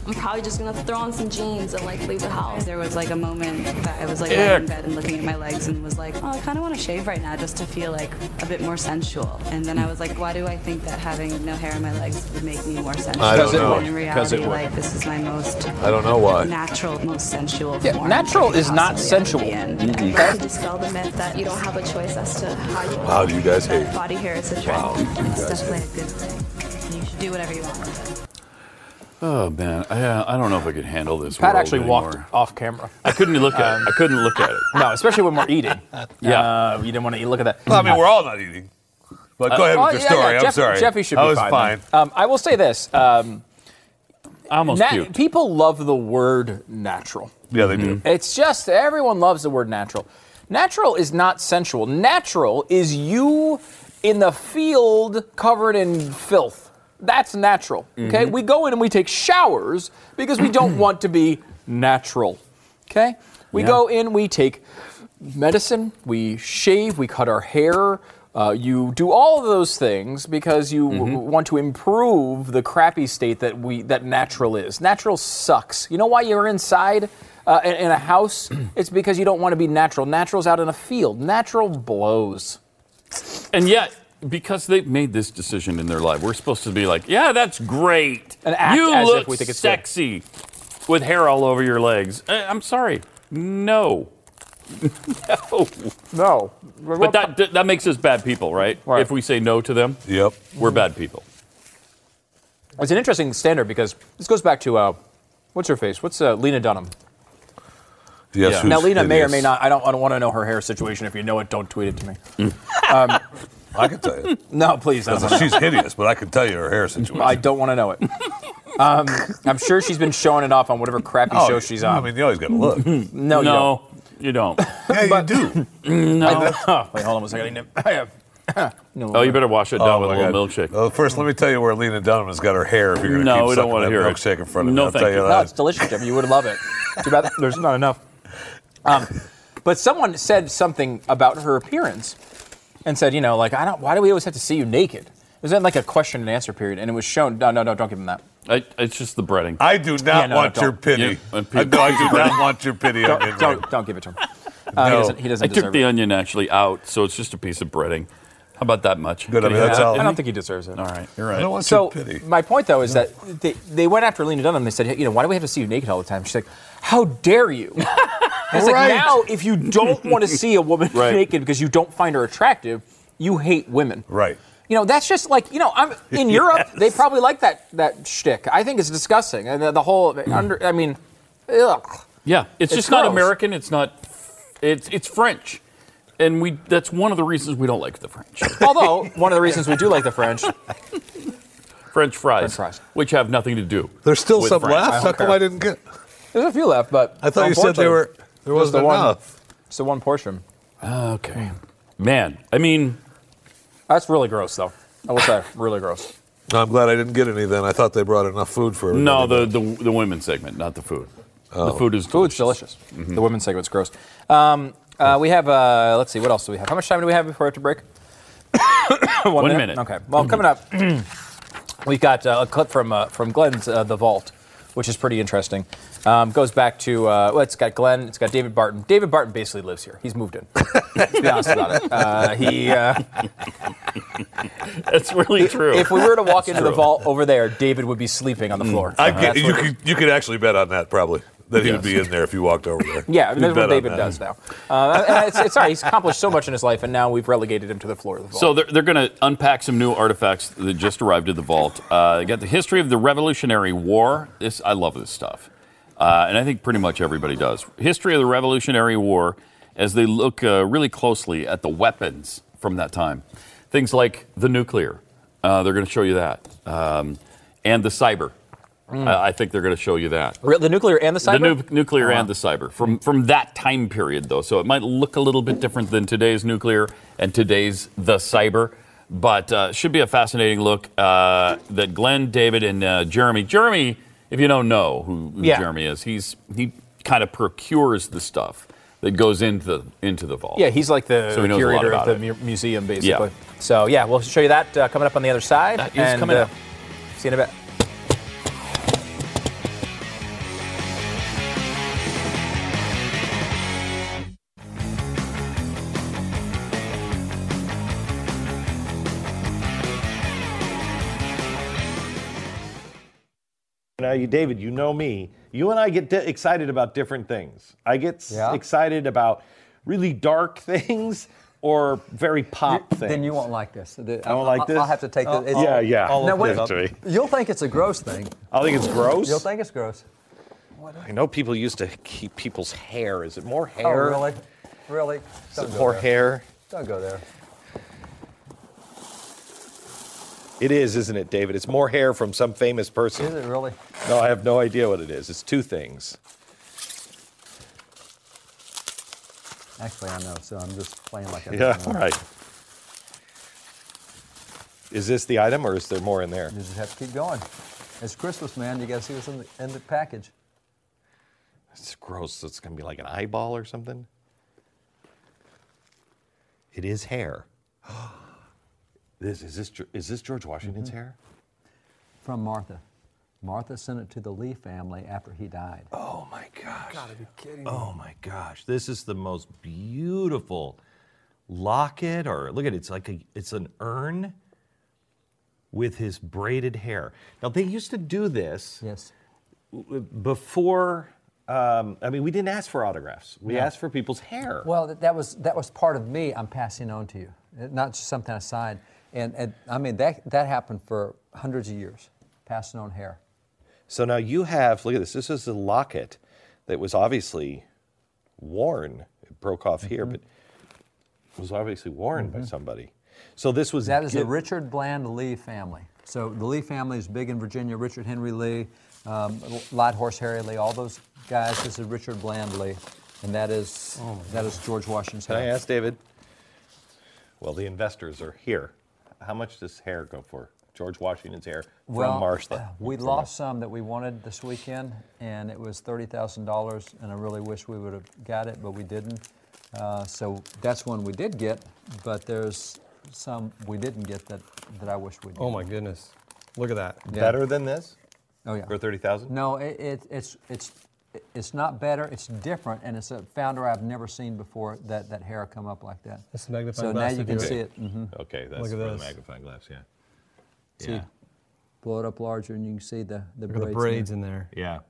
Speaker 22: I'm probably just gonna throw on some jeans and like leave the house?
Speaker 21: there was like a moment that I was like
Speaker 22: Yeah.
Speaker 21: lying in bed and looking at my legs and was like, oh, I kind of want to shave right now just to feel like a bit more sensual. And then I was like, why do I think that having no hair on my legs would make me more sensual?
Speaker 4: I don't know.
Speaker 21: When in
Speaker 4: 'Cause it
Speaker 21: reality,
Speaker 4: would.
Speaker 21: like this is my most
Speaker 4: I don't know why.
Speaker 21: natural, most sensual
Speaker 2: Yeah,
Speaker 21: form.
Speaker 2: natural is not sensual. Mm-hmm.
Speaker 21: Okay.
Speaker 22: Dispel the myth that you don't have a choice as to how you
Speaker 4: Wow, do you guys hate?
Speaker 21: Body hair is a trend.
Speaker 4: Wow, you
Speaker 21: it's
Speaker 4: guys
Speaker 21: definitely a good thing. You should do whatever you want with it.
Speaker 1: Oh man, I, I don't know if I could handle this.
Speaker 2: Pat
Speaker 1: world
Speaker 2: actually walked
Speaker 1: anymore.
Speaker 2: off camera.
Speaker 1: I couldn't look at. it. I couldn't look at it.
Speaker 2: No, especially when we're eating.
Speaker 1: Yeah.
Speaker 2: Uh, you didn't want to look at that.
Speaker 4: Well, I mean, we're all not eating. But go ahead
Speaker 2: Oh,
Speaker 4: with your
Speaker 2: yeah,
Speaker 4: story.
Speaker 2: yeah,
Speaker 4: I'm
Speaker 2: Jeff-
Speaker 4: sorry.
Speaker 2: Jeffy should
Speaker 4: I
Speaker 2: be
Speaker 4: was
Speaker 2: fine. then. Um, I will say this. Um,
Speaker 1: Almost
Speaker 2: nat-
Speaker 1: puked.
Speaker 2: People love the word natural.
Speaker 4: Yeah, they
Speaker 1: Mm-hmm.
Speaker 4: do.
Speaker 2: It's just everyone loves the word natural. Natural is not sensual. Natural is you in the field covered in filth. That's natural. Okay?
Speaker 12: Mhm.
Speaker 2: We go in and we take showers because we don't want to be natural. Okay? We
Speaker 12: Yeah.
Speaker 2: go in, we take medicine, we shave, we cut our hair. Uh, you do all of those things because you w- want to improve the crappy state that we that natural is. Natural sucks. You know why you're inside uh, in, in a house? it's because you don't want to be natural. Natural's out in a field. Natural blows.
Speaker 1: And yet, because they've made this decision in their life, we're supposed to be like, yeah, that's great.
Speaker 2: And act
Speaker 1: you
Speaker 2: as if
Speaker 1: look
Speaker 2: we think it's good."
Speaker 1: sexy with hair all over your legs. Uh, I'm sorry, no, no,
Speaker 2: no.
Speaker 1: But that d- that makes us bad people, right? If we say no to them,
Speaker 4: yep,
Speaker 1: we're bad people.
Speaker 2: It's an interesting standard because this goes back to uh, what's her face? What's uh, Lena Dunham?
Speaker 4: Yes, who's
Speaker 2: Now, Lena may or may
Speaker 4: hideous.
Speaker 2: not. I don't. I don't want to know her hair situation. If you know it, don't tweet it to me.
Speaker 1: Mm.
Speaker 2: um,
Speaker 4: I can tell you.
Speaker 2: No, please. I don't
Speaker 4: Because
Speaker 2: wanna
Speaker 4: she's
Speaker 2: know.
Speaker 4: hideous, but I can tell you her hair situation.
Speaker 2: I don't want to know it. Um, I'm sure she's been showing it off on whatever crappy
Speaker 4: Oh,
Speaker 2: show she's
Speaker 4: I
Speaker 2: on.
Speaker 4: mean, you always gotta look.
Speaker 2: No, you
Speaker 1: no, you don't.
Speaker 4: Yeah, you do.
Speaker 2: No. Wait, hold on one second. I need to- I have- no,
Speaker 1: Oh, you better wash it down with a little
Speaker 4: milkshake. Well, first, let me tell you where Lena Dunham has got her hair. If you're gonna
Speaker 1: No,
Speaker 4: keep
Speaker 1: we don't
Speaker 4: sucking
Speaker 1: wanna
Speaker 4: that
Speaker 1: hear it.
Speaker 4: milkshake in front of
Speaker 1: No,
Speaker 4: me, I'll
Speaker 1: thank
Speaker 4: tell you
Speaker 1: you.
Speaker 2: No,
Speaker 4: that.
Speaker 2: it's delicious, Jimmy. You would love it. Too bad there's not enough. Um, but someone said something about her appearance, and said, you know, like, I don't. Why do we always have to see you naked? It was in like a question and answer period, and it was shown. No, no, no, don't give him that.
Speaker 1: I, it's just the breading.
Speaker 4: I do not
Speaker 2: Yeah, no,
Speaker 4: want
Speaker 2: don't.
Speaker 4: your pity.
Speaker 1: Yeah, uh,
Speaker 4: I, no, I do not want your pity.
Speaker 2: Don't-
Speaker 4: onion
Speaker 2: don't-
Speaker 4: ring.
Speaker 2: don't give it to him. Uh, he doesn't- he doesn't
Speaker 1: I
Speaker 2: deserve
Speaker 1: took the onion actually out, so it's just a piece of breading. How about that much?
Speaker 4: Good, I mean,
Speaker 1: Can you
Speaker 4: that's
Speaker 1: have
Speaker 4: all.
Speaker 1: that?
Speaker 2: I don't think he deserves it.
Speaker 1: All right, you're right.
Speaker 2: so my point though is that they, they went after Lena Dunham. They said, hey, you know, why do we have to see you naked all the time? She's like, how dare you? And it's
Speaker 12: Right.
Speaker 2: like now if you don't want to see a woman
Speaker 12: Right.
Speaker 2: naked because you don't find her attractive, you hate women.
Speaker 4: Right.
Speaker 2: You know, that's just like you know. I'm in
Speaker 12: Yes.
Speaker 2: Europe. They probably like that that shtick. I think it's disgusting, and the, the whole under. I mean, ugh.
Speaker 1: Yeah, it's,
Speaker 2: It's
Speaker 1: just not
Speaker 2: gross.
Speaker 1: American. It's not. It's it's French, and we. That's one of the reasons we don't like the French.
Speaker 2: Although one of the reasons we do like the French,
Speaker 1: French fries, which have nothing to do.
Speaker 4: There's still
Speaker 1: with
Speaker 4: some
Speaker 1: French.
Speaker 4: left. How come I didn't get?
Speaker 2: There's a few left, but
Speaker 4: I thought you said they were- there
Speaker 2: unfortunately, just
Speaker 4: wasn't
Speaker 2: the one-
Speaker 4: enough.
Speaker 2: It's the one portion.
Speaker 1: Okay, man. I mean,
Speaker 2: that's really gross, though. I will say, really gross.
Speaker 4: I'm glad I didn't get any. Then I thought they brought enough food for.
Speaker 1: No,
Speaker 4: everybody.
Speaker 1: the the, the women's segment, not the food.
Speaker 4: Oh.
Speaker 1: The food is
Speaker 2: Food's delicious.
Speaker 4: Mm-hmm.
Speaker 2: Mm-hmm. The women's segment's gross. Um, uh, we have. Uh, let's see. What else do we have? How much time do we have before we have to break? One,
Speaker 1: One minute.
Speaker 2: Okay. Well, coming up, we've got uh, a clip from uh, from Glenn's uh, The Vault, which is pretty interesting. Um, goes back to uh, well, it's got Glenn, it's got David Barton. David Barton basically lives here. He's moved in. Let's be honest about it. Uh, he. Uh,
Speaker 1: That's really true.
Speaker 2: If we were to walk
Speaker 1: That's
Speaker 2: into the
Speaker 1: true. Mm.
Speaker 2: vault over there, David would be sleeping on the floor.
Speaker 4: I
Speaker 2: That's
Speaker 4: get, you
Speaker 2: what-
Speaker 4: could you could actually bet on that probably that he would be
Speaker 2: Yes.
Speaker 4: in there if you walked over there.
Speaker 2: Yeah, I mean,
Speaker 4: You'd
Speaker 2: that's what
Speaker 4: bet on
Speaker 2: David
Speaker 4: that.
Speaker 2: does now. Uh, and it's, it's all right. He's accomplished so much in his life, and now we've relegated him to the floor of the vault.
Speaker 1: So they're, they're going to unpack some new artifacts that just arrived at the vault. Uh, they got the history of the Revolutionary War. This I love this stuff, uh, and I think pretty much everybody does. History of the Revolutionary War, as they look uh, really closely at the weapons from that time, things like the nuclear. Uh, they're going to show you that, um, and the cyber.
Speaker 2: Mm.
Speaker 1: Uh, I think they're going to show you that.
Speaker 2: Re- the nuclear and the cyber.
Speaker 1: The nu- nuclear
Speaker 2: Uh-huh.
Speaker 1: and the cyber from from that time period, though. So it might look a little bit different than today's nuclear and today's the cyber, but uh, should be a fascinating look uh, that Glenn, David, and uh, Jeremy. Jeremy, if you don't know who, who
Speaker 2: Yeah.
Speaker 1: Jeremy is, he's he kind of procures the stuff that goes into the into the vault.
Speaker 2: Yeah, he's like the
Speaker 1: So he knows a lot
Speaker 2: curator
Speaker 1: about
Speaker 2: of the
Speaker 1: it.
Speaker 2: mu- museum, basically. So yeah, we'll show you that uh, coming up on the other side. uh,
Speaker 1: That is coming up.
Speaker 2: See you in a bit.
Speaker 17: Now, you, David, you know me. You and I get di- excited about different things. I get s-
Speaker 20: Yeah.
Speaker 17: excited about really dark things or very pop things.
Speaker 20: Then you won't like this. I
Speaker 17: I won't like this.
Speaker 20: I'll have to take
Speaker 17: Oh,
Speaker 20: this.
Speaker 17: yeah, yeah. I'll
Speaker 20: No, wait.
Speaker 17: look at it.
Speaker 20: You'll think it's a gross thing.
Speaker 17: I think it's gross?
Speaker 20: You'll think it's gross.
Speaker 17: I know people used to keep people's hair. Is it more hair?
Speaker 20: Oh, really? Really?
Speaker 17: Is
Speaker 20: Don't
Speaker 17: it
Speaker 20: go
Speaker 17: more
Speaker 20: there.
Speaker 17: hair?
Speaker 20: Don't go there.
Speaker 17: It is, isn't it, David? It's more hair from some famous person.
Speaker 20: Is it really?
Speaker 17: No, I have no idea what it is. It's two things.
Speaker 20: Actually, I know. So I'm just playing like I
Speaker 17: Yeah,
Speaker 20: don't
Speaker 17: all
Speaker 20: know.
Speaker 17: right. Is this the item or is there more in there?
Speaker 20: You just have to keep going. It's Christmas, man. You got to see what's in the, in the package.
Speaker 17: It's gross. It's going to be like an eyeball or something. It is hair. this is this Ge- is this George
Speaker 20: Mm-hmm.
Speaker 17: Washington's hair?
Speaker 20: From Martha. Martha sent it to the Lee family after he died.
Speaker 17: Oh my gosh.
Speaker 20: Gotta be kidding
Speaker 17: Oh my gosh. This is the most beautiful locket or look at it. It's like a it's an urn with his braided hair. Now they used to do this.
Speaker 20: Yes.
Speaker 17: Before um, I mean, we didn't ask for autographs. We
Speaker 20: No.
Speaker 17: asked for people's hair.
Speaker 20: Well, that, that was that was part of me. I'm passing on to you, Uh, not just something aside. And, and I mean that that happened for hundreds of years, passing on hair.
Speaker 17: So now you have, look at this. This is a locket that was obviously worn. It broke off here,
Speaker 20: Mm-hmm.
Speaker 17: but it was obviously worn by somebody. So this was
Speaker 20: That is the
Speaker 17: gi-
Speaker 20: Richard Bland Lee family. So the Lee family is big in Virginia. Richard Henry Lee, um, Light Horse Harry Lee, all those guys. This is Richard Bland Lee, and that is that is George Washington's
Speaker 17: Oh, Can I
Speaker 20: hair.
Speaker 17: ask David? Well, the investors are here. How much does hair go for? George Washington's hair
Speaker 20: well, uh,
Speaker 17: from Martha.
Speaker 20: we
Speaker 17: From
Speaker 20: lost some that we wanted this weekend, and it was thirty thousand dollars. And I really wish we would have got it, but we didn't. Uh, so that's one we did get, but there's some we didn't get that, that I wish we did.
Speaker 3: Oh my goodness. Look at that.
Speaker 20: Yeah.
Speaker 17: Better than this?
Speaker 20: Oh yeah.
Speaker 17: For thirty thousand?
Speaker 20: No, it, it, it's it's it's not better. It's different, and it's a founder I've never seen before. That that hair come up like that.
Speaker 3: That's the magnifying
Speaker 20: so
Speaker 3: glass
Speaker 20: now
Speaker 3: to
Speaker 20: you can
Speaker 3: do it.
Speaker 20: see it. hmm
Speaker 17: Okay, that's
Speaker 3: Look at
Speaker 17: for the
Speaker 3: this.
Speaker 17: magnifying glass. Yeah.
Speaker 20: See,
Speaker 17: Yeah.
Speaker 20: blow it up larger, and you can see the the
Speaker 3: Look at
Speaker 20: braids.
Speaker 3: the braids in there.
Speaker 17: Yeah.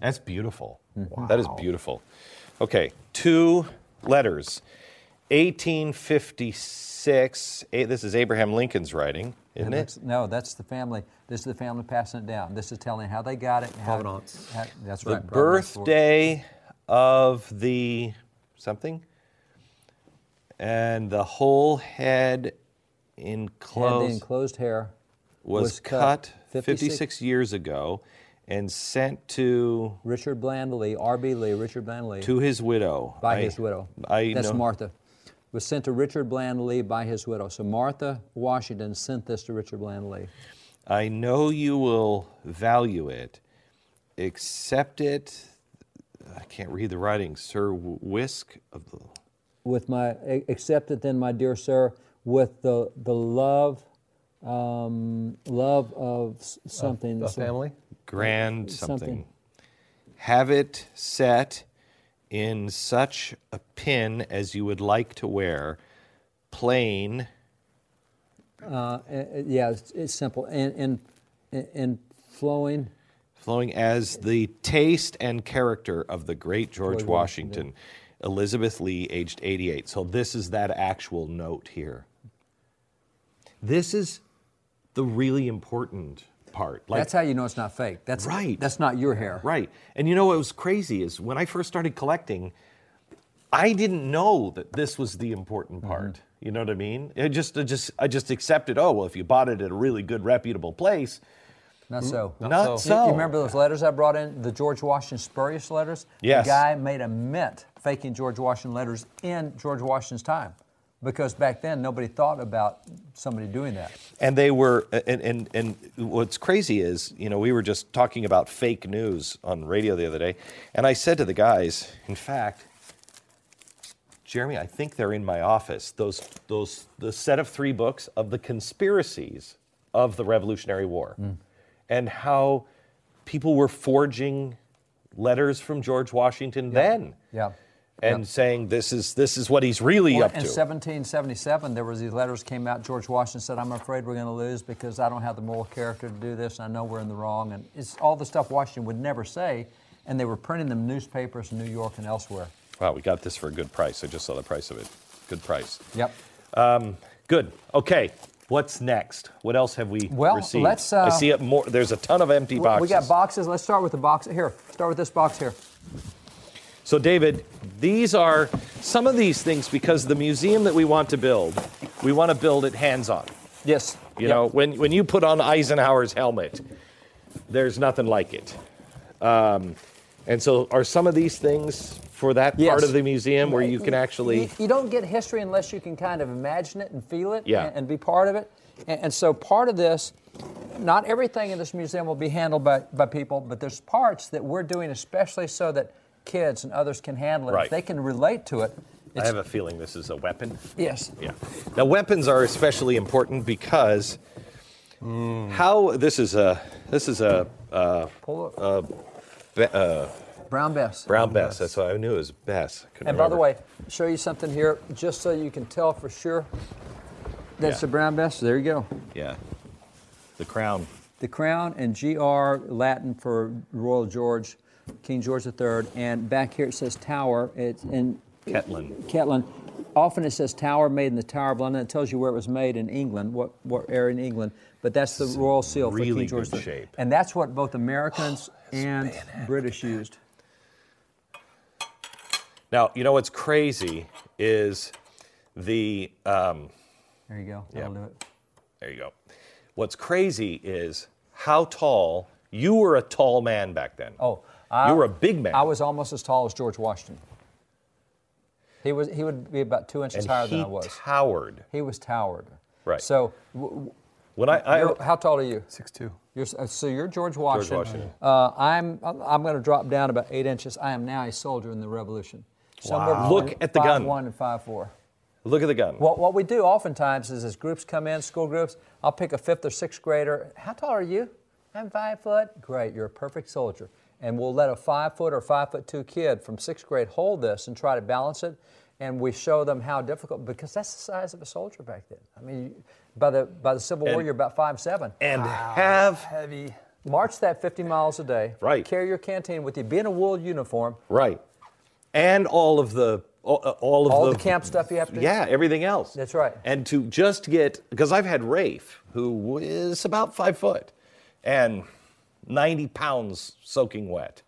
Speaker 17: That's beautiful.
Speaker 20: Mm-hmm.
Speaker 17: That is beautiful. Okay, two letters. 1856. eh, This is Abraham Lincoln's writing, isn't it?
Speaker 20: looks- no, that's the family. This is the family passing it down. This is telling how they got it. and How,
Speaker 3: Provenance.
Speaker 20: how- that's
Speaker 17: the
Speaker 20: right. provenance for it.
Speaker 17: birthday of the something and the whole head
Speaker 20: And the
Speaker 17: enclosed
Speaker 20: enclosed hair
Speaker 17: was,
Speaker 20: was
Speaker 17: cut,
Speaker 20: cut
Speaker 17: 56,
Speaker 20: 56
Speaker 17: years ago and sent to
Speaker 20: Richard Blandly, R.B. Lee, Richard Blandly.
Speaker 17: to his widow
Speaker 20: By
Speaker 17: I-
Speaker 20: his widow.
Speaker 17: I
Speaker 20: That's
Speaker 17: know-
Speaker 20: Martha. Was sent to Richard Bland Lee by his widow. So Martha Washington sent this to Richard Bland Lee.
Speaker 17: I know you will value it. Accept it. I can't read the writing. Sir Whisk of the
Speaker 20: With my a- accept it then, my dear sir, with the the love, um, love of s- something.
Speaker 3: a
Speaker 20: some-
Speaker 3: family?
Speaker 17: grand something.
Speaker 20: Something.
Speaker 17: Have it set in such a pin as you would like to wear, plain
Speaker 20: Uh, a- a- yeah, it's, it's simple and and and- and flowing.
Speaker 17: flowing as the taste and character of the great George
Speaker 20: George
Speaker 17: Washington,
Speaker 20: Washington.
Speaker 17: Elizabeth Lee, aged 88. So this is that actual note here. This is the really important part.
Speaker 20: that's how you know it's not fake. That's
Speaker 17: right.
Speaker 20: That's not your hair.
Speaker 17: Right. And you know what was crazy is when I first started collecting, I didn't know that this was the important
Speaker 20: Mm-hmm.
Speaker 17: part. You know what I mean? I just, I just, I just accepted. Oh well, if you bought it at a really good, reputable place,
Speaker 20: Not so.
Speaker 17: Not Not so.
Speaker 20: You-
Speaker 17: so.
Speaker 20: You, remember those letters I brought in, the George Washington spurious letters?
Speaker 17: Yes.
Speaker 20: The guy made a mint faking George Washington letters in George Washington's time because back then nobody thought about somebody doing that.
Speaker 17: and they were and, and and what's crazy is you know we were just talking about fake news on radio the other day and i said to the guys in fact jeremy i think they're in my office those those the set of three books of the conspiracies of the revolutionary war
Speaker 20: Hmm.
Speaker 17: and how people were forging letters from george washington then
Speaker 20: Yeah.
Speaker 17: and saying this is this is what he's really
Speaker 20: Well,
Speaker 17: up
Speaker 20: in
Speaker 17: to
Speaker 20: 1777, there was these letters came out. George Washington said, "I'm afraid we're going to lose because I don't have the moral character to do this. And I know we're in the wrong." And it's all the stuff Washington would never say, and they were printing them in newspapers in New York and elsewhere.
Speaker 17: Wow, we got this for a good price. I just saw the price of it. Good price.
Speaker 20: Yep.
Speaker 17: Um, good. Okay. What's next? What else have we
Speaker 20: Well,
Speaker 17: received?
Speaker 20: let's,
Speaker 17: I
Speaker 20: uh,
Speaker 17: see it more. There's a ton of empty
Speaker 20: Well,
Speaker 17: boxes.
Speaker 20: We got boxes. Let's start with the box here. Start with this box here.
Speaker 17: so, David, these are some of these things because the museum that we want to build, we want to build it hands-on.
Speaker 20: Yes.
Speaker 17: You know, when when you put on Eisenhower's helmet, there's nothing like it. Um, and so, are some of these things for that
Speaker 20: Yes.
Speaker 17: part of the museum where you can actually?
Speaker 20: You, you don't get history unless you can kind of imagine it and feel it
Speaker 17: Yeah.
Speaker 20: and, and be part of it. And, and so part of this, not everything in this museum will be handled by, by people, but there's parts that we're doing especially so that kids and others can handle it.
Speaker 17: Right.
Speaker 20: If they can relate to it,
Speaker 17: I have a feeling this is a weapon.
Speaker 20: yes.
Speaker 17: Yeah. Now, weapons are especially important because how this is a this is a, uh
Speaker 20: Pull it.
Speaker 17: a, be- uh,
Speaker 20: Brown Bess.
Speaker 17: brown Bess. That's what I knew it was Bess. Couldn't
Speaker 20: And by the
Speaker 17: remember.
Speaker 20: way, show you something here just so you can tell for sure that it's
Speaker 17: Yeah.
Speaker 20: a Brown Bess. There you go.
Speaker 17: yeah, the crown.
Speaker 20: The crown and GR Latin for Royal George, King George III, and back here it says tower. It's in
Speaker 17: Ketlin.
Speaker 20: Ketlin. Often it says tower made in the Tower of London. It tells you where it was made in England, what what area in England. But that's the royal seal for
Speaker 17: really
Speaker 20: King George
Speaker 17: good
Speaker 20: III,
Speaker 17: shape. Oh,
Speaker 20: and that's what both Americans and British used.
Speaker 17: Now you know what's crazy is the um,
Speaker 20: There you go. That'll do it.
Speaker 17: there you go. What's crazy is how tall you were. A tall man back then.
Speaker 20: Oh,
Speaker 17: you were a big man.
Speaker 20: I was almost as tall as George Washington. He was. He would be about two inches
Speaker 17: and
Speaker 20: higher
Speaker 17: he
Speaker 20: than I was.
Speaker 17: towered.
Speaker 20: He was towered.
Speaker 17: Right.
Speaker 20: So. W- w-
Speaker 17: When I, I
Speaker 20: You're- how tall are you?
Speaker 3: Six two.
Speaker 20: You're, s- uh, so you're George Washington.
Speaker 17: Washington.
Speaker 20: Uh, I'm I'm going to drop down about eight inches. I am now a soldier in the Revolution. Somewhere
Speaker 17: Wow.
Speaker 20: between
Speaker 17: Look at the gun.
Speaker 20: 5'1" and five four.
Speaker 17: Look at the gun.
Speaker 20: What, what we do oftentimes is as groups come in, school groups, I'll pick a fifth or sixth grader. How tall are you? I'm five foot. Great, you're a perfect soldier. And we'll let a five foot or five foot two kid from sixth grade hold this and try to balance it. And we show them how difficult, because that's the size of a soldier back then. I mean, you- by the, by the Civil War,
Speaker 17: And-
Speaker 20: you're about five seven.
Speaker 17: and
Speaker 20: have heavy. March that 50 miles a day.
Speaker 17: Right.
Speaker 20: Carry your canteen with you. Be in a wool uniform.
Speaker 17: Right. And all of the all, uh, all of
Speaker 20: All
Speaker 17: the,
Speaker 20: the, camp stuff you have to
Speaker 17: Yeah, everything else.
Speaker 20: That's right.
Speaker 17: And to just get because I've had Rafe, who is about five foot, and ninety pounds soaking wet.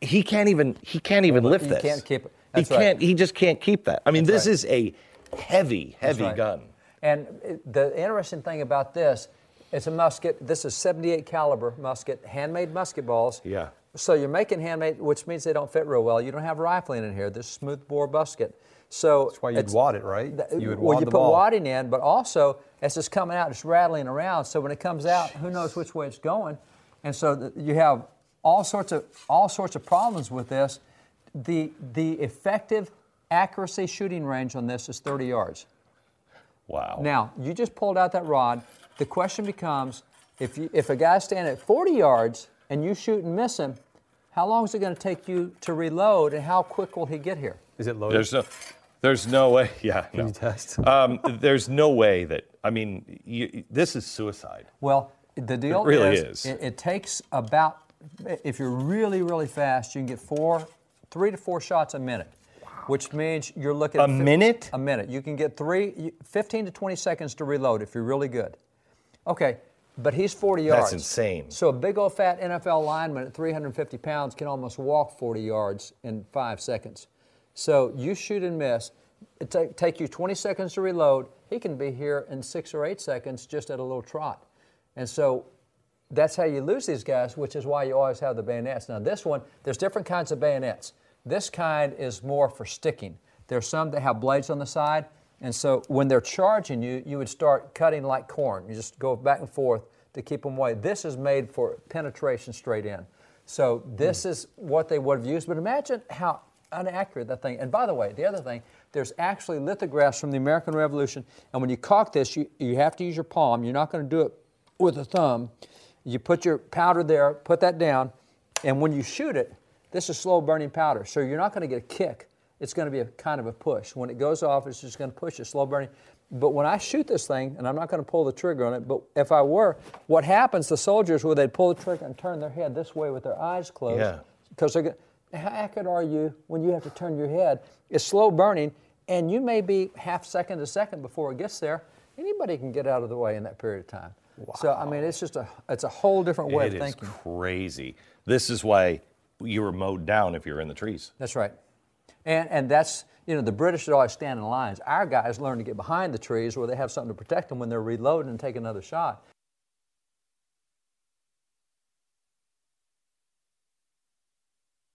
Speaker 17: He can't even he can't even lift
Speaker 20: You
Speaker 17: this.
Speaker 20: can't keep it.
Speaker 17: He
Speaker 20: That's right.
Speaker 17: can't. He just can't keep that. I mean,
Speaker 20: That's
Speaker 17: this
Speaker 20: right.
Speaker 17: is a heavy,
Speaker 20: That's
Speaker 17: heavy
Speaker 20: right.
Speaker 17: gun.
Speaker 20: And it- the interesting thing about this, it's a musket. This is 78 caliber musket, handmade musket balls.
Speaker 17: Yeah.
Speaker 20: So you're making handmade, which means they don't fit real well. You don't have rifling in here. This smooth bore musket. So that's why
Speaker 3: you'd wad it, right? You would
Speaker 20: well,
Speaker 3: wad
Speaker 20: you
Speaker 3: the
Speaker 20: put
Speaker 3: ball.
Speaker 20: wadding in, but also as it's coming out, it's rattling around. So when it comes out, who knows which way it's going? And so th- you have all sorts of all sorts of problems with this. The the effective accuracy shooting range on this is 30 yards.
Speaker 17: Wow.
Speaker 20: Now, you just pulled out that rod. The question becomes if, you, if a guy's standing at 40 yards and you shoot and miss him, how long is it going to take you to reload and how quick will he get here?
Speaker 3: Is it loaded?
Speaker 17: There's no, there's no way. Yeah. Can you test? Um, there's no way that. I mean, you, this is suicide.
Speaker 20: Well, the deal
Speaker 17: really
Speaker 20: is,
Speaker 17: is.
Speaker 20: It, it takes about, if you're really, really fast, you can get four, three to four shots a minute. Which means you're looking
Speaker 17: A
Speaker 20: fif-
Speaker 17: minute?
Speaker 20: A minute. You can get three, you- 15 to 20 seconds to reload if you're really good. Okay, but he's 40 yards.
Speaker 17: That's insane.
Speaker 20: So a big old fat NFL lineman at 350 pounds can almost walk 40 yards in five seconds. So you shoot and miss. It ta- take you 20 seconds to reload. He can be here in six or eight seconds just at a little trot. And so that's how you lose these guys, which is why you always have the bayonets. Now, this one, there's different kinds of bayonets. This kind is more for sticking. There's some that have blades on the side, and so when they're charging you, you would start cutting like corn. You just go back and forth to keep them away. This is made for penetration straight in. So this is what they would have used. But imagine how inaccurate that thing. And by the way, the other thing, there's actually lithographs from the American Revolution. And when you cock this, you, you have to use your palm. You're not going to do it with a thumb. You put your powder there, put that down, and when you shoot it, this is slow burning powder. So you're not going to get a kick. It's going to be a kind of a push. When it goes off, it's just going to push it, slow burning. But when I shoot this thing, and I'm not going to pull the trigger on it, but if I were, what happens, the soldiers, where they'd pull the trigger and turn their head this way with their eyes closed.
Speaker 17: Yeah.
Speaker 20: Because they're going how accurate are you when you have to turn your head? It's slow burning, and you may be half second to second before it gets there. Anybody can get out of the way in that period of time. So I mean, it's just a it's a whole different way
Speaker 17: It
Speaker 20: of
Speaker 17: is
Speaker 20: thinking.
Speaker 17: crazy. This is why you were mowed down if you were in the trees.
Speaker 20: That's right. And and that's you know the British should always stand in lines. Our guys learn to get behind the trees where they have something to protect them when they're reloading and take another shot.